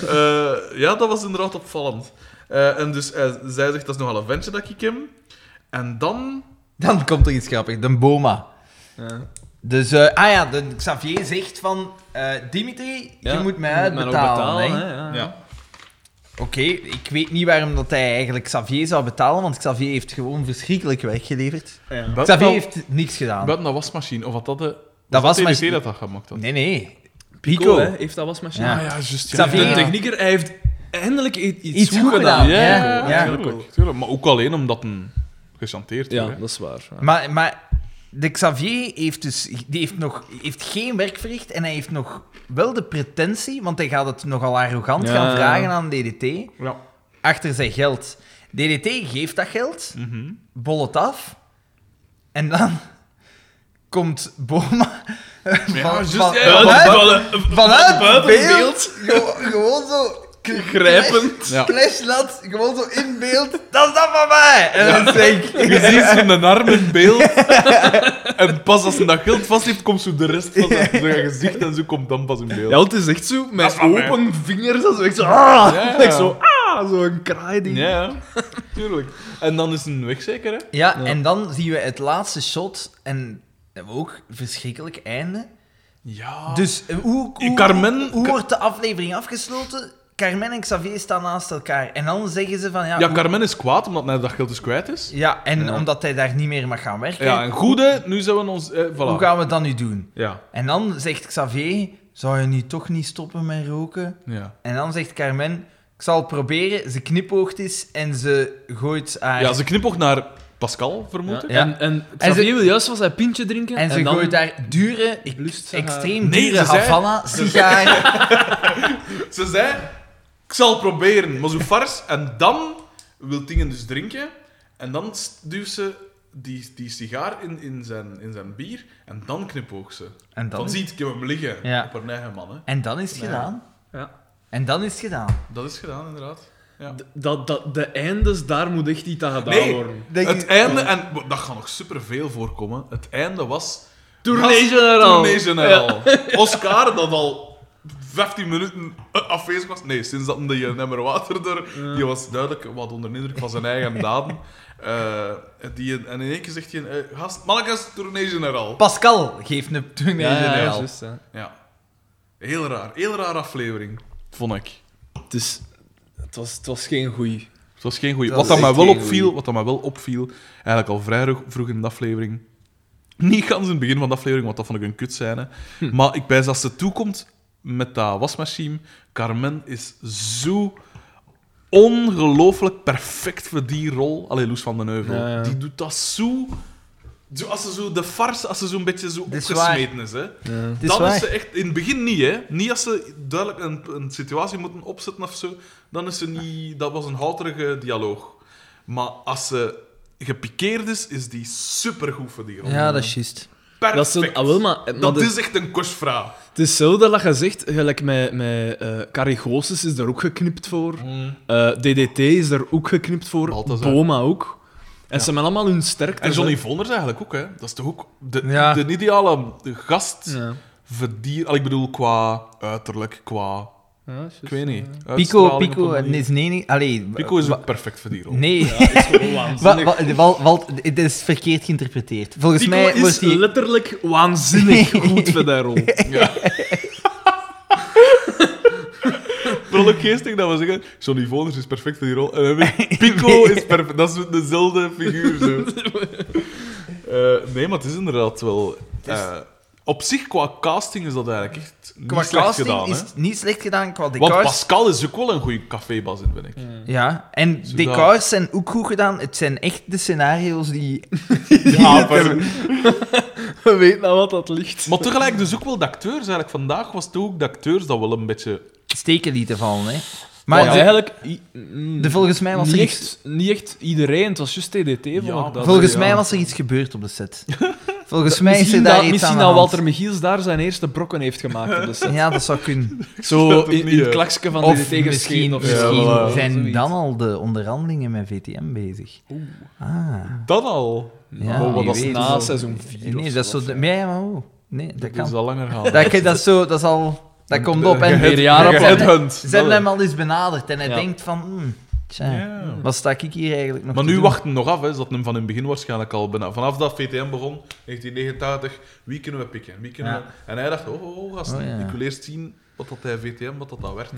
[SPEAKER 1] Eh, ja, dat was inderdaad opvallend. Eh, en dus eh, zij zegt, dat is nogal een ventje dat ik hem En dan...
[SPEAKER 3] Dan komt er iets grappigs. De boma.
[SPEAKER 2] Ja.
[SPEAKER 3] Dus, eh, ah ja, de Xavier zegt van... eh, Dimitri,
[SPEAKER 2] Ja,
[SPEAKER 3] je moet mij
[SPEAKER 2] maar ook
[SPEAKER 3] uitbetalen. hè.
[SPEAKER 2] hè, ja.
[SPEAKER 1] Ja.
[SPEAKER 3] Oké, ik weet niet waarom dat hij eigenlijk Xavier zou betalen, want Xavier heeft gewoon verschrikkelijk weggeleverd. Xavier heeft niks gedaan.
[SPEAKER 1] Buiten dat wasmachine, of wat dat... De,
[SPEAKER 3] Dat was
[SPEAKER 1] DDT
[SPEAKER 3] machine-
[SPEAKER 1] dat dat gemaakt had?
[SPEAKER 3] Nee, nee.
[SPEAKER 2] Pico,
[SPEAKER 3] Pico.
[SPEAKER 2] hè, heeft dat wasmachine.
[SPEAKER 3] Ja.
[SPEAKER 1] Ah ja, juist. ja.
[SPEAKER 3] Xavier-
[SPEAKER 2] De technieker, hij heeft eindelijk i- iets,
[SPEAKER 3] Iets goed gedaan,
[SPEAKER 2] Ja,
[SPEAKER 3] ja.
[SPEAKER 2] ja,
[SPEAKER 3] Ja.
[SPEAKER 2] tuurlijk.
[SPEAKER 1] Tuurlijk, tuurlijk. Maar ook alleen omdat een gechanteerd
[SPEAKER 2] Ja,
[SPEAKER 1] werd, hè.
[SPEAKER 2] dat is waar. ja.
[SPEAKER 3] Maar, maar de Xavier heeft dus die heeft nog, heeft geen werk verricht en hij heeft nog wel de pretentie, want hij gaat het nogal arrogant
[SPEAKER 2] Ja,
[SPEAKER 3] gaan
[SPEAKER 2] ja.
[SPEAKER 3] vragen aan DDT,
[SPEAKER 1] Ja.
[SPEAKER 3] achter zijn geld. DDT geeft dat geld,
[SPEAKER 1] Mhm.
[SPEAKER 3] bol het af, en dan komt Boma van,
[SPEAKER 1] juist,
[SPEAKER 3] van-
[SPEAKER 1] ja, ja,
[SPEAKER 3] van- van-
[SPEAKER 2] Buiten-
[SPEAKER 3] vanuit
[SPEAKER 2] buiten
[SPEAKER 3] beeld, gewo- gewoon zo...
[SPEAKER 2] Grijpend.
[SPEAKER 1] Ja.
[SPEAKER 3] Flashlat, gewoon zo in beeld. Dat is dat van mij! En dan zeg ik...
[SPEAKER 1] Je ziet zijn arm in beeld. en pas als hij dat geld vast heeft, komt zo de rest van zijn, zijn gezicht en zo komt dan pas in beeld.
[SPEAKER 2] Ja, het is echt zo,
[SPEAKER 1] Dat is
[SPEAKER 2] met
[SPEAKER 1] van mij.
[SPEAKER 2] open vingers, dat is echt zo... Ah,
[SPEAKER 1] Ja, ja.
[SPEAKER 2] Echt zo, ah, zo'n kraaiding.
[SPEAKER 1] Ja, ja. tuurlijk. En dan is een weg zeker, hè?
[SPEAKER 3] Ja,
[SPEAKER 2] Ja.
[SPEAKER 3] en dan zien we het laatste shot. En dat we ook een verschrikkelijk einde.
[SPEAKER 1] Ja.
[SPEAKER 3] Dus eh, hoe, hoe,
[SPEAKER 1] Ah. Carmen-
[SPEAKER 3] hoe wordt de aflevering afgesloten? Carmen en Xavier staan naast elkaar. En dan zeggen ze van ja.
[SPEAKER 1] Ja,
[SPEAKER 3] hoe-
[SPEAKER 1] Carmen is kwaad omdat hij dat geld dus kwijt is.
[SPEAKER 3] ja en
[SPEAKER 1] Ja.
[SPEAKER 3] omdat hij daar niet meer mag gaan werken.
[SPEAKER 1] Ja, en goed, hè, nu zijn we ons... Eh, voilà.
[SPEAKER 3] Hoe gaan we dat nu doen?
[SPEAKER 1] Ja,
[SPEAKER 3] En dan zegt Xavier: Zou je nu toch niet stoppen met roken?
[SPEAKER 1] ja.
[SPEAKER 3] En dan zegt Carmen: Ik zal het proberen. Ze knipoogt is en ze gooit haar.
[SPEAKER 1] Ja, ze knipoogt naar Pascal, vermoed ik.
[SPEAKER 3] Ja.
[SPEAKER 2] En, en Xavier
[SPEAKER 3] ze-
[SPEAKER 2] wil juist van zijn pintje drinken.
[SPEAKER 3] En ze
[SPEAKER 2] dan-
[SPEAKER 3] gooit daar dure, ik-
[SPEAKER 2] lust ze
[SPEAKER 3] extreem
[SPEAKER 1] haar- Nee,
[SPEAKER 3] dure
[SPEAKER 1] ze zei-
[SPEAKER 3] Havana sigaar.
[SPEAKER 1] Ze zei, ik zal proberen, maar zo fars. En dan wil Dingen dus drinken. En dan duwt ze die, die sigaar in, in, zijn, in zijn bier. En dan knipoogt ze.
[SPEAKER 3] En
[SPEAKER 1] Dan,
[SPEAKER 3] dan,
[SPEAKER 1] ziet ik hem liggen
[SPEAKER 3] Ja.
[SPEAKER 1] op haar eigen man. Hè.
[SPEAKER 3] en dan is het
[SPEAKER 1] Nee.
[SPEAKER 3] gedaan.
[SPEAKER 2] Ja.
[SPEAKER 3] En dan is het gedaan.
[SPEAKER 1] Dat is gedaan, inderdaad. Ja.
[SPEAKER 2] D- Dat, dat, de eindes, daar moet echt iets aan gedaan
[SPEAKER 1] Nee.
[SPEAKER 2] worden.
[SPEAKER 3] Denk
[SPEAKER 1] het
[SPEAKER 3] je-
[SPEAKER 1] einde, en dat gaat nog superveel voorkomen. Het einde was...
[SPEAKER 2] Tournee
[SPEAKER 1] Gast,
[SPEAKER 2] General.
[SPEAKER 1] Tournee General. Oscar, dat al 15 minuten eh, afwezig was. Nee, sinds dat de eh, nummer water er, die was duidelijk wat onder de indruk van zijn eigen daden. Eh, die, en in één keer zegt hij: eh, Gast, mannetjes, Tournee General.
[SPEAKER 3] Pascal geeft een tournee
[SPEAKER 2] Ja, ja, ja,
[SPEAKER 3] generaal.
[SPEAKER 2] juist, ja.
[SPEAKER 1] Ja. Heel raar, heel raar aflevering, vond ik.
[SPEAKER 2] Het, is, het, was, het was geen goeie.
[SPEAKER 1] Het was geen goeie.
[SPEAKER 3] Dat
[SPEAKER 1] Wat,
[SPEAKER 3] was
[SPEAKER 1] dat mij
[SPEAKER 2] echt
[SPEAKER 1] wel
[SPEAKER 2] geen
[SPEAKER 1] opviel,
[SPEAKER 2] goeie.
[SPEAKER 1] wat dat mij wel opviel, eigenlijk al vrij ro- vroeg in de aflevering. Niet gans in het begin van de aflevering, want dat vond ik een kut scène.
[SPEAKER 2] Hm.
[SPEAKER 1] Maar ik wijs dat ze toekomt met dat wasmachine. Carmen is zo ongelooflijk perfect voor die rol. Allee, Loes van den Heuvel.
[SPEAKER 2] Ja, ja.
[SPEAKER 1] Die doet dat zo... zo als ze zo de farce, als ze zo'n beetje zo
[SPEAKER 3] is
[SPEAKER 1] opgesmeten is. Hè.
[SPEAKER 3] is
[SPEAKER 1] Dan
[SPEAKER 3] waar.
[SPEAKER 1] is ze echt... In het begin niet, hè. Niet als ze duidelijk een, een situatie moeten opzetten of zo. Dan is ze niet... Dat was een houterige dialoog. Maar als ze gepikeerd is, is die supergoed voor die rol.
[SPEAKER 3] dat is juist.
[SPEAKER 1] Perfect.
[SPEAKER 2] Dat is, een- ah, wel, maar, maar
[SPEAKER 1] Dat
[SPEAKER 2] de-
[SPEAKER 1] is echt een kostvraag.
[SPEAKER 2] Het is zo dat je zegt, gelijk met, met eh Carrie Goossens is daar ook geknipt voor. Eh, DDT is daar ook geknipt voor.
[SPEAKER 1] Mm. Balthazar.
[SPEAKER 2] Boma ook. En ze hebben allemaal hun sterkte.
[SPEAKER 1] En Johnny Vonders eigenlijk ook, hè. Dat is toch ook de,
[SPEAKER 3] Ja.
[SPEAKER 1] de ideale gast
[SPEAKER 2] Ja.
[SPEAKER 1] voor die... al, Ik bedoel, qua uiterlijk, qua...
[SPEAKER 2] Ja,
[SPEAKER 1] Ik weet
[SPEAKER 2] eh,
[SPEAKER 1] niet.
[SPEAKER 3] Pico,
[SPEAKER 1] uitstraling op
[SPEAKER 3] Pico
[SPEAKER 1] een manier.
[SPEAKER 3] is nee, nee. Allee,
[SPEAKER 1] Pico is
[SPEAKER 3] wa-
[SPEAKER 1] ook perfect voor die rol.
[SPEAKER 3] Nee. Wa-
[SPEAKER 2] Waanzinnig.
[SPEAKER 3] wa- Wal- Walt, dit is verkeerd geïnterpreteerd. Volgens
[SPEAKER 2] Pico
[SPEAKER 3] mij
[SPEAKER 2] is
[SPEAKER 3] wordt die...
[SPEAKER 2] letterlijk waanzinnig goed voor die rol.
[SPEAKER 1] Vooral ook geestig dat we zeggen, Johnny Vonders is perfect voor die rol. En dan weer Pico is perfect. Dat is zo dezelfde figuur. Zo. Eh, nee, maar het is inderdaad wel...
[SPEAKER 3] is-
[SPEAKER 1] eh, op zich, qua casting is dat eigenlijk echt niet
[SPEAKER 3] Qua
[SPEAKER 1] slecht
[SPEAKER 3] casting
[SPEAKER 1] gedaan.
[SPEAKER 3] is
[SPEAKER 1] hè.
[SPEAKER 3] het niet slecht gedaan, qua
[SPEAKER 1] Want
[SPEAKER 3] decors...
[SPEAKER 1] Pascal is ook wel een goede cafébas in, ben ik.
[SPEAKER 3] Ja, en
[SPEAKER 1] Zodat-
[SPEAKER 3] decors zijn ook goed gedaan. Het zijn echt de scenario's die...
[SPEAKER 1] Apen.
[SPEAKER 2] We weten nou wat dat ligt.
[SPEAKER 1] Maar tegelijk dus ook wel de acteurs. Eigenlijk vandaag was het ook de acteurs dat wel een beetje...
[SPEAKER 3] steken lieten vallen, hè. Maar
[SPEAKER 2] Want
[SPEAKER 3] de-
[SPEAKER 2] eigenlijk... i- mm,
[SPEAKER 3] de, volgens mij was
[SPEAKER 2] niet
[SPEAKER 3] er iets...
[SPEAKER 2] echt, niet echt iedereen, het was juist TDT. vond ik dat.
[SPEAKER 3] Volgens
[SPEAKER 1] ja.
[SPEAKER 3] mij was er iets gebeurd op de set. Volgens mij is
[SPEAKER 2] misschien
[SPEAKER 3] er daar
[SPEAKER 2] dat,
[SPEAKER 3] iets
[SPEAKER 2] misschien
[SPEAKER 3] aan
[SPEAKER 2] dat
[SPEAKER 3] de hand.
[SPEAKER 2] Walter Michiels daar zijn eerste brokken heeft gemaakt op de set.
[SPEAKER 3] Ja, dat zou kunnen.
[SPEAKER 1] Dat
[SPEAKER 2] Zo
[SPEAKER 1] ook
[SPEAKER 2] in, in
[SPEAKER 1] niet,
[SPEAKER 2] het
[SPEAKER 1] hè.
[SPEAKER 2] klaksken van
[SPEAKER 3] eh, Of
[SPEAKER 2] DDT
[SPEAKER 3] misschien,
[SPEAKER 2] gescheen.
[SPEAKER 1] Ja,
[SPEAKER 3] misschien
[SPEAKER 1] voilà,
[SPEAKER 3] zijn
[SPEAKER 2] zoiets.
[SPEAKER 3] dan al de onderhandelingen met VTM bezig. Ah.
[SPEAKER 1] Dat al.
[SPEAKER 3] Ja,
[SPEAKER 1] maar
[SPEAKER 3] wie
[SPEAKER 1] wat dat
[SPEAKER 3] weet.
[SPEAKER 2] na seizoen 4
[SPEAKER 3] Nee, dat is zo... de- Nee, maar hoe? Nee, dat,
[SPEAKER 1] Dus dat
[SPEAKER 3] kan.
[SPEAKER 1] is al langer gaan.
[SPEAKER 3] Dat, dat, is zo, dat is al... Dat komt op. En
[SPEAKER 2] Weer jaren
[SPEAKER 3] ze
[SPEAKER 2] plan.
[SPEAKER 3] hebben-
[SPEAKER 1] Headhunt.
[SPEAKER 3] Ze hebben hem al eens benaderd en hij
[SPEAKER 2] Ja.
[SPEAKER 3] denkt van... hmm, tja,
[SPEAKER 1] Ja.
[SPEAKER 3] wat sta ik hier eigenlijk nog
[SPEAKER 1] Maar
[SPEAKER 3] te
[SPEAKER 1] nu
[SPEAKER 3] doen?
[SPEAKER 1] wachten we nog af, hè. Ze hadden hem van in het begin waarschijnlijk al bijna. Vanaf dat VTM begon, 1989, wie kunnen we pikken? Wie kunnen
[SPEAKER 3] Ja.
[SPEAKER 1] we... En hij dacht, oh, oh, oh, gasten,
[SPEAKER 3] Oh, ja.
[SPEAKER 1] ik wil eerst zien wat dat hij VTM, wat dat dan werd.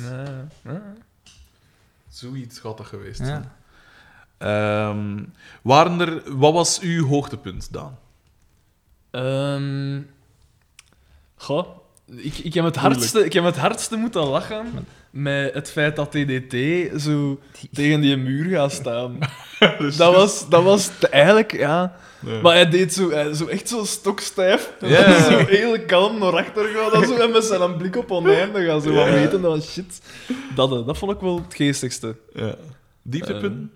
[SPEAKER 1] Zoiets gaat dat geweest zijn.
[SPEAKER 3] Ja.
[SPEAKER 1] Ehm, waren er, wat was uw hoogtepunt, Daan?
[SPEAKER 2] Ehm goh, ik, ik, heb het hardste, ik heb het hardste moeten lachen met het feit dat TDT zo tegen die muur gaat staan. dat, was, dat was t- eigenlijk, ja.
[SPEAKER 1] Nee.
[SPEAKER 2] Maar hij deed zo, hij- zo echt zo stokstijf. En
[SPEAKER 1] Ja.
[SPEAKER 2] dan Zo heel kalm naar achter gaan. Dat zo, en met zijn blik op oneindig gaan. Zo wat
[SPEAKER 1] Ja.
[SPEAKER 2] weten dat was shit. Dat, eh, dat vond ik wel het geestigste.
[SPEAKER 1] Ja. Dieptepunt?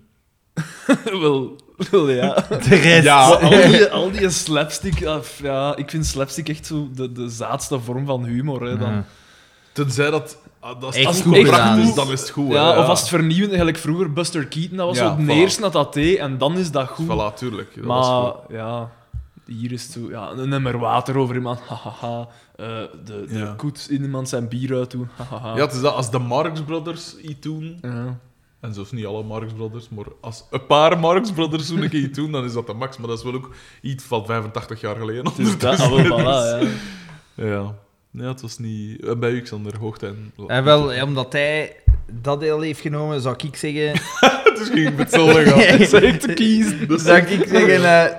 [SPEAKER 2] wel, wel, ja.
[SPEAKER 3] De rest.
[SPEAKER 2] Maar
[SPEAKER 1] Ah,
[SPEAKER 2] al, die, al die slapstick, ah, f- ja, ik vind slapstick echt zo de, de zaadste vorm van humor. Hè, dan.
[SPEAKER 3] Ja.
[SPEAKER 1] Tenzij dat... ah, dat is,
[SPEAKER 3] Echt
[SPEAKER 1] als het
[SPEAKER 3] goed
[SPEAKER 1] gebracht
[SPEAKER 3] gedaan.
[SPEAKER 1] is, dan is het goed. hè.
[SPEAKER 2] Ja, of als het vernieuwend, gelijk vroeger Buster Keaton, dat was
[SPEAKER 1] Ja,
[SPEAKER 2] zo het
[SPEAKER 1] voilà.
[SPEAKER 2] eerste dat dat deed en dan is dat goed.
[SPEAKER 1] Voilà, tuurlijk. Dat was
[SPEAKER 2] maar
[SPEAKER 1] goed.
[SPEAKER 2] ja, hier is het zo, ja, een nummer water over iemand, hahaha. Eh, de de
[SPEAKER 1] Ja.
[SPEAKER 2] koets in iemand zijn bier uit doen, hahaha.
[SPEAKER 1] Ja, het is dat, als de Marx Brothers iets doen,
[SPEAKER 2] Ja.
[SPEAKER 1] En zelfs niet alle Marx Brothers, maar als een paar Marx Brothers toen ik iets doen, dan is dat de max. Maar dat is wel ook iets van 85 jaar geleden.
[SPEAKER 2] Dus dat, ah, wel, voilà, ja.
[SPEAKER 1] Ja. ja, het was niet... en Bij u, eh, Xander, hoogte en...
[SPEAKER 3] En wel, ja, omdat hij dat deel heeft genomen, zou ik zeggen...
[SPEAKER 1] Dus ging het zo gaan.
[SPEAKER 2] Zeg te kiezen. Dus
[SPEAKER 3] zou ik zeggen... eh,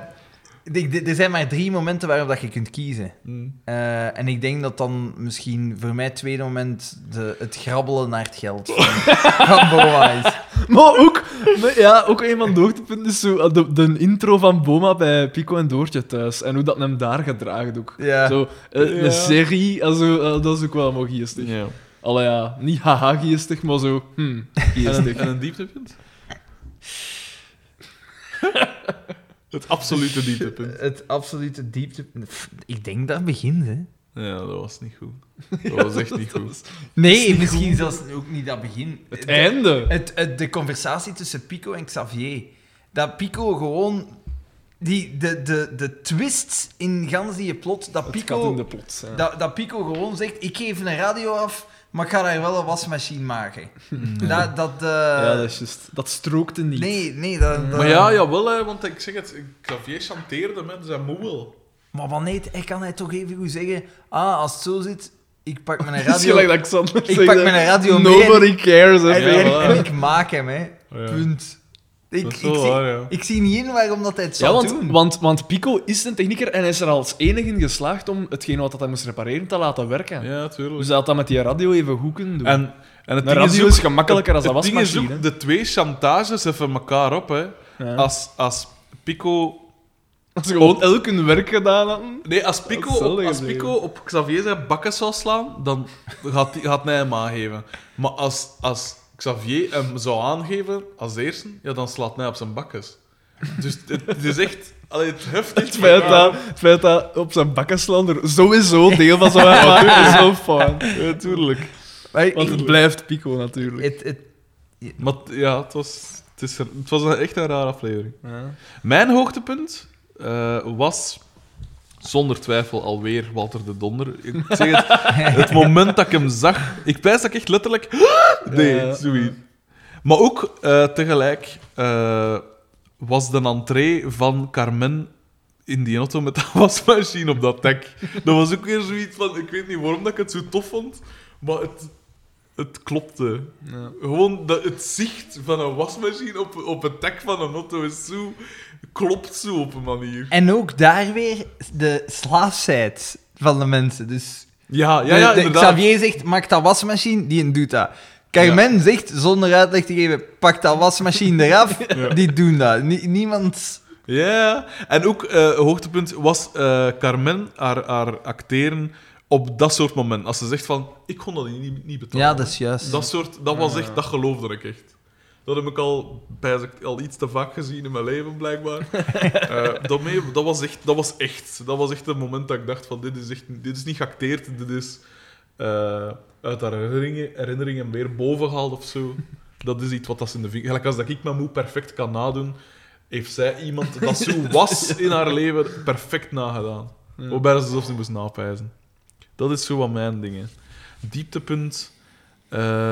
[SPEAKER 3] ik- d- er zijn maar drie momenten waarop dat je kunt kiezen.
[SPEAKER 1] hm,
[SPEAKER 3] Eh, en ik denk dat dan misschien voor mij het tweede moment de, het grabbelen naar het geld van van Boa is.
[SPEAKER 2] Maar ook, maar ja, ook een van de hoogtepunten is zo, eh, de, de intro van Boma bij Pico en Doortje thuis. En hoe dat hem daar gedraagt ook.
[SPEAKER 3] Ja.
[SPEAKER 2] Zo, eh,
[SPEAKER 1] Ja.
[SPEAKER 2] Een serie, also, eh, dat is ook wel mooi geestig.
[SPEAKER 1] Ja.
[SPEAKER 2] Allee, ja, niet haha geestig, maar zo, hm,
[SPEAKER 1] En,
[SPEAKER 2] geestig.
[SPEAKER 1] een- en een dieptepunt? het absolute dieptepunt.
[SPEAKER 3] Het absolute diepte... Pff, Ik denk dat het begint, hè.
[SPEAKER 1] Ja, dat was niet goed. Dat was echt niet goed.
[SPEAKER 3] Nee, misschien zelfs ook niet dat begin.
[SPEAKER 2] Het einde.
[SPEAKER 3] Het, het- de conversatie tussen Pico en Xavier. Dat Pico gewoon... Die, de, de, de twist in gans die plot, dat
[SPEAKER 2] Het kat in
[SPEAKER 3] Pico,
[SPEAKER 2] de pot. Ja.
[SPEAKER 3] dat, dat Pico gewoon zegt, ik geef een radio af, maar ik ga daar wel een wasmachine maken. Dat, dat, eh,
[SPEAKER 2] ja, dat is juist. Dat strookte niet.
[SPEAKER 3] Nee, nee, dat... dat-
[SPEAKER 1] Maar ja, jawel, hè, want ik zeg het, Xavier chanteerde met zijn moe wel.
[SPEAKER 3] Maar wanneer, hij kan hij toch even goed zeggen, ah, als het zo zit, ik pak mijn
[SPEAKER 2] Het is
[SPEAKER 3] radio...
[SPEAKER 2] gelijk dat Xander
[SPEAKER 3] Ik
[SPEAKER 2] zegt,
[SPEAKER 3] pak
[SPEAKER 2] hè.
[SPEAKER 3] mijn radio mee en-
[SPEAKER 2] Nobody cares. hè.
[SPEAKER 3] En,
[SPEAKER 1] Ja,
[SPEAKER 3] en-
[SPEAKER 1] voilà.
[SPEAKER 3] en ik maak hem, hè.
[SPEAKER 1] Ja.
[SPEAKER 3] Punt. Ik,
[SPEAKER 1] Dat
[SPEAKER 3] ik,
[SPEAKER 1] is wel
[SPEAKER 3] zie,
[SPEAKER 1] waar, ja.
[SPEAKER 3] ik zie niet in waarom dat hij het
[SPEAKER 2] Ja,
[SPEAKER 3] zou
[SPEAKER 2] want,
[SPEAKER 3] doen.
[SPEAKER 2] want, want Pico is een technieker en hij is er als enige in geslaagd om hetgeen wat dat hij moest repareren te laten werken.
[SPEAKER 1] Ja, tuurlijk.
[SPEAKER 2] Dus hij had dat met die radio even goed kunnen doen.
[SPEAKER 1] En, en het
[SPEAKER 2] Een
[SPEAKER 1] ding
[SPEAKER 2] radio
[SPEAKER 1] ook-
[SPEAKER 2] is gemakkelijker als
[SPEAKER 1] het-
[SPEAKER 2] een
[SPEAKER 1] het ding is ook,
[SPEAKER 2] wasmachine,
[SPEAKER 1] de twee chantages even elkaar op, hè.
[SPEAKER 2] Ja.
[SPEAKER 1] Als, als Pico...
[SPEAKER 2] Als ze gewoon elk hun werk gedaan hadden.
[SPEAKER 1] Nee, als Pico,
[SPEAKER 2] Dat zal
[SPEAKER 1] op,
[SPEAKER 2] je
[SPEAKER 1] als
[SPEAKER 2] zeggen.
[SPEAKER 1] Pico op Xavier zijn bakken zou slaan, dan gaat, die, gaat hij hem aangeven. Maar als, als Xavier hem zou aangeven als eerste, ja, dan slaat hij op zijn bakkes. Dus het, het is echt... Allee, het heft
[SPEAKER 2] Het feit, dat, het feit dat op zijn bakkenslander sowieso deel van zou uitmaken, is zo fijn.
[SPEAKER 1] Natuurlijk.
[SPEAKER 3] Maar ik-
[SPEAKER 2] Want het blijft Pico natuurlijk.
[SPEAKER 3] het, het,
[SPEAKER 1] Maar t- ja, het was, het, is, er- het was een- echt een rare aflevering.
[SPEAKER 2] Ja.
[SPEAKER 1] Mijn hoogtepunt eh, was zonder twijfel alweer Walter de Donder. Ik zeg het, het moment dat ik hem zag, ik pijs dat ik echt letterlijk... Nee,
[SPEAKER 2] Ja.
[SPEAKER 1] zoiets. Maar ook eh, tegelijk eh, was de entree van Carmen in die auto met de wasmachine op dat dek. Dat was ook weer zoiets van... Ik weet niet waarom dat ik het zo tof vond, maar het, het klopte.
[SPEAKER 2] Ja.
[SPEAKER 1] Gewoon dat het zicht van een wasmachine op, op het dek van een auto is zo... Klopt zo op een manier.
[SPEAKER 3] en ook daar weer de slaafsheid van de mensen. Dus
[SPEAKER 1] Ja, ja, ja,
[SPEAKER 3] de- de-
[SPEAKER 1] inderdaad.
[SPEAKER 3] Xavier zegt, maak dat wasmachine, die doet dat. Carmen zegt, zonder uitleg te geven, pak dat wasmachine eraf, die doen dat. Nie- niemand...
[SPEAKER 1] Ja, en ook eh, hoogtepunt was eh, Carmen, haar, haar acteren op dat soort moment. Als ze zegt van, ik kon dat niet, niet betalen.
[SPEAKER 3] Ja, dat is juist.
[SPEAKER 1] Dat soort, dat was echt, dat geloofde ik echt. Dat heb ik al, bijz- al iets te vaak gezien in mijn leven, blijkbaar. Eh, dat, mee- dat, was echt, dat was echt. Dat was echt een moment dat ik dacht van, dit is, echt, dit is niet geacteerd, dit is eh, uit haar herinneringen, herinneringen weer bovengehaald of zo. Dat is iets wat dat ze in de vinger... Gelijk als dat ik mijn moe perfect kan nadoen, heeft zij iemand dat zo was in haar leven perfect nagedaan. Waarbij ze zelfs niet moest napijzen. Dat is zo wat mijn dingen. Dieptepunt...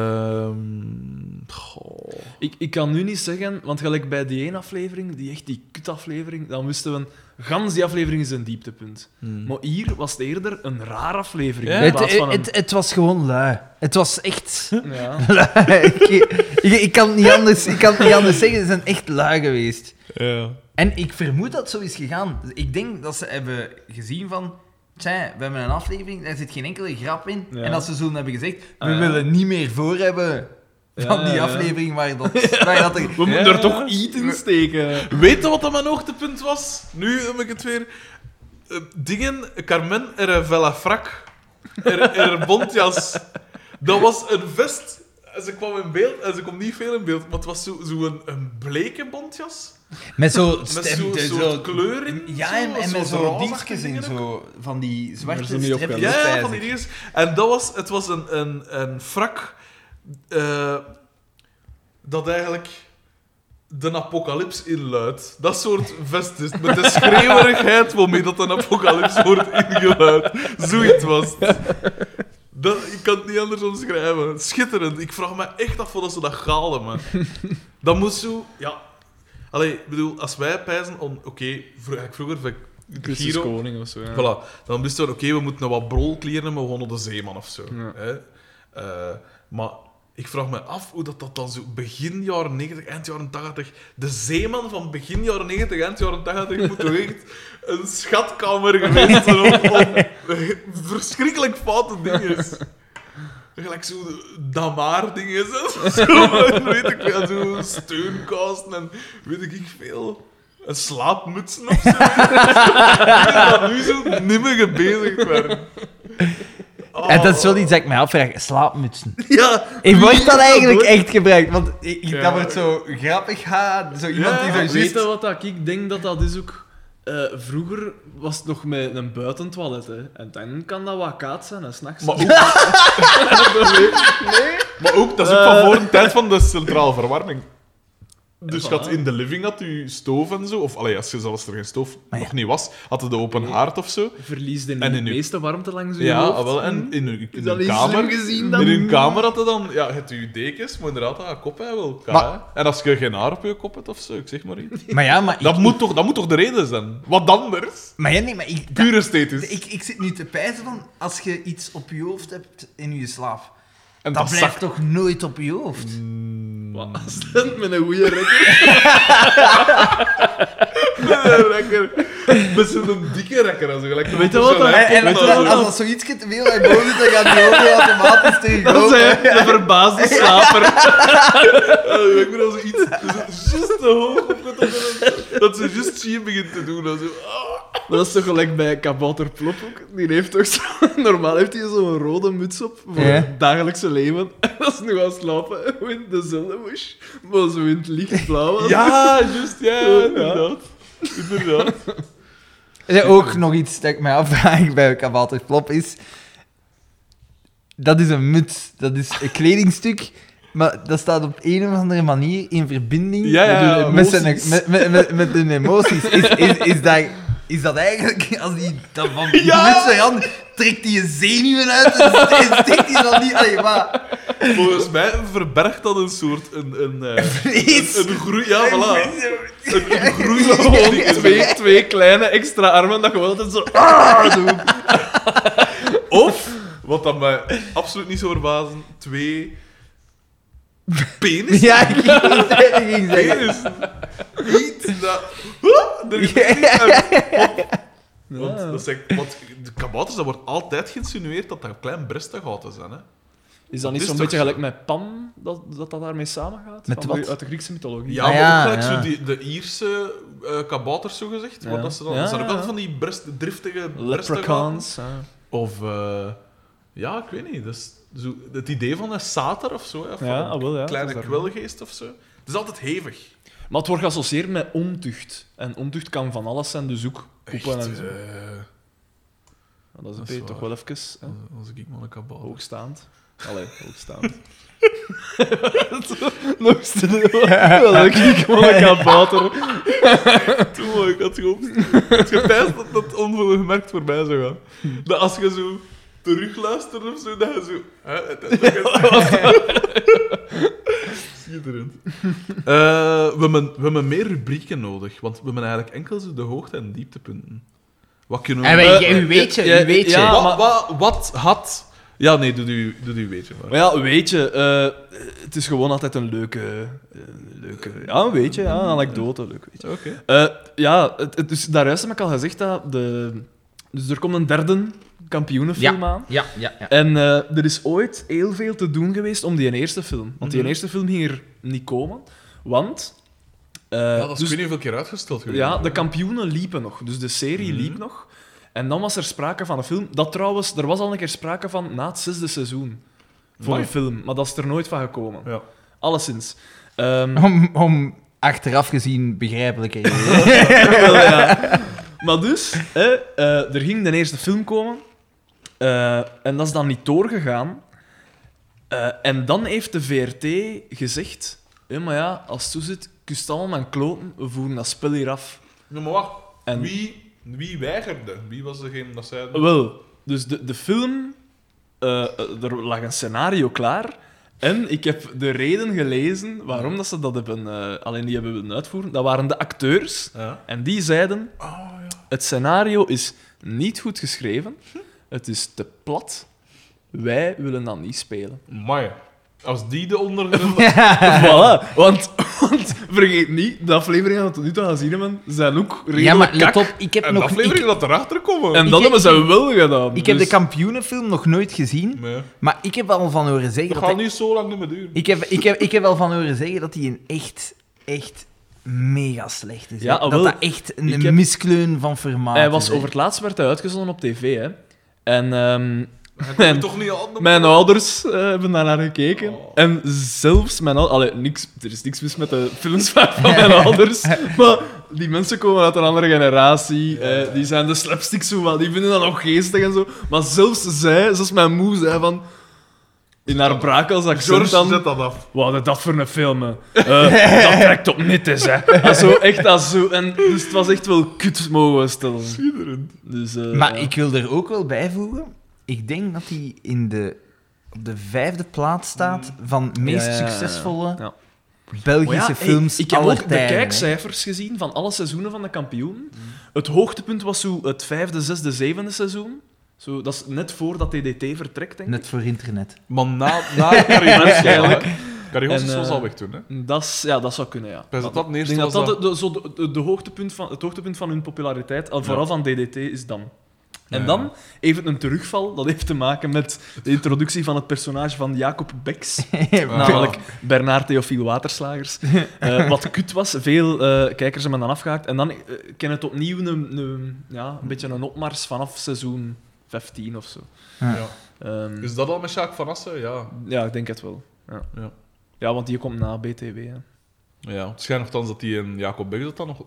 [SPEAKER 1] Ehm goh.
[SPEAKER 2] Ik, ik kan nu niet zeggen, want gelijk bij die ene aflevering, die echt die kutaflevering, dan wisten we, gans die aflevering is een dieptepunt. Maar hier was het eerder een raar aflevering.
[SPEAKER 1] Hmm. Ja.
[SPEAKER 2] In
[SPEAKER 3] het,
[SPEAKER 2] plaats van
[SPEAKER 3] het,
[SPEAKER 2] een...
[SPEAKER 3] het, het was gewoon lui. Het was echt...
[SPEAKER 2] Ja.
[SPEAKER 3] ik, ik, ik kan het niet anders, ik kan het niet anders zeggen, ze zijn echt lui geweest.
[SPEAKER 1] Ja.
[SPEAKER 3] En ik vermoed dat het zo is gegaan. Ik denk dat ze hebben gezien van... Tja, we hebben een aflevering, daar zit geen enkele grap in.
[SPEAKER 2] Ja.
[SPEAKER 3] En dat ze zo hebben gezegd, we
[SPEAKER 2] Ah, ja.
[SPEAKER 3] willen niet meer voor hebben van
[SPEAKER 2] Ja,
[SPEAKER 3] die
[SPEAKER 2] ja, ja.
[SPEAKER 3] aflevering waar dat... Waar dat er-
[SPEAKER 2] We
[SPEAKER 1] Ja.
[SPEAKER 2] moeten er toch iets in steken.
[SPEAKER 1] Weet je wat dat mijn hoogtepunt was? Nu heb ik het weer. Eh, dingen, Carmen Ervella Frak. Er, er bontjas. Dat was een vest. En Ze kwam in beeld en ze komt niet veel in beeld, maar het was zo'n zo een, een bleke bontjas.
[SPEAKER 3] Met zo'n
[SPEAKER 1] Met zo'n soort kleur in.
[SPEAKER 3] Ja, en, en met
[SPEAKER 1] zo'n
[SPEAKER 3] zo'n
[SPEAKER 1] rozeachtige
[SPEAKER 3] dingetjes in,
[SPEAKER 1] dingen ook.
[SPEAKER 3] zo, van die zwarte
[SPEAKER 2] Waar ze mee
[SPEAKER 3] stripjes.
[SPEAKER 2] opgaan.
[SPEAKER 1] Ja, van die dingen. En dat was, het was een, een, een frak eh, dat eigenlijk de apocalyps inluidt. Dat soort vest is het, met de schreeuwerigheid waarmee dat een apocalyps wordt ingeluid. Zoiets was het. Dat, ik kan het niet anders omschrijven. Schitterend. Ik vraag me echt af wat ze dat galen, man. Dat moet zo... Ja. Allee, ik bedoel, als wij pijzen om... Oké, vro- vroeger... vind ik
[SPEAKER 2] Christus
[SPEAKER 1] Giro-
[SPEAKER 2] Koning of zo. Ja.
[SPEAKER 1] Voilà. Dan wisten we, oké, we moeten nog wat brolkleren hebben, we gaan op de zeeman of zo. Hè? Eh, maar Ik vraag me af hoe dat, dat dan zo begin jaren 90, eind jaren 80... De zeeman van begin jaren 90, eind jaren 80 moet toch echt een schatkamer geweest zijn om, om verschrikkelijk foute dingen. Gelijk zo damaar-dingen. zo, Zo, weet ik veel, zo steunkasten en weet ik veel. Een slaapmutsen of zo. dat nu zo nimmer gebezigd werden. Oh.
[SPEAKER 3] En dat is wel iets dat ik mij afvraag. Slaapmutsen.
[SPEAKER 1] Ja,
[SPEAKER 3] Ik wordt dat
[SPEAKER 1] wie-
[SPEAKER 3] eigenlijk echt gebruikt? Want ik, ik-
[SPEAKER 1] Ja.
[SPEAKER 3] dat wordt zo grappig, ha. Zo iemand
[SPEAKER 1] Ja,
[SPEAKER 3] die
[SPEAKER 2] Maar
[SPEAKER 3] zo
[SPEAKER 2] weet
[SPEAKER 3] zit.
[SPEAKER 2] je wat dat ik denk dat dat is ook... eh, vroeger was het nog met een buitentoilet, hè. En dan kan dat wat kaat zijn, en s'nachts...
[SPEAKER 1] Maar ook... Maar ook, dat is ook van voor de tijd van de centrale verwarming. Dus
[SPEAKER 2] voilà.
[SPEAKER 1] je had in de living had u stoof en zo, of allee, als, je, als er geen stoof
[SPEAKER 3] Maar ja.
[SPEAKER 1] nog niet was, had je de open haard of zo.
[SPEAKER 2] verliesde
[SPEAKER 1] En
[SPEAKER 2] de
[SPEAKER 1] in uw-
[SPEAKER 2] meeste warmte langs je
[SPEAKER 1] Ja,
[SPEAKER 2] hoofd.
[SPEAKER 1] ah, wel, en in uw, in
[SPEAKER 2] dat
[SPEAKER 1] uw
[SPEAKER 2] is
[SPEAKER 1] kamer.
[SPEAKER 2] slim gezien dan?
[SPEAKER 1] In uw kamer had je dan, ja, het uw dekens, maar inderdaad, dat je kop hè, wel. ka,
[SPEAKER 3] Maar-
[SPEAKER 1] hè. En als je geen haar op je kop hebt of zo, ik zeg maar iets.
[SPEAKER 3] Maar ja, maar ik...
[SPEAKER 1] Dat moet toch, dat moet toch de reden zijn? Wat anders?
[SPEAKER 3] Maar ja, nee, maar ik... dat-
[SPEAKER 1] Puur esthetisch.
[SPEAKER 3] ik, ik zit nu te pijzen van, als je iets op je hoofd hebt in je slaap,
[SPEAKER 1] en
[SPEAKER 3] dat blijft
[SPEAKER 1] zakt.
[SPEAKER 3] toch nooit op je hoofd?
[SPEAKER 2] Wat als dat met een goede rekker...
[SPEAKER 1] rekker. Met zo'n dikke rekker. Als gelijk,
[SPEAKER 2] Weet je wat,
[SPEAKER 1] Zo'n
[SPEAKER 2] hè?
[SPEAKER 1] laptop
[SPEAKER 3] En, en
[SPEAKER 1] met
[SPEAKER 2] weet je
[SPEAKER 1] zo'n-
[SPEAKER 2] wel.
[SPEAKER 3] als dat zoiets te veel naar boven zit, dan gaat die hoofd weer automatisch tegen
[SPEAKER 2] Dat
[SPEAKER 3] boven.
[SPEAKER 2] zijn de verbaasde slaper.
[SPEAKER 1] Eh, ik bedoel, als iets zo- juist te hoog opgetopt dat ze juist zien begint te doen. Dan zo, ah.
[SPEAKER 2] Maar dat is toch gelijk bij Kabouter Plop ook. Die heeft toch zo... Normaal heeft hij zo'n rode muts op voor
[SPEAKER 3] Ja.
[SPEAKER 2] het dagelijkse leven. En dat is nu aan slapen. Hoe in dezelfde moes. Maar zo in het lichtblauw.
[SPEAKER 1] Ja, juist, ja, ja, inderdaad. Inderdaad.
[SPEAKER 3] Er is ook nog iets dat ik mij afvraag bij Kabouter Plop is... Dat is een muts, dat is een kledingstuk, maar dat staat op een of andere manier in verbinding
[SPEAKER 1] Ja, ja,
[SPEAKER 2] ja,
[SPEAKER 3] met, zijn,
[SPEAKER 2] emoties.
[SPEAKER 3] met, met, met, met hun emoties. Is, is, is, dat, is dat eigenlijk, als die dat van die
[SPEAKER 1] Ja!
[SPEAKER 3] muts zijn hand, trekt die je zenuwen uit en st- steekt die dan niet... Allee, maar...
[SPEAKER 1] Volgens mij verbergt dat een soort een, een, eh,
[SPEAKER 3] Vlees.
[SPEAKER 1] een, een groei. Ja, voilà. Een, een groei.
[SPEAKER 2] Twee, twee kleine extra armen dat gewoon altijd zo... Ah, doen.
[SPEAKER 1] Of, wat dat mij absoluut niet zou verbazen, twee penis.
[SPEAKER 3] Ja, ik ging het ik ging zeggen.
[SPEAKER 1] Penis. Iets dat... Huh? Er is precies een- Want, dat zeg, want de kabouters, dat wordt altijd geïnsinueerd dat dat klein brestaghouten zijn. Hè?
[SPEAKER 2] Is dat niet
[SPEAKER 1] Is
[SPEAKER 2] zo'n
[SPEAKER 1] toch
[SPEAKER 2] beetje
[SPEAKER 1] zo?
[SPEAKER 2] gelijk met Pan, dat dat, dat daarmee samengaat?
[SPEAKER 3] Met
[SPEAKER 2] Van de-
[SPEAKER 3] wat?
[SPEAKER 2] Uit de Griekse mythologie.
[SPEAKER 1] Ja,
[SPEAKER 3] Ah,
[SPEAKER 1] maar
[SPEAKER 3] ja,
[SPEAKER 1] ook gelijk
[SPEAKER 3] ja.
[SPEAKER 1] zo die, de Ierse eh kabouters, zo gezegd.
[SPEAKER 2] Ja.
[SPEAKER 1] Want dat, ze dan,
[SPEAKER 2] Ja,
[SPEAKER 1] dat zijn ook
[SPEAKER 2] ja,
[SPEAKER 1] altijd
[SPEAKER 2] ja.
[SPEAKER 1] van die brest, driftige brestaghouten.
[SPEAKER 2] Leprechauns. ja.
[SPEAKER 1] Of, eh, ja, ik weet niet. Dat is zo, het idee van een sater of zo. Hè, of
[SPEAKER 2] Ja, ah,
[SPEAKER 1] een
[SPEAKER 2] wel, ja. dat
[SPEAKER 1] kleine
[SPEAKER 2] is daar-
[SPEAKER 1] kwelgeest of zo. Het is altijd hevig.
[SPEAKER 2] Maar het wordt geassocieerd met ontucht. En ontucht kan van alles zijn, dus ook
[SPEAKER 1] Echt,
[SPEAKER 2] poepen en zo.
[SPEAKER 1] eh,
[SPEAKER 2] Maar dat is, een
[SPEAKER 1] dat
[SPEAKER 2] beetje
[SPEAKER 1] is
[SPEAKER 2] toch
[SPEAKER 1] waar.
[SPEAKER 2] wel even hè?
[SPEAKER 1] als ik maar een kabouter...
[SPEAKER 2] hoogstaand. Allee, hoogstaand. Nog steeds. Wel, ik kijk gewoon een kabouter.
[SPEAKER 1] Toen ik had geopend. Het gepijst dat dat ongemerkt voorbij zou gaan. Dat als je zo terugluistert of zo, dat je zo... Hè, het- het- het- Schitterend. Eh, we, hebben, we hebben meer rubrieken nodig, want we hebben eigenlijk enkel zo de hoogte- en dieptepunten. Wat kunnen we...
[SPEAKER 3] En
[SPEAKER 1] Eh,
[SPEAKER 3] wij- u weet je, u weet je.
[SPEAKER 2] ja,
[SPEAKER 1] wat,
[SPEAKER 2] maar-
[SPEAKER 1] wat, wat had... Ja, nee, doe u, doe u weet je maar.
[SPEAKER 2] Maar ja, weet je, eh, het is gewoon altijd een leuke... eh, leuke ja, weet je, ja, een anekdote. Leuk, weet je.
[SPEAKER 1] Oké.
[SPEAKER 2] Eh, ja, het, het- dus daarjuist heb ik al gezegd dat de... Dus er komt een derde kampioenenfilm aan.
[SPEAKER 3] Ja, ja, ja.
[SPEAKER 2] En eh, er is ooit heel veel te doen geweest om die eerste film. Want die
[SPEAKER 1] Mhm.
[SPEAKER 2] eerste film ging er niet komen. Want... eh,
[SPEAKER 1] Ja, dat is
[SPEAKER 2] dus-
[SPEAKER 1] ik weet niet hoeveel keer uitgesteld geweest.
[SPEAKER 2] ja, de kampioenen liepen nog. Dus de serie
[SPEAKER 1] Mhm.
[SPEAKER 2] liep nog. En dan was er sprake van een film. Dat trouwens, er was al een keer sprake van na het zesde seizoen. Voor
[SPEAKER 1] Amai.
[SPEAKER 2] een film. Maar dat is er nooit van gekomen.
[SPEAKER 1] Ja. Oh.
[SPEAKER 2] Alleszins. Ehm,
[SPEAKER 3] Om, om achteraf gezien begrijpelijker. te worden.
[SPEAKER 2] Wel, ja. Maar dus, hè, eh, er ging de eerste film komen. eh, en dat is dan niet doorgegaan. Eh, en dan heeft de VRT gezegd... Hé, maar ja, als het zo zit, kust allemaal mijn kloten. We voeren dat spel hier af.
[SPEAKER 1] Ja, maar wacht.
[SPEAKER 2] En-
[SPEAKER 1] Wie, wie weigerde? Wie was degene dat zei...
[SPEAKER 2] Wel, dus de, de film... eh, eh, er lag een scenario klaar. En ik heb de reden gelezen waarom dat ze dat hebben... eh, alleen die hebben willen uitvoeren. Dat waren de acteurs.
[SPEAKER 1] Ja.
[SPEAKER 2] En die zeiden...
[SPEAKER 1] Oh, ja.
[SPEAKER 2] Het scenario is niet goed geschreven. Het is te plat. Wij willen dat niet spelen.
[SPEAKER 1] Amai. Als die de ondergrond...
[SPEAKER 2] Voilà, want, want vergeet niet, de afleveringen dat we tot nu toe gaan zien hebben, zijn ook redelijk
[SPEAKER 3] Ja, maar let
[SPEAKER 2] kak.
[SPEAKER 3] op, ik heb
[SPEAKER 1] En de
[SPEAKER 3] nog...
[SPEAKER 1] aflevering
[SPEAKER 3] Ik,
[SPEAKER 1] dat erachter komen.
[SPEAKER 2] En dat
[SPEAKER 3] Ik-
[SPEAKER 2] hebben ze wel gedaan.
[SPEAKER 3] ik heb de
[SPEAKER 2] dus-
[SPEAKER 3] kampioenenfilm nog nooit gezien,
[SPEAKER 1] Nee.
[SPEAKER 3] maar ik heb al van horen
[SPEAKER 1] Dat
[SPEAKER 3] zeggen... dat hij-
[SPEAKER 1] gaat niet zo lang niet meer duren.
[SPEAKER 3] Ik heb, ik, heb, ik heb wel van horen zeggen dat hij een echt, echt mega slecht is.
[SPEAKER 2] Ja,
[SPEAKER 3] hè. dat
[SPEAKER 2] alweer.
[SPEAKER 3] dat echt een
[SPEAKER 2] Ik heb-
[SPEAKER 3] miskleun van formaat
[SPEAKER 2] Hij was
[SPEAKER 3] is, hè.
[SPEAKER 2] over het laatst werd hij uitgezonden op tv, hè. En ehm,
[SPEAKER 1] Hij
[SPEAKER 2] mijn-
[SPEAKER 1] komt toch niet aan.
[SPEAKER 2] mijn ouders eh, hebben daar naar gekeken.
[SPEAKER 1] Oh.
[SPEAKER 2] En zelfs mijn ouders... Allee, niks, er is niks mis met de filmsmaak van mijn ouders. Maar die mensen komen uit een andere generatie. eh, die zijn de slapsticks zo wat. Die vinden dat nog geestig en zo. Maar zelfs zij, zoals mijn moe zei van... In haar braak accent
[SPEAKER 1] George,
[SPEAKER 2] dan...
[SPEAKER 1] zet dat af.
[SPEAKER 2] Wat is dat voor een film? hè? Eh, dat trekt op niet eens, hè. Dat zo, echt dat zo. En, dus het was echt wel kut mogen stellen.
[SPEAKER 1] Schitterend.
[SPEAKER 2] Dus, eh,
[SPEAKER 3] Maar
[SPEAKER 2] ja.
[SPEAKER 3] ik wil er ook wel bijvoegen. Ik denk dat hij in de, op de vijfde plaats staat van meest
[SPEAKER 2] Ja, ja, ja, ja.
[SPEAKER 3] succesvolle
[SPEAKER 2] Ja.
[SPEAKER 3] Belgische
[SPEAKER 2] Maar Hmm. Oh ja, hey,
[SPEAKER 3] films
[SPEAKER 2] Ik heb
[SPEAKER 3] aller
[SPEAKER 2] ook de
[SPEAKER 3] tijden, hè. Mm.
[SPEAKER 2] kijkcijfers gezien van alle seizoenen van de kampioen. Het hoogtepunt was zo het vijfde, zesde, zevende seizoen. Zo, dat is net voordat TDT vertrekt, denk ik.
[SPEAKER 3] Net voor internet.
[SPEAKER 1] Maar na, na Carrie
[SPEAKER 2] Waarschijnlijk.
[SPEAKER 1] Carrie
[SPEAKER 2] En,
[SPEAKER 1] was
[SPEAKER 2] eh,
[SPEAKER 1] al weg toen, hè?
[SPEAKER 2] Dat, is- ja, dat zou kunnen, ja.
[SPEAKER 1] Bij dat dat het
[SPEAKER 2] ik
[SPEAKER 1] eerste
[SPEAKER 2] denk dat
[SPEAKER 1] was
[SPEAKER 2] dat de, de- zo de, de- de hoogtepunt van, het hoogtepunt van hun populariteit, al vooral van DDT, is dan. En
[SPEAKER 1] Ja.
[SPEAKER 2] dan even een terugval, dat heeft te maken met de introductie van het personage van Jacob Beks. Namelijk Bernard Theofiel Waterslagers. Eh, wat kut was, veel eh, kijkers hebben dan afgehaakt. En dan eh, ken het opnieuw een, een- ja, een beetje een opmars vanaf seizoen 15 of zo.
[SPEAKER 3] Ja.
[SPEAKER 1] Ja.
[SPEAKER 2] Ehm,
[SPEAKER 1] Is dat al met Sjaak van Assen? Ja.
[SPEAKER 2] Ja, ik denk het wel. Ja,
[SPEAKER 1] Dus- Ja.
[SPEAKER 2] Ja, want die komt na BTW. Hè.
[SPEAKER 1] ja. Het schijnt nogthans dat hij en Jacob Beck dat dan nog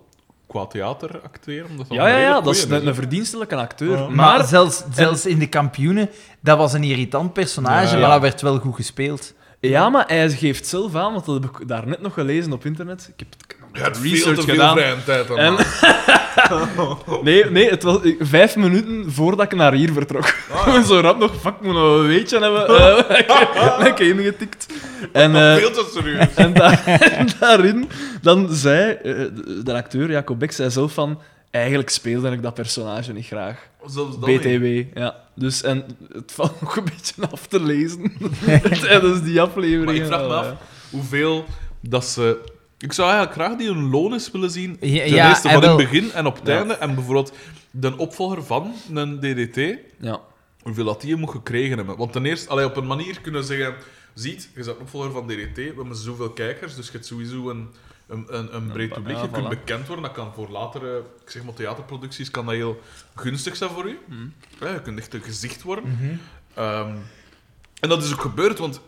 [SPEAKER 1] qua theater acteren. Omdat
[SPEAKER 2] Ja, ja, ja, dat is
[SPEAKER 1] net
[SPEAKER 2] een, een verdienstelijke
[SPEAKER 1] Ja.
[SPEAKER 2] acteur.
[SPEAKER 3] Maar,
[SPEAKER 2] Maar
[SPEAKER 3] zelfs, zelfs in de kampioenen, dat was een irritant personage,
[SPEAKER 1] Ja.
[SPEAKER 3] maar dat werd wel goed gespeeld.
[SPEAKER 2] Ja, maar hij geeft zelf aan, want dat heb ik daarnet nog gelezen op internet. Ik heb het nog
[SPEAKER 1] Het veel
[SPEAKER 2] research
[SPEAKER 1] te veel
[SPEAKER 2] gedaan.
[SPEAKER 1] vrije tijd aan
[SPEAKER 2] En-
[SPEAKER 1] maken. Oh.
[SPEAKER 2] Nee, nee, het was eh, vijf minuten voordat ik naar hier vertrok.
[SPEAKER 1] Ah.
[SPEAKER 2] Zo rap nog, fuck, moet nog een weetje hebben. eh, Lekker ingetikt. En, eh,
[SPEAKER 1] Veel te serieus.
[SPEAKER 2] en, da- en daarin, dan zei eh, de, de acteur Jacob Beck zei zelf van... Eigenlijk speelde ik dat personage niet graag.
[SPEAKER 1] Zelfs dat niet.
[SPEAKER 2] BTW, ja. Dus, en het valt nog een beetje af te lezen. Tijdens die aflevering.
[SPEAKER 1] Maar ik vraag me af hoeveel dat ze. Ik zou eigenlijk graag die hun loon eens willen zien. Ten
[SPEAKER 3] Ja, ja,
[SPEAKER 1] eerste
[SPEAKER 3] hij
[SPEAKER 1] van in het
[SPEAKER 3] wil.
[SPEAKER 1] begin en op het
[SPEAKER 2] Ja.
[SPEAKER 1] einde. En bijvoorbeeld de opvolger van een DDT,
[SPEAKER 2] Ja.
[SPEAKER 1] hoeveel dat die moet gekregen hebben. Want ten eerste, allee, op een manier kunnen zeggen: ziet, je bent opvolger van DDT, we hebben zoveel kijkers, dus je hebt sowieso een, een, een, een breed
[SPEAKER 2] ba-
[SPEAKER 1] publiek.
[SPEAKER 2] ja,
[SPEAKER 1] je kunt
[SPEAKER 2] voilà.
[SPEAKER 1] bekend worden, dat kan voor latere ik zeg maar, theaterproducties kan dat heel gunstig zijn voor u.
[SPEAKER 2] Mhm.
[SPEAKER 1] Ja, je kunt echt een gezicht worden. Ehm, en dat is ook gebeurd, want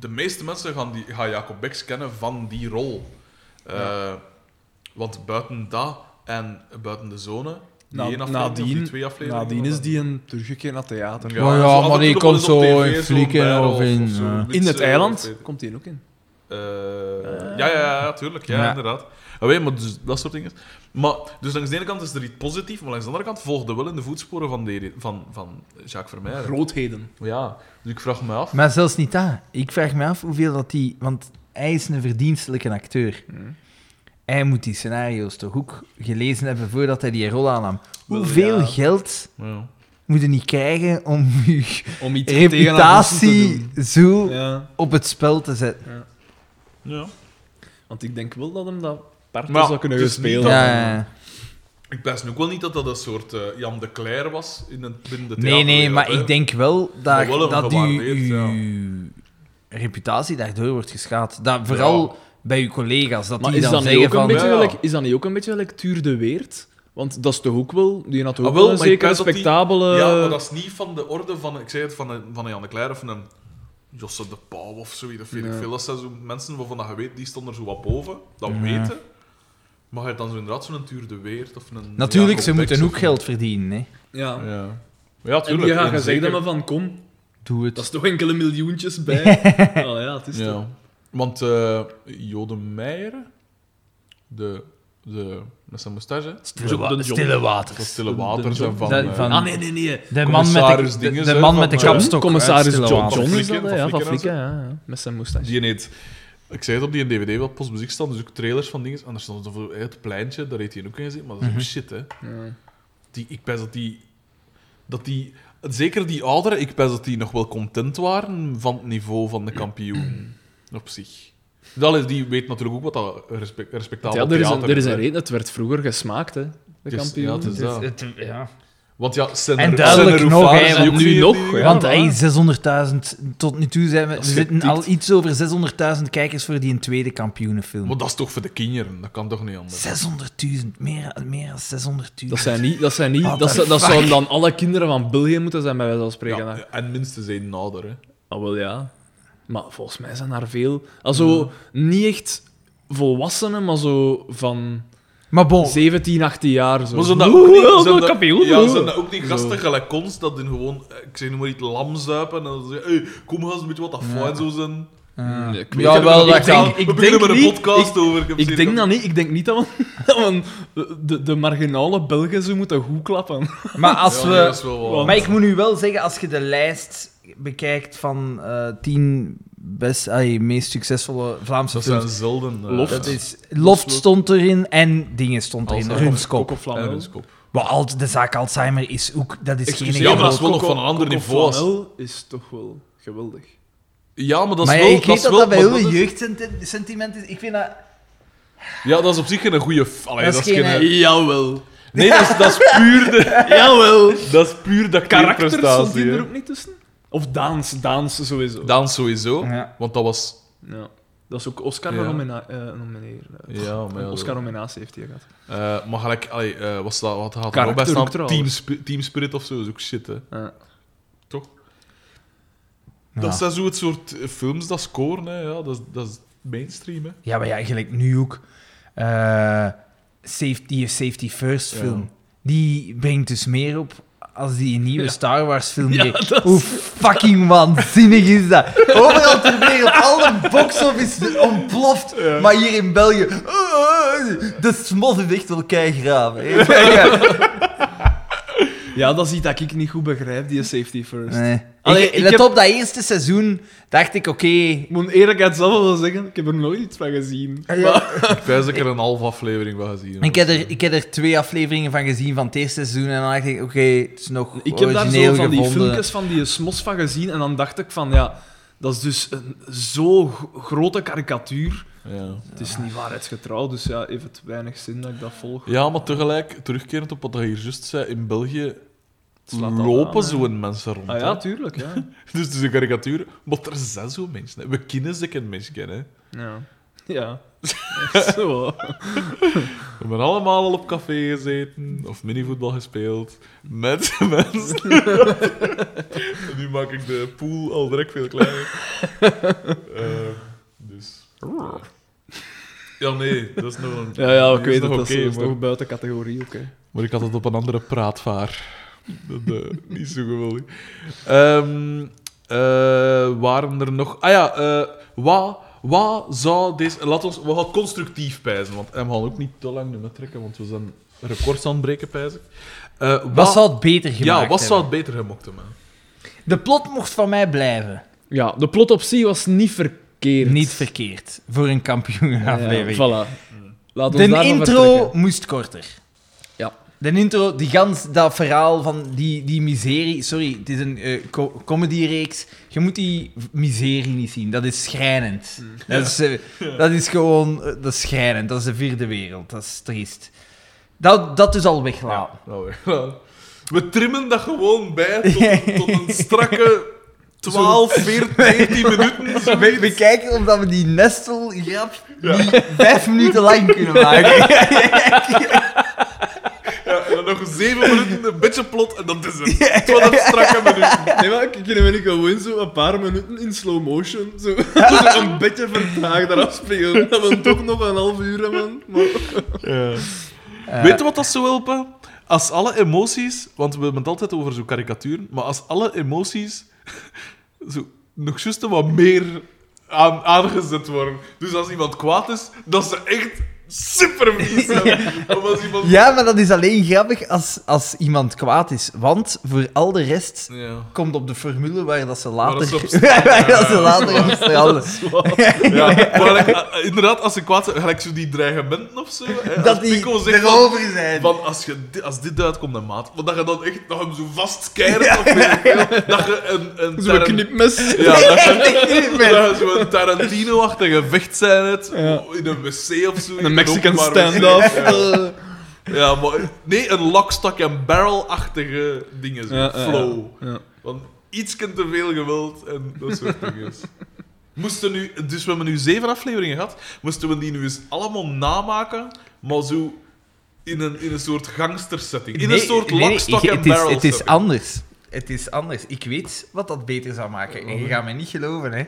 [SPEAKER 1] de meeste mensen gaan, die, gaan Jacob Becks kennen van die rol. Eh, Want buiten dat en buiten de zone, die
[SPEAKER 2] Na-
[SPEAKER 1] één aflevering of die twee afleveringen.
[SPEAKER 2] nadien
[SPEAKER 1] of
[SPEAKER 2] is
[SPEAKER 1] dan-
[SPEAKER 2] die een teruggekeerd naar theater.
[SPEAKER 3] Oh Ja, ja,
[SPEAKER 1] zo af en
[SPEAKER 3] maar die
[SPEAKER 1] toe nog wel eens
[SPEAKER 3] komt
[SPEAKER 1] op
[SPEAKER 3] zo
[SPEAKER 1] tv,
[SPEAKER 3] in
[SPEAKER 1] zo'n
[SPEAKER 3] flikken
[SPEAKER 1] barrel
[SPEAKER 3] of in,
[SPEAKER 1] zo'n
[SPEAKER 3] ja.
[SPEAKER 1] mix,
[SPEAKER 2] In het
[SPEAKER 1] eh,
[SPEAKER 2] eiland
[SPEAKER 1] weet-
[SPEAKER 2] komt die ook in.
[SPEAKER 1] eh, ja, ja, ja, tuurlijk. Ja,
[SPEAKER 3] Ja.
[SPEAKER 1] inderdaad. Ah, weet je, maar dus, dat soort dingen. Maar, dus langs de ene kant is er iets positiefs, maar langs de andere kant volgde wel in de voetsporen van, de, van, van Jacques Vermeijer.
[SPEAKER 2] Grootheden.
[SPEAKER 1] Ja, dus ik vraag me af.
[SPEAKER 3] Maar zelfs niet dat. Ik vraag me af hoeveel dat die... Want hij is een verdienstelijke acteur.
[SPEAKER 2] Hm.
[SPEAKER 3] Hij moet die scenario's toch ook gelezen hebben voordat hij die rol aannam.
[SPEAKER 2] Wel,
[SPEAKER 3] Hoeveel
[SPEAKER 2] ja.
[SPEAKER 3] geld
[SPEAKER 1] Ja.
[SPEAKER 3] moet je niet krijgen om je
[SPEAKER 2] Om iets tegen haar te
[SPEAKER 3] reputatie
[SPEAKER 2] doen.
[SPEAKER 3] zo
[SPEAKER 2] Ja,
[SPEAKER 3] op het spel te zetten?
[SPEAKER 1] Ja.
[SPEAKER 2] want ik denk wel dat hem dat parten
[SPEAKER 1] Maar
[SPEAKER 2] zou kunnen
[SPEAKER 1] het is niet
[SPEAKER 2] gespeeld
[SPEAKER 1] dat-
[SPEAKER 2] hebben.
[SPEAKER 3] Ja, ja, ja.
[SPEAKER 1] Ik pijs nu ook wel niet dat dat een soort eh, Jan de Cler was in een, binnen de
[SPEAKER 3] Nee, nee,
[SPEAKER 1] theaterwereld,
[SPEAKER 3] maar
[SPEAKER 1] hè.
[SPEAKER 3] ik denk wel dat,
[SPEAKER 1] Maar wel een
[SPEAKER 3] dat uw,
[SPEAKER 1] gewaardeerd, ja.
[SPEAKER 3] uw reputatie daardoor wordt geschaad. Dat, vooral
[SPEAKER 1] Ja.
[SPEAKER 3] bij uw collega's, dat
[SPEAKER 2] Maar
[SPEAKER 3] die
[SPEAKER 2] is
[SPEAKER 3] dan
[SPEAKER 2] dat, niet
[SPEAKER 3] zeggen
[SPEAKER 2] ook een
[SPEAKER 3] van...
[SPEAKER 2] beetje
[SPEAKER 1] Ja, ja.
[SPEAKER 2] gelijk- is dat niet ook een beetje gelijk Tuur de Weert? Want dat is toch ook wel... Die had toch
[SPEAKER 1] Ah,
[SPEAKER 2] ook
[SPEAKER 1] wel,
[SPEAKER 2] wel een
[SPEAKER 1] maar ik
[SPEAKER 2] zeker
[SPEAKER 1] weet dat die-
[SPEAKER 2] respectabele...
[SPEAKER 1] Ja, maar dat is niet van de orde van, ik zei het, van een, van een Jan de Cler of van een Josse de Pauw of zoiets. Dat weet ik
[SPEAKER 2] Ja.
[SPEAKER 1] veel. Dat zijn zo mensen waarvan dat je weet, die stonden er zo wat boven. Dat
[SPEAKER 3] Ja.
[SPEAKER 1] weten. Maar je hebt dan zo inderdaad zo'n Tuur de Weert of een...
[SPEAKER 3] Natuurlijk, ze
[SPEAKER 1] Jacob
[SPEAKER 3] moeten
[SPEAKER 1] Dix
[SPEAKER 3] ook
[SPEAKER 1] of-
[SPEAKER 3] geld verdienen. Hè.
[SPEAKER 2] Ja.
[SPEAKER 1] Ja, ja
[SPEAKER 2] En
[SPEAKER 1] tuurlijk.
[SPEAKER 2] die gaan
[SPEAKER 1] en
[SPEAKER 2] gezegd
[SPEAKER 1] zeker-
[SPEAKER 2] hebben van, kom,
[SPEAKER 3] Doe het.
[SPEAKER 2] dat is toch enkele miljoentjes bij. oh ja, het is toch...
[SPEAKER 1] Ja. Want eh Jode Meijer, de, de, met zijn moustache,
[SPEAKER 2] wa-
[SPEAKER 3] Stille, water.
[SPEAKER 2] stille
[SPEAKER 1] van Stille
[SPEAKER 2] de
[SPEAKER 1] Waters
[SPEAKER 2] John-
[SPEAKER 1] en van...
[SPEAKER 3] Zijn-
[SPEAKER 1] eh,
[SPEAKER 3] van-
[SPEAKER 2] Ah, nee, nee, nee.
[SPEAKER 3] De man met de,
[SPEAKER 1] Commissaris
[SPEAKER 3] de,
[SPEAKER 1] dinges,
[SPEAKER 3] de
[SPEAKER 1] hè,
[SPEAKER 3] man
[SPEAKER 1] van,
[SPEAKER 3] met de
[SPEAKER 1] eh,
[SPEAKER 3] kapstok. uit
[SPEAKER 2] Hm? Commissaris
[SPEAKER 3] Stille
[SPEAKER 2] John,
[SPEAKER 3] Waters.
[SPEAKER 2] John is
[SPEAKER 1] Flikken,
[SPEAKER 2] dat, hè, ja,
[SPEAKER 1] van
[SPEAKER 2] van
[SPEAKER 1] Flikken
[SPEAKER 2] Flikken, ja, ja, met zijn moustache.
[SPEAKER 1] Die heet... Ik zei het op die DVD wel postmuziek staan, dus ook trailers van dingen. Anders stond het op het pleintje,
[SPEAKER 2] Mhm.
[SPEAKER 1] daar heet hij ook in gezien. Maar dat is ook shit, hè.
[SPEAKER 2] Ja.
[SPEAKER 1] Die, ik pijs dat die... Dat die Zeker die ouderen, ik pijs dat die nog wel content waren van het niveau van de kampioen op zich. Dat is, die weet natuurlijk ook wat dat respect, respectabel
[SPEAKER 2] Ja, er is, een,
[SPEAKER 1] theater
[SPEAKER 2] er is een
[SPEAKER 1] hè.
[SPEAKER 2] reden. Het werd vroeger gesmaakt, hè, de
[SPEAKER 1] Dus,
[SPEAKER 2] kampioen.
[SPEAKER 1] ja, het is
[SPEAKER 2] Dus-
[SPEAKER 1] dat.
[SPEAKER 3] Het- ja.
[SPEAKER 1] Want ja, Senna-
[SPEAKER 3] En duidelijk
[SPEAKER 1] Senna
[SPEAKER 3] nog,
[SPEAKER 1] Rouffaer
[SPEAKER 3] hè,
[SPEAKER 1] is
[SPEAKER 2] want
[SPEAKER 1] ook
[SPEAKER 2] nu
[SPEAKER 1] vier
[SPEAKER 2] nog,
[SPEAKER 1] miljoen.
[SPEAKER 2] ja.
[SPEAKER 3] Want
[SPEAKER 1] maar-
[SPEAKER 3] hey, 600.000, tot nu toe zijn we, er
[SPEAKER 1] is
[SPEAKER 3] zitten
[SPEAKER 1] getikt.
[SPEAKER 3] al iets over 600.000 kijkers voor die een tweede kampioenenfilm.
[SPEAKER 1] Maar dat is toch voor de kinderen, dat kan toch niet anders.
[SPEAKER 3] 600.000, meer, meer dan 600.000.
[SPEAKER 2] Dat zijn niet... Dat, zijn niet,
[SPEAKER 3] What
[SPEAKER 2] dat,
[SPEAKER 3] the
[SPEAKER 2] zou- dat
[SPEAKER 3] fuck?
[SPEAKER 2] zouden dan alle kinderen van België moeten zijn, bij wijze van spreken.
[SPEAKER 1] Ja, en minstens één ouder, hè.
[SPEAKER 2] Ah, wel ja. Maar volgens mij zijn daar veel... Also, niet echt volwassenen, maar zo van
[SPEAKER 3] Maar bon,
[SPEAKER 2] 17, 18 jaar. Zo.
[SPEAKER 1] Maar zijn dat
[SPEAKER 2] Oeh,
[SPEAKER 1] ook niet...
[SPEAKER 2] oeh,
[SPEAKER 1] zijn
[SPEAKER 2] oeh,
[SPEAKER 1] dat-
[SPEAKER 2] kampioen,
[SPEAKER 1] Ja,
[SPEAKER 2] oeh.
[SPEAKER 1] zijn dat ook die gasten
[SPEAKER 2] Zo.
[SPEAKER 1] gelijk ons, dat in gewoon... eh, Ik zeg nu maar iets lam zuipen en dan zeggen... Hey, kom gast, weet je wat dat fijn zou zijn?
[SPEAKER 2] Mm, Ja, ik weet
[SPEAKER 1] Ja,
[SPEAKER 2] het
[SPEAKER 1] wel,
[SPEAKER 2] niet.
[SPEAKER 1] dat
[SPEAKER 2] Ik denk-
[SPEAKER 1] kan.
[SPEAKER 2] ik
[SPEAKER 1] We
[SPEAKER 2] denk
[SPEAKER 1] beginnen met een
[SPEAKER 2] niet-
[SPEAKER 1] podcast
[SPEAKER 2] ik-
[SPEAKER 1] over... heb
[SPEAKER 2] Ik
[SPEAKER 1] zeer-
[SPEAKER 2] denk dat niet. Ik denk niet dat we, dat we de, de marginale Belgen zo moeten goed klappen.
[SPEAKER 3] maar als
[SPEAKER 1] Ja, nee, dat
[SPEAKER 3] we...
[SPEAKER 1] is wel waar.
[SPEAKER 2] Want-
[SPEAKER 3] Maar ik moet nu wel zeggen, als je de lijst bekijkt van eh, 10 best, ay, meest succesvolle Vlaamse
[SPEAKER 1] Dat
[SPEAKER 3] films,
[SPEAKER 1] zijn zelden... eh,
[SPEAKER 2] Loft.
[SPEAKER 3] dat is, Loft stond erin en dingen stond erin,
[SPEAKER 1] Alzheimer.
[SPEAKER 3] Rumskop.
[SPEAKER 1] Ja,
[SPEAKER 2] Kokoflamel.
[SPEAKER 1] dat is kop.
[SPEAKER 3] Maar al, de zaak Alzheimer is ook... Dat is geen...
[SPEAKER 1] Ja, maar dat is wel
[SPEAKER 2] Coco-
[SPEAKER 1] nog van een ander
[SPEAKER 2] Coco
[SPEAKER 1] niveau als-
[SPEAKER 2] Flamel is toch wel geweldig.
[SPEAKER 1] Ja, maar dat is
[SPEAKER 3] maar ja,
[SPEAKER 1] wel...
[SPEAKER 3] ik weet
[SPEAKER 1] is
[SPEAKER 3] dat
[SPEAKER 1] wel-
[SPEAKER 3] dat bij
[SPEAKER 1] maar
[SPEAKER 3] heel
[SPEAKER 1] is-
[SPEAKER 3] jeugdsentiment is. Ik vind dat...
[SPEAKER 1] Ja, dat is op zich geen goede... Allee,
[SPEAKER 3] Dat
[SPEAKER 1] dat,
[SPEAKER 3] is
[SPEAKER 1] is geen...
[SPEAKER 3] geen,
[SPEAKER 1] eh,
[SPEAKER 2] Jawel.
[SPEAKER 1] Nee, dat is, dat is puur de...
[SPEAKER 2] Jawel.
[SPEAKER 1] Dat is puur de
[SPEAKER 2] Karakters stond
[SPEAKER 1] karakterprestatie,
[SPEAKER 2] die er
[SPEAKER 1] hè.
[SPEAKER 2] ook niet tussen? Of Daans, Daans sowieso.
[SPEAKER 1] Daan sowieso,
[SPEAKER 3] Ja.
[SPEAKER 1] want dat was...
[SPEAKER 2] ja. Dat is ook Oscar
[SPEAKER 1] Ja.
[SPEAKER 2] nomina- eh, nomineer. eh,
[SPEAKER 1] Ja, maar ja, dat-
[SPEAKER 2] Oscar nominatie heeft hij gehad.
[SPEAKER 1] Eh, maar gelijk, allee, eh, was dat, wat had er ook
[SPEAKER 2] Karakter
[SPEAKER 1] bij staan?
[SPEAKER 2] ook trouwens.
[SPEAKER 1] Team, Spi- Team Spirit of zo is ook shit, hè.
[SPEAKER 2] Ja.
[SPEAKER 1] Toch?
[SPEAKER 3] Ja.
[SPEAKER 1] Dat zijn zo het soort eh, films dat scoren, hè. Ja, dat, is- dat is mainstream, hè.
[SPEAKER 3] Ja, maar ja, eigenlijk nu ook. eh, safety of Safety First
[SPEAKER 1] Ja.
[SPEAKER 3] film. Die brengt dus meer op als die nieuwe Star Wars film.
[SPEAKER 2] Ja,
[SPEAKER 3] deed.
[SPEAKER 2] dat is-
[SPEAKER 3] Hoe fucking waanzinnig is dat? Overal ter wereld, alle box-office ontploft. Maar hier in België... oh, oh, de smot is echt wel keigraven.
[SPEAKER 2] ja, dat is iets dat ik niet goed begrijp, die safety first.
[SPEAKER 3] Nee.
[SPEAKER 2] Allee,
[SPEAKER 3] Ik-
[SPEAKER 2] ik
[SPEAKER 3] let
[SPEAKER 2] heb-
[SPEAKER 3] op, dat eerste seizoen dacht ik, oké...
[SPEAKER 2] Ik moet eerlijkheid zelf wel zeggen, ik heb er nooit iets van gezien.
[SPEAKER 1] Ik wijs dat ik er een half aflevering van gezien
[SPEAKER 3] Ik heb, er, ik heb er twee afleveringen van gezien van het eerste seizoen en dan dacht ik, oké, het is nog
[SPEAKER 2] Ik heb daar zo
[SPEAKER 3] origineel
[SPEAKER 2] van die
[SPEAKER 3] gevonden.
[SPEAKER 2] filmpjes van die smos van gezien en dan dacht ik van ja, dat is dus een zo g- grote karikatuur.
[SPEAKER 1] Ja.
[SPEAKER 2] Het is niet waarheidsgetrouw, dus ja, heeft het weinig zin dat ik dat volg.
[SPEAKER 1] ja, maar tegelijk, terugkerend op wat je hier juist zei, in België
[SPEAKER 2] Het slaat al
[SPEAKER 1] lopen
[SPEAKER 2] aan, hè.
[SPEAKER 1] zo'n mensen rond,
[SPEAKER 2] Ah
[SPEAKER 1] hè.
[SPEAKER 2] ja, tuurlijk, ja.
[SPEAKER 1] Dus het is een karikatuur, maar er zijn zo'n mensen, hè. We kennen ze geen mensen kennen, hè.
[SPEAKER 2] Ja. ja. Echt zo.
[SPEAKER 1] We hebben allemaal al op café gezeten of minivoetbal gespeeld met mensen. En nu maak ik de pool al direct veel kleiner. Eh, dus. Ja, nee, dat is nog een.
[SPEAKER 2] Ja, ja,
[SPEAKER 1] die
[SPEAKER 2] ik
[SPEAKER 1] is
[SPEAKER 2] weet het,
[SPEAKER 1] nog
[SPEAKER 2] dat is,
[SPEAKER 1] oké,
[SPEAKER 2] dat is
[SPEAKER 1] maar,
[SPEAKER 2] toch buiten categorie, oké.
[SPEAKER 1] maar ik had het op een andere praatvaar. Dat, eh, niet zo geweldig. Ehm, eh, waren er nog. Ah ja, eh wat. Wat zou deze... Laat ons... We gaan constructief pijzen, want en we gaan ook niet te lang nummer trekken, want we zijn records aan het breken, pijs ik. Eh,
[SPEAKER 3] Wat zou het beter gemaakt
[SPEAKER 1] Ja, wat zou
[SPEAKER 3] hebben?
[SPEAKER 1] het beter gemokt hebben?
[SPEAKER 3] De plot mocht van mij blijven.
[SPEAKER 2] Ja, de plot op zich was niet verkeerd.
[SPEAKER 3] Niet verkeerd. Voor een kampioenaflevering.
[SPEAKER 2] Ja, voilà. Laat ons
[SPEAKER 3] de
[SPEAKER 2] daarvan
[SPEAKER 3] intro
[SPEAKER 2] vertrekken.
[SPEAKER 3] moest korter.
[SPEAKER 2] Ja.
[SPEAKER 3] De intro, die gans, dat verhaal van die, die miserie... Sorry, het is een eh, co- comedy-reeks. Je moet die v- miserie niet zien. Dat is schrijnend.
[SPEAKER 2] Hmm.
[SPEAKER 3] Dat, is, eh, dat is gewoon... eh, dat is schrijnend. Dat is de vierde wereld. Dat is triest. Dat, dat dus al weglaten.
[SPEAKER 1] Nou, we- we trimmen dat gewoon bij tot, tot een strakke 12, 14, 19 minuten.
[SPEAKER 3] We, we kijken of dat we die nestelgrap die vijf minuten lang kunnen maken.
[SPEAKER 1] Ja, en dan nog 7 minuten, een beetje plot en dat is het. Tot een strakke minuten.
[SPEAKER 2] Nee, maar k- kunnen we niet gewoon zo een paar minuten in slow motion, zo, zo een beetje vertraagd eraf spelen, dat we toch nog een half uur hebben, man.
[SPEAKER 1] Weet je wat dat zou helpen? Als alle emoties, want we hebben het altijd over zo'n karikaturen, maar als alle emoties zo, nog juist wat meer aan, aangezet worden. Dus als iemand kwaad is, dat ze echt super vies zijn. Of als iemand...
[SPEAKER 3] Ja, maar dat is alleen grappig als, als iemand kwaad is. Want voor al de rest
[SPEAKER 1] Ja.
[SPEAKER 3] komt op de formule waar dat ze
[SPEAKER 1] Maar
[SPEAKER 3] later...
[SPEAKER 1] dat is op
[SPEAKER 3] waar dat ze later op stranden.
[SPEAKER 1] Ja, maar like, eh, inderdaad, als ze kwaad zijn, gelijk zo die dreigementen of zo. Hè,
[SPEAKER 3] Dat
[SPEAKER 1] als
[SPEAKER 3] die
[SPEAKER 1] Pico zegt van,
[SPEAKER 3] erover zijn.
[SPEAKER 1] van, als, je, di- als dit uitkomt, dan maat. Want dat je dan echt nog hem zo vastkeert. of weet ik veel, Dat je een, een
[SPEAKER 4] Zo'n
[SPEAKER 1] Taran-
[SPEAKER 4] knipmes.
[SPEAKER 1] Ja, dat je,
[SPEAKER 3] Ik ben-
[SPEAKER 1] dat je zo'n Tarantino-achtige vecht zijn het.
[SPEAKER 4] Ja.
[SPEAKER 1] In een wc of zo.
[SPEAKER 4] Een Mexican
[SPEAKER 1] Ook maar
[SPEAKER 4] standoff.
[SPEAKER 1] wc. Ja. Ja, maar... Nee, een lockstock and barrel-achtige dingen. Zo.
[SPEAKER 4] Ja, ja,
[SPEAKER 1] Flow.
[SPEAKER 4] ja. Ja.
[SPEAKER 1] Want iets te veel geweld en dat soort dingen. Moesten nu, dus we hebben nu zeven afleveringen gehad. Moesten we die nu eens allemaal namaken, maar zo in een, in een soort gangstersetting. In een
[SPEAKER 3] Nee,
[SPEAKER 1] soort
[SPEAKER 3] nee, nee,
[SPEAKER 1] lockstock
[SPEAKER 3] ik-
[SPEAKER 1] and
[SPEAKER 3] het is-
[SPEAKER 1] barrel
[SPEAKER 3] Het is
[SPEAKER 1] setting.
[SPEAKER 3] anders. Het is anders. Ik weet wat dat beter zou maken. En je gaat mij niet geloven, hè.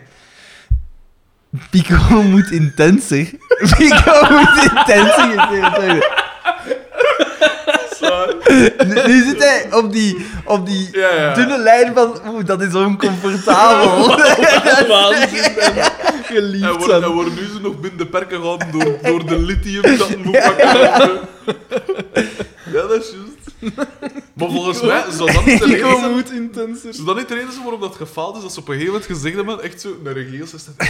[SPEAKER 3] Pico moet intenser. Pico moet intenser gestuurd worden. Nu- Nu zit hij op die, op die
[SPEAKER 1] Ja, ja.
[SPEAKER 3] dunne lijn van... Oeh, dat is oncomfortabel.
[SPEAKER 4] Waanzin en
[SPEAKER 1] En
[SPEAKER 4] geliefd
[SPEAKER 1] worden, en
[SPEAKER 4] zijn.
[SPEAKER 1] worden nu ze nog binnen de perken gehouden door, door de lithium dat moet pakken. Ja, dat is juist. Maar volgens mij, zou dat niet de reden
[SPEAKER 4] Pico
[SPEAKER 1] zijn-
[SPEAKER 4] moet intenser.
[SPEAKER 1] Zou dat niet de reden zijn waarom dat gefaald is? Dat ze op een gegeven moment gezegd hebben, echt zo naar de regels is dat...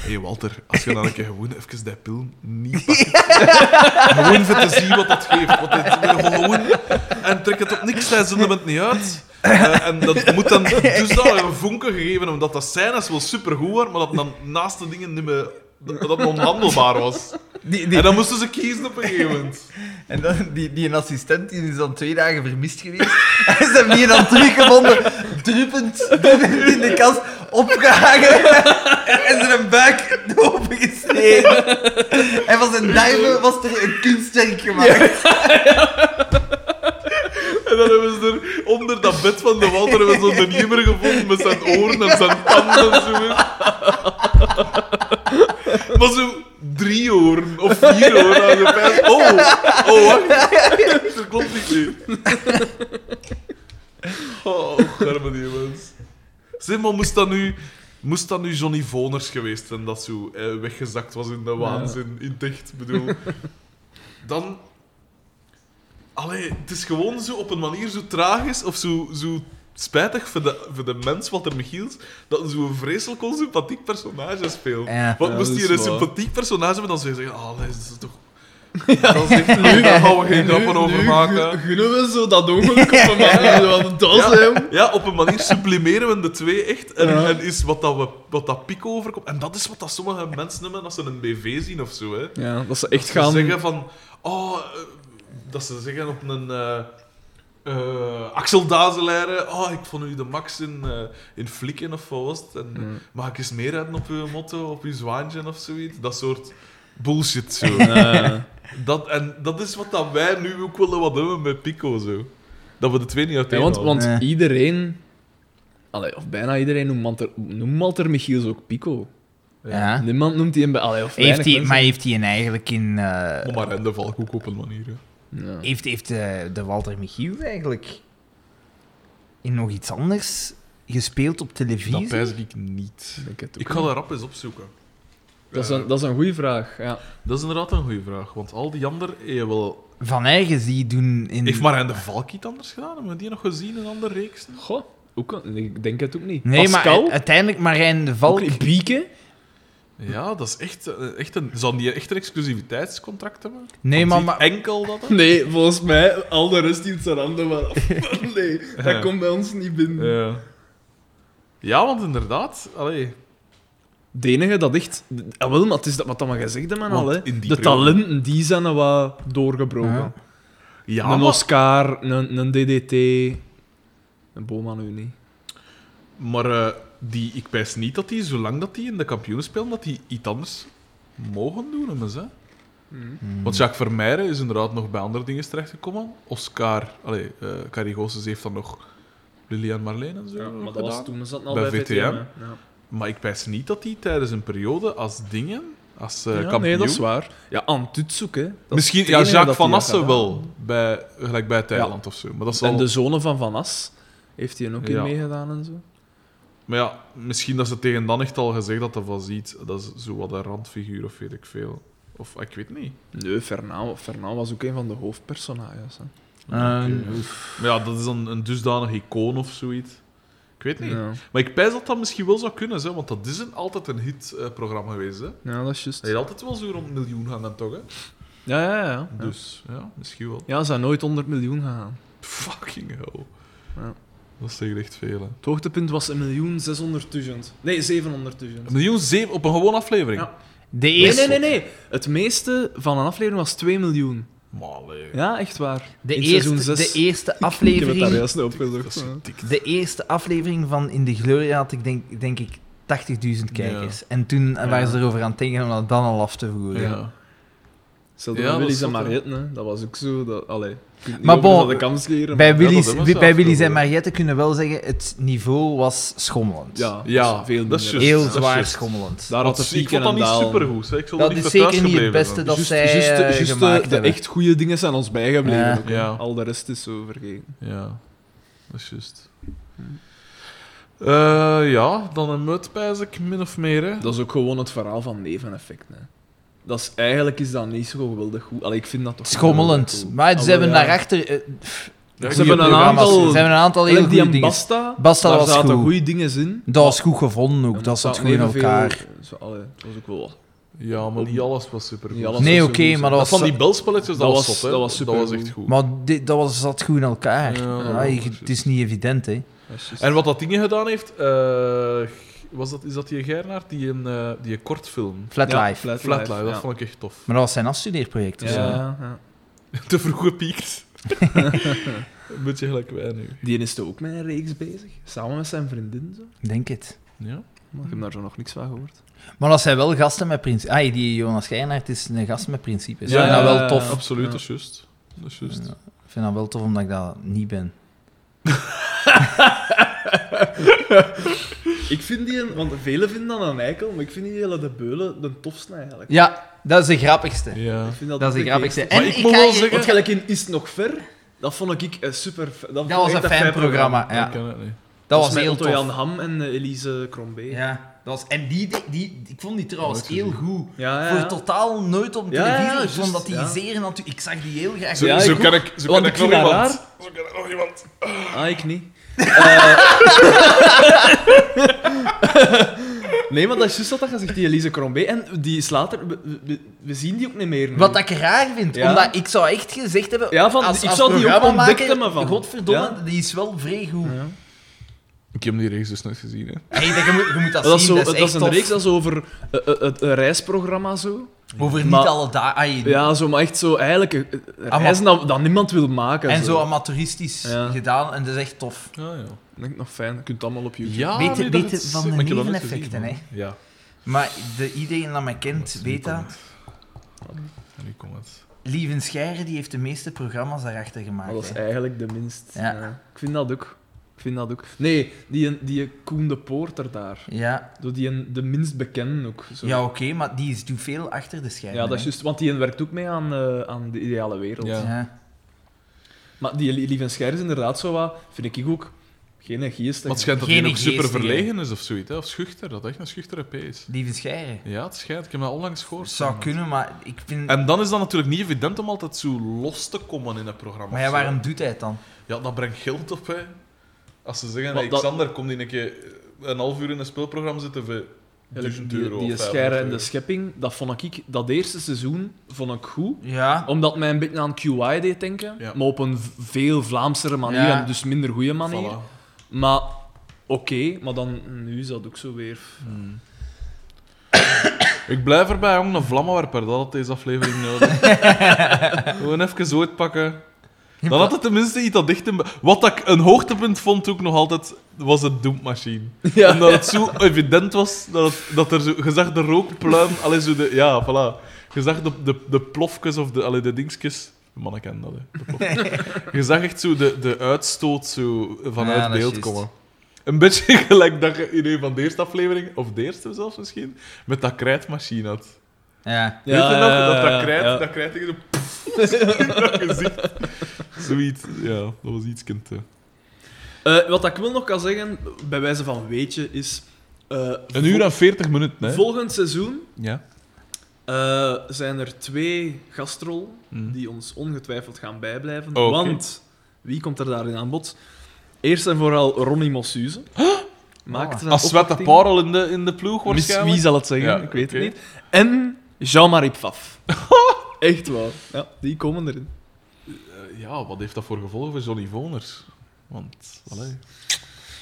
[SPEAKER 1] Hé hey Walter, als je dan een keer gewoon even die pil niet pakt. Gewoon even te zien wat dat geeft. Want dit gewoon... En trek het op niks, zij zenden het niet uit. Eh, en dat moet dan dusdanig een vonken gegeven, omdat dat scènes wel supergoed waren, maar dat dan naast de dingen niet meer... Dat dat onhandelbaar was.
[SPEAKER 3] Die,
[SPEAKER 1] En
[SPEAKER 3] die,
[SPEAKER 1] dan moesten ze kiezen op een gegeven moment.
[SPEAKER 3] en dan, die, die een assistent die is dan twee dagen vermist geweest. En ze hebben die dan teruggevonden, druppend, druppend in de kast, opgehangen. En zijn buik opengesneden. En van zijn duimen was er een kunstwerk gemaakt.
[SPEAKER 1] En dan hebben ze er onder dat bed van de Walter hebben ze een jimmer gevonden met zijn oren en zijn tanden en zo. Maar zo drie oren of vier oren aan de pijl. Oh, oh, wacht. Dat klopt niet meer. Oh, arme die mens. Zeg maar, moest dat nu... Moest dat nu Johnny Voners geweest zijn dat zo eh, weggezakt was in de waanzin, in dicht, bedoel... Dan Allee, het is gewoon zo op een manier zo tragisch of zo, zo spijtig voor de, voor de mens Walter Michiels dat zo'n vreselijk onsympathiek personage speelt.
[SPEAKER 3] Ja.
[SPEAKER 1] Want
[SPEAKER 4] Ja,
[SPEAKER 1] moest
[SPEAKER 4] dat
[SPEAKER 1] hij
[SPEAKER 4] is
[SPEAKER 1] een
[SPEAKER 4] waar.
[SPEAKER 1] sympathiek personage hebben, dan zou je zeggen, ah, nee, dat is toch... Dan zegt nu, daar gaan we geen grappen over maken.
[SPEAKER 4] Gunnen we zo dat ongeluk op een manier. Zo aan de
[SPEAKER 1] Ja,
[SPEAKER 4] das, hè.
[SPEAKER 1] ja, op een manier sublimeren we de twee echt. En,
[SPEAKER 4] Ja.
[SPEAKER 1] en is wat dat, we, wat dat pico overkomt. En dat is wat dat sommige mensen hebben als ze een BV zien of zo. Hè.
[SPEAKER 4] Ja, dat ze echt
[SPEAKER 1] Ze zeggen van... Oh, eh, dat ze zeggen op een... eh, eh, Axel Dazelaire, oh, ik vond u de max in, eh, in Flikken of wat was het? En, Mag ik eens meer hebben op uw motto, op uw zwaantje of zoiets? Dat soort bullshit zo.
[SPEAKER 4] Eh,
[SPEAKER 1] dat, en dat is wat dat wij nu ook willen wat hebben met Pico zo. Dat we de twee niet
[SPEAKER 4] Ja,
[SPEAKER 1] uiteen
[SPEAKER 4] want, want
[SPEAKER 3] Nee.
[SPEAKER 4] iedereen, allee, of bijna iedereen, noemt Malter, noemt Malter Michiels ook Pico.
[SPEAKER 3] Ja.
[SPEAKER 4] Niemand noemt hij hem bij. Allee, of
[SPEAKER 3] Heeft hij,
[SPEAKER 4] weinig
[SPEAKER 3] maar heeft hij een eigenlijk in... eh,
[SPEAKER 1] Maar en de valk ook op een manier. hè.
[SPEAKER 4] mensen. Ja.
[SPEAKER 3] Heeft, heeft de, de Walter Michiels eigenlijk in nog iets anders gespeeld op
[SPEAKER 1] Dat
[SPEAKER 3] televisie?
[SPEAKER 1] pijs ik niet.
[SPEAKER 4] Ik, denk het ook
[SPEAKER 1] Ik ga
[SPEAKER 4] niet.
[SPEAKER 1] daar rap eens opzoeken.
[SPEAKER 4] dat, is een, dat is een goede vraag. Ja.
[SPEAKER 1] Dat is inderdaad een goede vraag, want al die anderen hebben wel
[SPEAKER 3] Van ergens die doen in...
[SPEAKER 1] Heeft Marijn de Valk iets anders gedaan? Hebben we die nog gezien in andere reeksen?
[SPEAKER 4] Goh, ook, een- ik denk het ook niet.
[SPEAKER 3] Nee,
[SPEAKER 4] Pascal?
[SPEAKER 3] maar eh, uiteindelijk Marijn de
[SPEAKER 4] Ook
[SPEAKER 3] Valk...
[SPEAKER 4] niet. Bieke?
[SPEAKER 1] Ja, dat is echt, eh, echt een... Zou die echt een exclusiviteitscontract hebben?
[SPEAKER 3] Nee,
[SPEAKER 1] Want
[SPEAKER 3] maar...
[SPEAKER 1] die
[SPEAKER 3] maar-
[SPEAKER 1] Enkel dat? dan?
[SPEAKER 4] Nee, volgens mij, al de rest in zijn handen maar af. Nee, dat
[SPEAKER 1] Ja.
[SPEAKER 4] komt bij ons niet binnen.
[SPEAKER 1] Ja. Eh, Ja, want inderdaad... Allee.
[SPEAKER 4] De enige dat echt... Ah, wel, maar het is dat wat dat maar gezegd man
[SPEAKER 1] Want
[SPEAKER 4] al, hè.
[SPEAKER 1] in die
[SPEAKER 4] De
[SPEAKER 1] periode-
[SPEAKER 4] talenten, die zijn er wat doorgebroken.
[SPEAKER 3] Ja.
[SPEAKER 1] Ja,
[SPEAKER 4] een
[SPEAKER 1] maar,
[SPEAKER 4] Oscar, een, een DDT. Een Boma nu niet.
[SPEAKER 1] maar eh, die, ik wijs niet dat die, zolang dat die in de kampioenen spelen, dat die iets anders mogen doen. Hebben, ze.
[SPEAKER 4] Mhm.
[SPEAKER 1] Want Jacques Vermeijren is inderdaad nog bij andere dingen terechtgekomen. Oscar... Allee, eh Carrie Goossens heeft dan nog Lilian Marleen en zo
[SPEAKER 4] maar dat
[SPEAKER 1] gedaan.
[SPEAKER 4] was toen we zaten al
[SPEAKER 1] Bij
[SPEAKER 4] bij,
[SPEAKER 1] bij VTM,
[SPEAKER 4] VTM.
[SPEAKER 1] VTM, hè. Maar ik wijs niet dat die tijdens een periode als dingen, als eh kampioen...
[SPEAKER 4] nee, dat is waar. Ja, aan het uitzoeken. dat is
[SPEAKER 1] Misschien
[SPEAKER 4] het
[SPEAKER 1] ja,
[SPEAKER 4] enige dat
[SPEAKER 1] Jacques Van
[SPEAKER 4] hij had
[SPEAKER 1] Assen
[SPEAKER 4] gedaan.
[SPEAKER 1] wel, bij, gelijk bij Thailand of zo. Maar, dat is
[SPEAKER 4] En
[SPEAKER 1] al...
[SPEAKER 4] de zonen van Van As heeft hij ook
[SPEAKER 1] Ja.
[SPEAKER 4] in meegedaan en zo.
[SPEAKER 1] maar ja, misschien dat ze tegen dan echt al gezegd dat dat was iets... Dat is zo wat een randfiguur of weet ik veel. Of ah, ik weet niet.
[SPEAKER 2] Nee, Fernand, Fernand was ook een van de hoofdpersonages. Hè.
[SPEAKER 3] Ehm,
[SPEAKER 1] Maar ja, dat is dan een dusdanig icoon of zoiets. Ik weet niet.
[SPEAKER 2] Ja.
[SPEAKER 1] Maar ik pijs dat dat misschien wel zou kunnen, hè, want dat is een, altijd een hitprogramma geweest. Hè.
[SPEAKER 2] ja, dat is juist.
[SPEAKER 1] Dat is altijd wel zo rond een miljoen gaan dan toch, hè?
[SPEAKER 2] Ja, ja, ja. Ja,
[SPEAKER 1] Dus ja, misschien wel.
[SPEAKER 2] ja ze zijn nooit 100 miljoen gegaan.
[SPEAKER 1] Fucking hell.
[SPEAKER 2] Ja.
[SPEAKER 1] Dat is tegen echt veel, hè.
[SPEAKER 2] Het hoogtepunt was 1.600.000. Nee, 700.000.
[SPEAKER 1] Een miljoen zeven op een gewone aflevering?
[SPEAKER 2] Ja.
[SPEAKER 3] de
[SPEAKER 2] Nee,
[SPEAKER 3] eerste,
[SPEAKER 2] nee, nee, nee. Het meeste van een aflevering was 2 miljoen.
[SPEAKER 1] Maar allee,
[SPEAKER 2] Ja, echt waar.
[SPEAKER 3] De,
[SPEAKER 2] In
[SPEAKER 3] eerste,
[SPEAKER 2] seizoen zes.
[SPEAKER 3] de eerste
[SPEAKER 2] Ik heb het daar
[SPEAKER 3] aflevering.
[SPEAKER 2] juist opgezocht.
[SPEAKER 1] dat is een dik.
[SPEAKER 3] De eerste aflevering van In de Gloria had ik denk, denk ik 80.000 kijkers. En toen waren ze erover aan het denken om dat dan al af te voeren.
[SPEAKER 1] Ja.
[SPEAKER 2] Hetzelfde
[SPEAKER 1] Ja,
[SPEAKER 2] met
[SPEAKER 1] dat
[SPEAKER 2] Willy's
[SPEAKER 1] is
[SPEAKER 2] en
[SPEAKER 1] zot, hè.
[SPEAKER 2] Mariette, hè. dat was ook zo. Dat, allee, je kunt niet
[SPEAKER 3] Maar
[SPEAKER 2] over
[SPEAKER 3] bon,
[SPEAKER 2] dat de kans scheren.
[SPEAKER 3] Bij Willy's,
[SPEAKER 1] hebben ze
[SPEAKER 3] bij Willy's
[SPEAKER 1] afgevoerd.
[SPEAKER 3] en Mariette kunnen wel zeggen, het niveau was schommelend.
[SPEAKER 2] Ja, dat is
[SPEAKER 1] Ja,
[SPEAKER 2] veel
[SPEAKER 1] dat is
[SPEAKER 2] minder.
[SPEAKER 1] juist.
[SPEAKER 3] Heel
[SPEAKER 1] dat is
[SPEAKER 3] zwaar
[SPEAKER 1] juist.
[SPEAKER 3] schommelend.
[SPEAKER 2] Daar had
[SPEAKER 1] Want
[SPEAKER 2] de
[SPEAKER 1] ik vond dat niet supergoed. hè. Ik zal
[SPEAKER 3] Dat
[SPEAKER 1] er
[SPEAKER 3] is
[SPEAKER 1] niet
[SPEAKER 3] zeker
[SPEAKER 1] thuis
[SPEAKER 3] niet het
[SPEAKER 1] gebleven
[SPEAKER 3] beste
[SPEAKER 1] zijn.
[SPEAKER 3] dat zij eh, gemaakt
[SPEAKER 2] de
[SPEAKER 3] hebben.
[SPEAKER 2] echt goede dingen zijn ons bijgebleven.
[SPEAKER 3] Ja.
[SPEAKER 2] ook.
[SPEAKER 1] Ja.
[SPEAKER 2] Al de rest is zo vergeten.
[SPEAKER 1] Ja, dat is juist. Eh, ja, dan een mut, pijs ik, min of meer. Hè.
[SPEAKER 2] Dat is ook gewoon het verhaal van neveneffecten. Hè. Dat is, eigenlijk is dat niet zo geweldig goed. Allee, ik vind dat toch
[SPEAKER 3] Schommelend.
[SPEAKER 2] geweldig goed.
[SPEAKER 3] Maar ze
[SPEAKER 2] Allee,
[SPEAKER 3] hebben
[SPEAKER 2] ja.
[SPEAKER 3] daarachter... eh, pff,
[SPEAKER 1] Ja,
[SPEAKER 2] Ze
[SPEAKER 1] goeie
[SPEAKER 2] hebben een
[SPEAKER 1] programma's.
[SPEAKER 2] aantal-
[SPEAKER 3] ze hebben een aantal hele
[SPEAKER 2] Like die
[SPEAKER 3] goede
[SPEAKER 2] en
[SPEAKER 3] dingen.
[SPEAKER 2] Basta,
[SPEAKER 3] Basta
[SPEAKER 2] daar
[SPEAKER 3] was
[SPEAKER 2] zaten
[SPEAKER 3] goed.
[SPEAKER 2] goede dingen in.
[SPEAKER 3] Dat was goed gevonden ook,
[SPEAKER 2] En
[SPEAKER 3] dat zat
[SPEAKER 2] staat
[SPEAKER 3] goed in
[SPEAKER 2] evenveel-
[SPEAKER 3] elkaar.
[SPEAKER 2] Zo, allee, het was ook wel wat.
[SPEAKER 1] Ja, maar niet alles was supergoed.
[SPEAKER 2] Niet alles
[SPEAKER 1] Dat
[SPEAKER 2] was
[SPEAKER 3] Nee,
[SPEAKER 2] zo
[SPEAKER 3] oké,
[SPEAKER 2] goed,
[SPEAKER 3] maar
[SPEAKER 2] zo.
[SPEAKER 3] dat was...
[SPEAKER 1] van die belspelletjes, dat,
[SPEAKER 2] Dat
[SPEAKER 1] was
[SPEAKER 2] was-
[SPEAKER 1] zot, hè.
[SPEAKER 2] dat was
[SPEAKER 1] Dat was
[SPEAKER 2] supergoed.
[SPEAKER 1] echt goed.
[SPEAKER 3] Maar dit, dat was, zat goed in elkaar.
[SPEAKER 1] Ja, dat
[SPEAKER 3] Ja,
[SPEAKER 1] was
[SPEAKER 3] je-
[SPEAKER 1] shit.
[SPEAKER 3] het is niet evident, hè.
[SPEAKER 2] Dat is juist.
[SPEAKER 1] En wat dat dingen gedaan heeft... eh, was dat, is dat die Gernaert, die, een, eh, die een kortfilm?
[SPEAKER 3] Flat
[SPEAKER 2] Ja,
[SPEAKER 3] Life.
[SPEAKER 2] Flat
[SPEAKER 1] Flatline,
[SPEAKER 2] Life,
[SPEAKER 1] dat
[SPEAKER 2] ja.
[SPEAKER 1] vond ik echt tof.
[SPEAKER 3] Maar dat was zijn afstudeerproject. dus, eh, of
[SPEAKER 2] Ja,
[SPEAKER 3] zo.
[SPEAKER 2] ja, ja.
[SPEAKER 1] Te vroeg gepiekt. Een beetje gelijk wij nu.
[SPEAKER 2] Die is toch ook met een reeks bezig? Samen met zijn vriendin zo?
[SPEAKER 3] Ik Denk het.
[SPEAKER 1] Ja?
[SPEAKER 2] Maar ik heb daar zo nog niks van gehoord.
[SPEAKER 3] Maar dat zijn wel gasten met principes. Ah, die Jonas Geijnaert is een gast met principes.
[SPEAKER 1] Ja,
[SPEAKER 3] ik vind dat nou wel tof.
[SPEAKER 1] Absoluut,
[SPEAKER 2] Ja.
[SPEAKER 1] dat is juist. Dat is juist.
[SPEAKER 3] Ja. Ik vind dat wel tof omdat ik dat niet ben.
[SPEAKER 2] Ik vind die, een- want velen vinden dat een eikel, maar ik vind die hele de beulen de tofste eigenlijk.
[SPEAKER 3] Ja, dat is de grappigste.
[SPEAKER 1] Ja.
[SPEAKER 2] Ik vind dat,
[SPEAKER 3] Dat is de
[SPEAKER 2] de
[SPEAKER 3] grappigste.
[SPEAKER 2] geestigste.
[SPEAKER 1] Maar
[SPEAKER 3] En
[SPEAKER 1] ik
[SPEAKER 3] ik
[SPEAKER 1] moet
[SPEAKER 3] ga
[SPEAKER 1] wel
[SPEAKER 3] je-
[SPEAKER 1] zeggen-
[SPEAKER 2] Want gelijk in Is het nog ver? Dat vond ik eh, super. Dat,
[SPEAKER 3] Dat
[SPEAKER 2] vond
[SPEAKER 3] was
[SPEAKER 2] ik
[SPEAKER 3] een
[SPEAKER 2] echt
[SPEAKER 3] fijn programma. Ja.
[SPEAKER 1] Ik ken het niet.
[SPEAKER 3] Dat
[SPEAKER 2] is
[SPEAKER 3] was
[SPEAKER 2] met
[SPEAKER 3] heel
[SPEAKER 2] Otto Jan
[SPEAKER 3] tof.
[SPEAKER 2] Ham en eh, Elise Crombé.
[SPEAKER 3] Ja, dat was, en die, die, ik vond die trouwens
[SPEAKER 1] Nooit gezien.
[SPEAKER 3] heel goed.
[SPEAKER 2] ja, ja.
[SPEAKER 3] Voor totaal nooit op
[SPEAKER 2] Ja, ja,
[SPEAKER 3] televisie. ik
[SPEAKER 2] juist,
[SPEAKER 3] vond dat die
[SPEAKER 2] ja.
[SPEAKER 3] zeer natuurlijk. Ik zag die heel graag.
[SPEAKER 1] Zo,
[SPEAKER 2] Ja,
[SPEAKER 1] zo
[SPEAKER 2] ik
[SPEAKER 1] kan ik, zo
[SPEAKER 2] Want
[SPEAKER 1] kan ik
[SPEAKER 2] ik
[SPEAKER 1] nog
[SPEAKER 2] vind dat
[SPEAKER 1] iemand.
[SPEAKER 2] raar.
[SPEAKER 1] Zo kan ik nog iemand.
[SPEAKER 2] Ah, ik niet.
[SPEAKER 3] Eh.
[SPEAKER 2] nee, maar dat is juist wat dat je zegt, die Elise Crombé. En die is later... We, we- we zien die ook niet meer nu.
[SPEAKER 3] Wat ik raar vind,
[SPEAKER 2] Ja.
[SPEAKER 3] omdat ik zou echt gezegd hebben...
[SPEAKER 2] Ja, van,
[SPEAKER 3] als,
[SPEAKER 2] ik
[SPEAKER 3] als
[SPEAKER 2] zou die ook
[SPEAKER 3] programmamaker,
[SPEAKER 2] ontdekte me van.
[SPEAKER 3] Godverdomme,
[SPEAKER 2] Ja.
[SPEAKER 3] die is wel vrij goed.
[SPEAKER 2] Ja.
[SPEAKER 1] Ik heb die reeks dus nooit gezien, hè.
[SPEAKER 3] Hey, dat- je, moet, je moet dat,
[SPEAKER 2] Dat is,
[SPEAKER 3] zien,
[SPEAKER 2] zo,
[SPEAKER 3] dat is echt
[SPEAKER 2] een
[SPEAKER 3] tof.
[SPEAKER 2] reeks dat is over eh, eh, het eh, reisprogramma zo.
[SPEAKER 3] Over niet
[SPEAKER 2] Maar-
[SPEAKER 3] alle dagen.
[SPEAKER 2] Ja, zo, maar echt zo eigenlijk eh, eh,
[SPEAKER 3] maar-
[SPEAKER 2] reizen dat, dat niemand wil maken.
[SPEAKER 3] en zo amateuristisch
[SPEAKER 2] Ja.
[SPEAKER 3] gedaan, en dat is echt tof.
[SPEAKER 2] Ah,
[SPEAKER 1] Ja, ja.
[SPEAKER 2] Denk ik nog fijn, je kunt het allemaal op YouTube.
[SPEAKER 1] Ja,
[SPEAKER 3] Beter-
[SPEAKER 1] nee, dat
[SPEAKER 3] beter
[SPEAKER 1] is-
[SPEAKER 3] van de
[SPEAKER 1] maar ik heb dat nooit
[SPEAKER 3] neveneffecten,
[SPEAKER 1] gezien, man. Ja.
[SPEAKER 3] Maar de, iedereen dat mij kent, weet dat.
[SPEAKER 1] En nu komt het.
[SPEAKER 3] Lieven Scheire die heeft de meeste programma's daarachter gemaakt.
[SPEAKER 2] Maar dat is
[SPEAKER 3] hè.
[SPEAKER 2] eigenlijk de minst.
[SPEAKER 3] Ja.
[SPEAKER 2] Ja. Ik vind dat ook. Ik vind dat ook. Nee, die, die Koen de Poorter daar.
[SPEAKER 3] Ja,
[SPEAKER 2] Zo Die een- de minst bekende ook. Zo.
[SPEAKER 3] ja oké, maar die is doet veel achter de schermen.
[SPEAKER 2] Ja, dat is
[SPEAKER 3] hè.
[SPEAKER 2] juist, want die werkt ook mee aan, eh, aan de ideale wereld.
[SPEAKER 1] Ja.
[SPEAKER 3] Ja.
[SPEAKER 2] Maar die Lie- Lieve Scher is inderdaad zo wat, vind ik ook, geen geest.
[SPEAKER 1] Maar het schijnt dat
[SPEAKER 3] Geen
[SPEAKER 1] hij nog super
[SPEAKER 3] geestige.
[SPEAKER 1] verlegen is of zoiets, hè. Of schuchter, dat echt een schuchtere P is.
[SPEAKER 3] Lieven Scheire.
[SPEAKER 1] Ja, het schijnt. Ik heb dat onlangs gehoord.
[SPEAKER 3] Zou kunnen, maar ik vind...
[SPEAKER 1] En dan is dat natuurlijk niet evident om altijd zo los te komen in een programma.
[SPEAKER 3] Maar ja,
[SPEAKER 1] of zo.
[SPEAKER 3] waarom doet hij het dan?
[SPEAKER 1] Ja, dat brengt geld op, hè. Als ze zeggen,
[SPEAKER 2] Maar
[SPEAKER 1] hey,
[SPEAKER 2] dat-
[SPEAKER 1] Xander, kom die een keer een half uur in een speelprogramma zitten voor 1000
[SPEAKER 2] Die,
[SPEAKER 1] euro.
[SPEAKER 2] die
[SPEAKER 1] of
[SPEAKER 2] Scher
[SPEAKER 1] 500
[SPEAKER 2] en de
[SPEAKER 1] euro.
[SPEAKER 2] schepping, dat vond ik, dat eerste seizoen vond ik goed.
[SPEAKER 3] Ja.
[SPEAKER 2] Omdat mij een beetje aan QI deed denken,
[SPEAKER 1] Ja.
[SPEAKER 2] maar op een v- veel Vlaamsere manier
[SPEAKER 3] Ja.
[SPEAKER 2] en dus minder goede manier.
[SPEAKER 1] Voilà.
[SPEAKER 2] Maar oké, maar dan nu is dat ook zo weer.
[SPEAKER 1] Ik blijf erbij, jong, een vlammenwerper. Dat had deze aflevering nodig. Gewoon even ooit pakken. Dan had het tenminste iets dat dicht in... be- Wat ik een hoogtepunt vond ook nog altijd, was het doempmachine.
[SPEAKER 2] Ja.
[SPEAKER 1] Omdat het zo evident was dat, het- dat er zo... Je zag de rookpluim, allee, zo de... Ja, voilà. Je zag de, de, de plofjes of de, allee, de dingskes... De mannen kennen dat, hè. De plofkes. Je zag echt zo de, de uitstoot zo vanuit
[SPEAKER 3] Ja, dat is
[SPEAKER 1] beeld
[SPEAKER 3] juist.
[SPEAKER 1] komen. Een beetje gelijk dat je in een van de eerste afleveringen, of de eerste zelfs misschien, met dat krijtmachine had.
[SPEAKER 3] Ja.
[SPEAKER 1] Weet je nog? Dat
[SPEAKER 2] ja,
[SPEAKER 1] dat krijt,
[SPEAKER 2] ja.
[SPEAKER 1] dat krijt ik zo... in dat gezicht. Zoiets. Ja, dat was iets kind. hè.
[SPEAKER 2] Eh, wat ik wel nog kan zeggen, bij wijze van weetje, is... eh,
[SPEAKER 1] Een uur en veertig minuten, hè?
[SPEAKER 2] Volgend seizoen
[SPEAKER 1] Ja.
[SPEAKER 2] eh, zijn er twee gastrollen
[SPEAKER 1] Mhm.
[SPEAKER 2] die ons ongetwijfeld gaan bijblijven.
[SPEAKER 1] Oké.
[SPEAKER 2] Want wie komt er daarin aan bod? Eerst en vooral Ronnie Mossuze. Maakt een
[SPEAKER 1] Als zwette
[SPEAKER 2] opwachting.
[SPEAKER 1] parel in de, in de ploeg
[SPEAKER 2] Mis,
[SPEAKER 1] waarschijnlijk.
[SPEAKER 2] wie zal het zeggen?
[SPEAKER 1] Ja,
[SPEAKER 2] ik weet
[SPEAKER 1] oké.
[SPEAKER 2] het niet. En Jean-Marie Pfaff. Echt wel. Ja, die komen erin.
[SPEAKER 1] Eh, ja, wat heeft dat voor gevolgen voor Johnny Voners? Want, allee,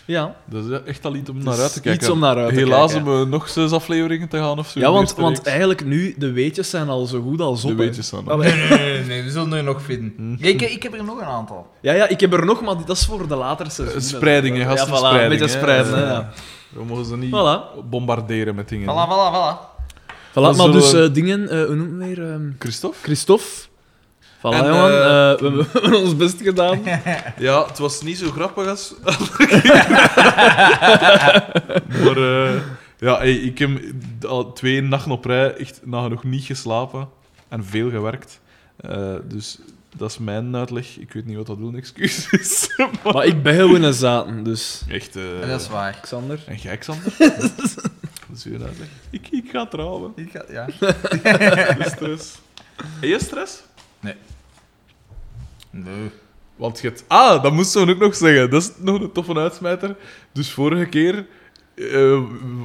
[SPEAKER 2] Ja,
[SPEAKER 1] dat is echt al iets om naar
[SPEAKER 2] is
[SPEAKER 1] uit te kijken.
[SPEAKER 2] iets om naar uit te
[SPEAKER 1] Helaas
[SPEAKER 2] kijken.
[SPEAKER 1] om eh, nog zes afleveringen te gaan of zo.
[SPEAKER 2] ja
[SPEAKER 1] in de
[SPEAKER 2] want,
[SPEAKER 1] eerste
[SPEAKER 2] want Ah,
[SPEAKER 1] reeks.
[SPEAKER 2] eigenlijk nu, de weetjes zijn al zo goed als op.
[SPEAKER 1] De
[SPEAKER 2] hè.
[SPEAKER 1] weetjes zijn
[SPEAKER 2] Allee.
[SPEAKER 1] er.
[SPEAKER 3] Nee, nee, Hm. nee, nee, we zullen er nog vinden. Ja, ik, ik heb er nog een aantal.
[SPEAKER 2] Ja, ja, ik heb er nog, maar dat is voor de latere
[SPEAKER 1] Eh,
[SPEAKER 2] seizoenen.
[SPEAKER 1] Spreidingen,
[SPEAKER 2] ja,
[SPEAKER 1] gasten,
[SPEAKER 2] voilà, een beetje spreiden. hè, ja.
[SPEAKER 1] We mogen ze niet
[SPEAKER 2] Voilà.
[SPEAKER 1] bombarderen met dingen.
[SPEAKER 3] Voilà,
[SPEAKER 1] hè.
[SPEAKER 3] voilà, voilà.
[SPEAKER 2] Voilà,
[SPEAKER 1] Dan
[SPEAKER 2] maar dus
[SPEAKER 1] zullen we-
[SPEAKER 2] eh, dingen, eh hoe noemt weer? ehm,
[SPEAKER 1] Christophe?
[SPEAKER 2] Christophe. Voilà,
[SPEAKER 1] En,
[SPEAKER 2] jongen,
[SPEAKER 1] eh,
[SPEAKER 2] eh, we hebben- we hebben ons best gedaan.
[SPEAKER 1] Ja, het was niet zo grappig als... maar eh, ja, hey, ik heb al twee nachten op rij echt nagenoeg niet geslapen en veel gewerkt. Eh, dus dat is mijn uitleg. Ik weet niet wat dat doen, excuus is. Maar
[SPEAKER 2] Maar ik ben gewoon een zaten, dus...
[SPEAKER 1] echt... eh,
[SPEAKER 3] Dat is waar.
[SPEAKER 2] Xander.
[SPEAKER 1] En jij, Xander? dat is weer uitleg. Ik, ik ga trouwen.
[SPEAKER 3] Ik ga- ja.
[SPEAKER 1] De stress. Heb je stress?
[SPEAKER 3] Nee.
[SPEAKER 1] Want je hebt... Ah, dat moesten we ook nog zeggen. Dat is nog een toffe uitsmijter. Dus vorige keer eh,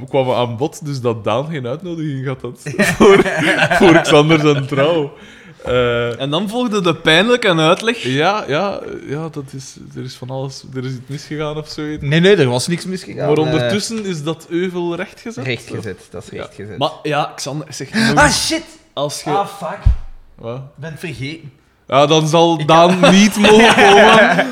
[SPEAKER 1] kwam we aan bod, dus dat Daan geen uitnodiging had had voor, voor Xander zijn trouw. Eh,
[SPEAKER 2] En dan volgde de pijnlijke uitleg.
[SPEAKER 1] ja, ja, ja dat is, er is van alles... Er is iets misgegaan of zoiets.
[SPEAKER 3] Nee, nee, er was niks misgegaan.
[SPEAKER 1] maar
[SPEAKER 3] Eh,
[SPEAKER 1] ondertussen is dat euvel rechtgezet.
[SPEAKER 3] rechtgezet, dat is rechtgezet.
[SPEAKER 2] Maar ja, Xander, zeg nog eens,
[SPEAKER 3] Ah, shit!
[SPEAKER 2] als je...
[SPEAKER 3] Ah, fuck.
[SPEAKER 1] Wat?
[SPEAKER 3] Ik ben het vergeten.
[SPEAKER 1] Ja, dan zal Daan niet mogen komen.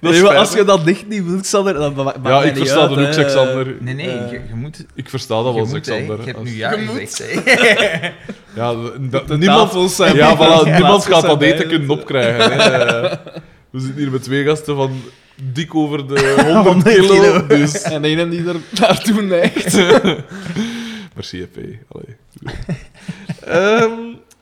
[SPEAKER 1] Dat is
[SPEAKER 2] Nee, maar
[SPEAKER 1] fijn.
[SPEAKER 2] als je dat dicht niet wilt, Xander, dan ma- maakt mij
[SPEAKER 1] Ja, ik
[SPEAKER 2] niet
[SPEAKER 1] versta
[SPEAKER 2] uit,
[SPEAKER 1] dat ook,
[SPEAKER 2] hè.
[SPEAKER 1] Alexander.
[SPEAKER 3] Nee, nee,
[SPEAKER 2] Eh,
[SPEAKER 3] je, je moet...
[SPEAKER 1] Ik versta dat wel,
[SPEAKER 3] je moet, hè.
[SPEAKER 1] Alexander.
[SPEAKER 3] Ik heb
[SPEAKER 1] Als-
[SPEAKER 3] nu ja
[SPEAKER 4] Je moet.
[SPEAKER 3] gezegd, hè.
[SPEAKER 1] Ja, d- dat-
[SPEAKER 2] De
[SPEAKER 1] niemand,
[SPEAKER 2] tafels zijn
[SPEAKER 1] ja, voilà,
[SPEAKER 2] de
[SPEAKER 1] niemand
[SPEAKER 2] plaatsen
[SPEAKER 1] gaat
[SPEAKER 2] zijn
[SPEAKER 1] dat eten
[SPEAKER 2] bij.
[SPEAKER 1] kunnen opkrijgen. Hè. Eh, We zitten hier met twee gasten van dik over de 100 kilo.
[SPEAKER 3] kilo.
[SPEAKER 1] Dus.
[SPEAKER 2] En een die er naartoe neigt.
[SPEAKER 1] Merci, EP. Allee. Ehm,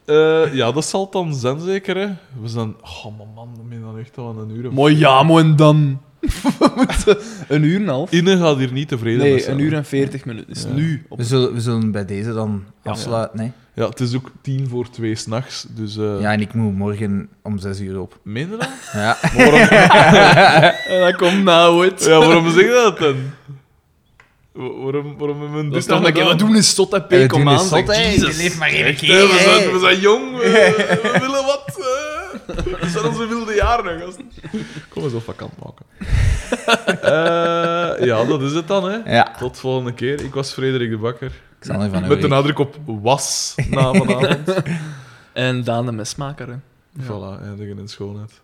[SPEAKER 1] eh, ja, dat zal het dan zijn, zeker. Hè. We zijn... Oh, man, man, we zijn dan echt al aan een uur.
[SPEAKER 2] Mooi, ja, mooi, en dan... We moeten een uur en een half.
[SPEAKER 1] Inne gaat hier niet tevreden mee
[SPEAKER 2] Nee,
[SPEAKER 1] zijn.
[SPEAKER 2] een uur en veertig minuten. Is
[SPEAKER 1] Ja.
[SPEAKER 2] nu op
[SPEAKER 3] We zullen, we zullen bij deze dan afsluiten, hè.
[SPEAKER 1] Ja, het is ook tien voor twee s'nachts, dus... eh
[SPEAKER 3] Ja, en ik moet morgen om zes uur op.
[SPEAKER 1] Meen je dat?
[SPEAKER 3] Ja.
[SPEAKER 1] Maar waarom,
[SPEAKER 2] En dat komt nou het.
[SPEAKER 1] ja, waarom zeg je dat dan? Wa- Waarom, waarom hebben we
[SPEAKER 2] Dat is
[SPEAKER 1] dit
[SPEAKER 2] toch
[SPEAKER 1] dan
[SPEAKER 2] een keer,
[SPEAKER 1] gedaan?
[SPEAKER 2] wat doen is tot en
[SPEAKER 3] We
[SPEAKER 2] P, kom
[SPEAKER 3] doen
[SPEAKER 2] aan.
[SPEAKER 3] eens
[SPEAKER 2] zeg,
[SPEAKER 3] zot, hè.
[SPEAKER 2] Jesus.
[SPEAKER 3] Je leeft maar één
[SPEAKER 1] Echt, hè,
[SPEAKER 3] keer,
[SPEAKER 1] we,
[SPEAKER 3] hè.
[SPEAKER 1] zijn, we zijn jong, we, we willen wat. eh. We zijn onze wilde jaren, gast. Kom eens op vakant maken. Eh, ja, dat is het dan. Hè.
[SPEAKER 3] Ja.
[SPEAKER 1] Tot volgende keer. Ik was Frederik de Bakker.
[SPEAKER 3] Xander van
[SPEAKER 1] Met de
[SPEAKER 3] Oerik.
[SPEAKER 1] nadruk op was na vanavond.
[SPEAKER 2] En Daan de mesmaker, hè.
[SPEAKER 1] Voilà, eindigen in schoonheid.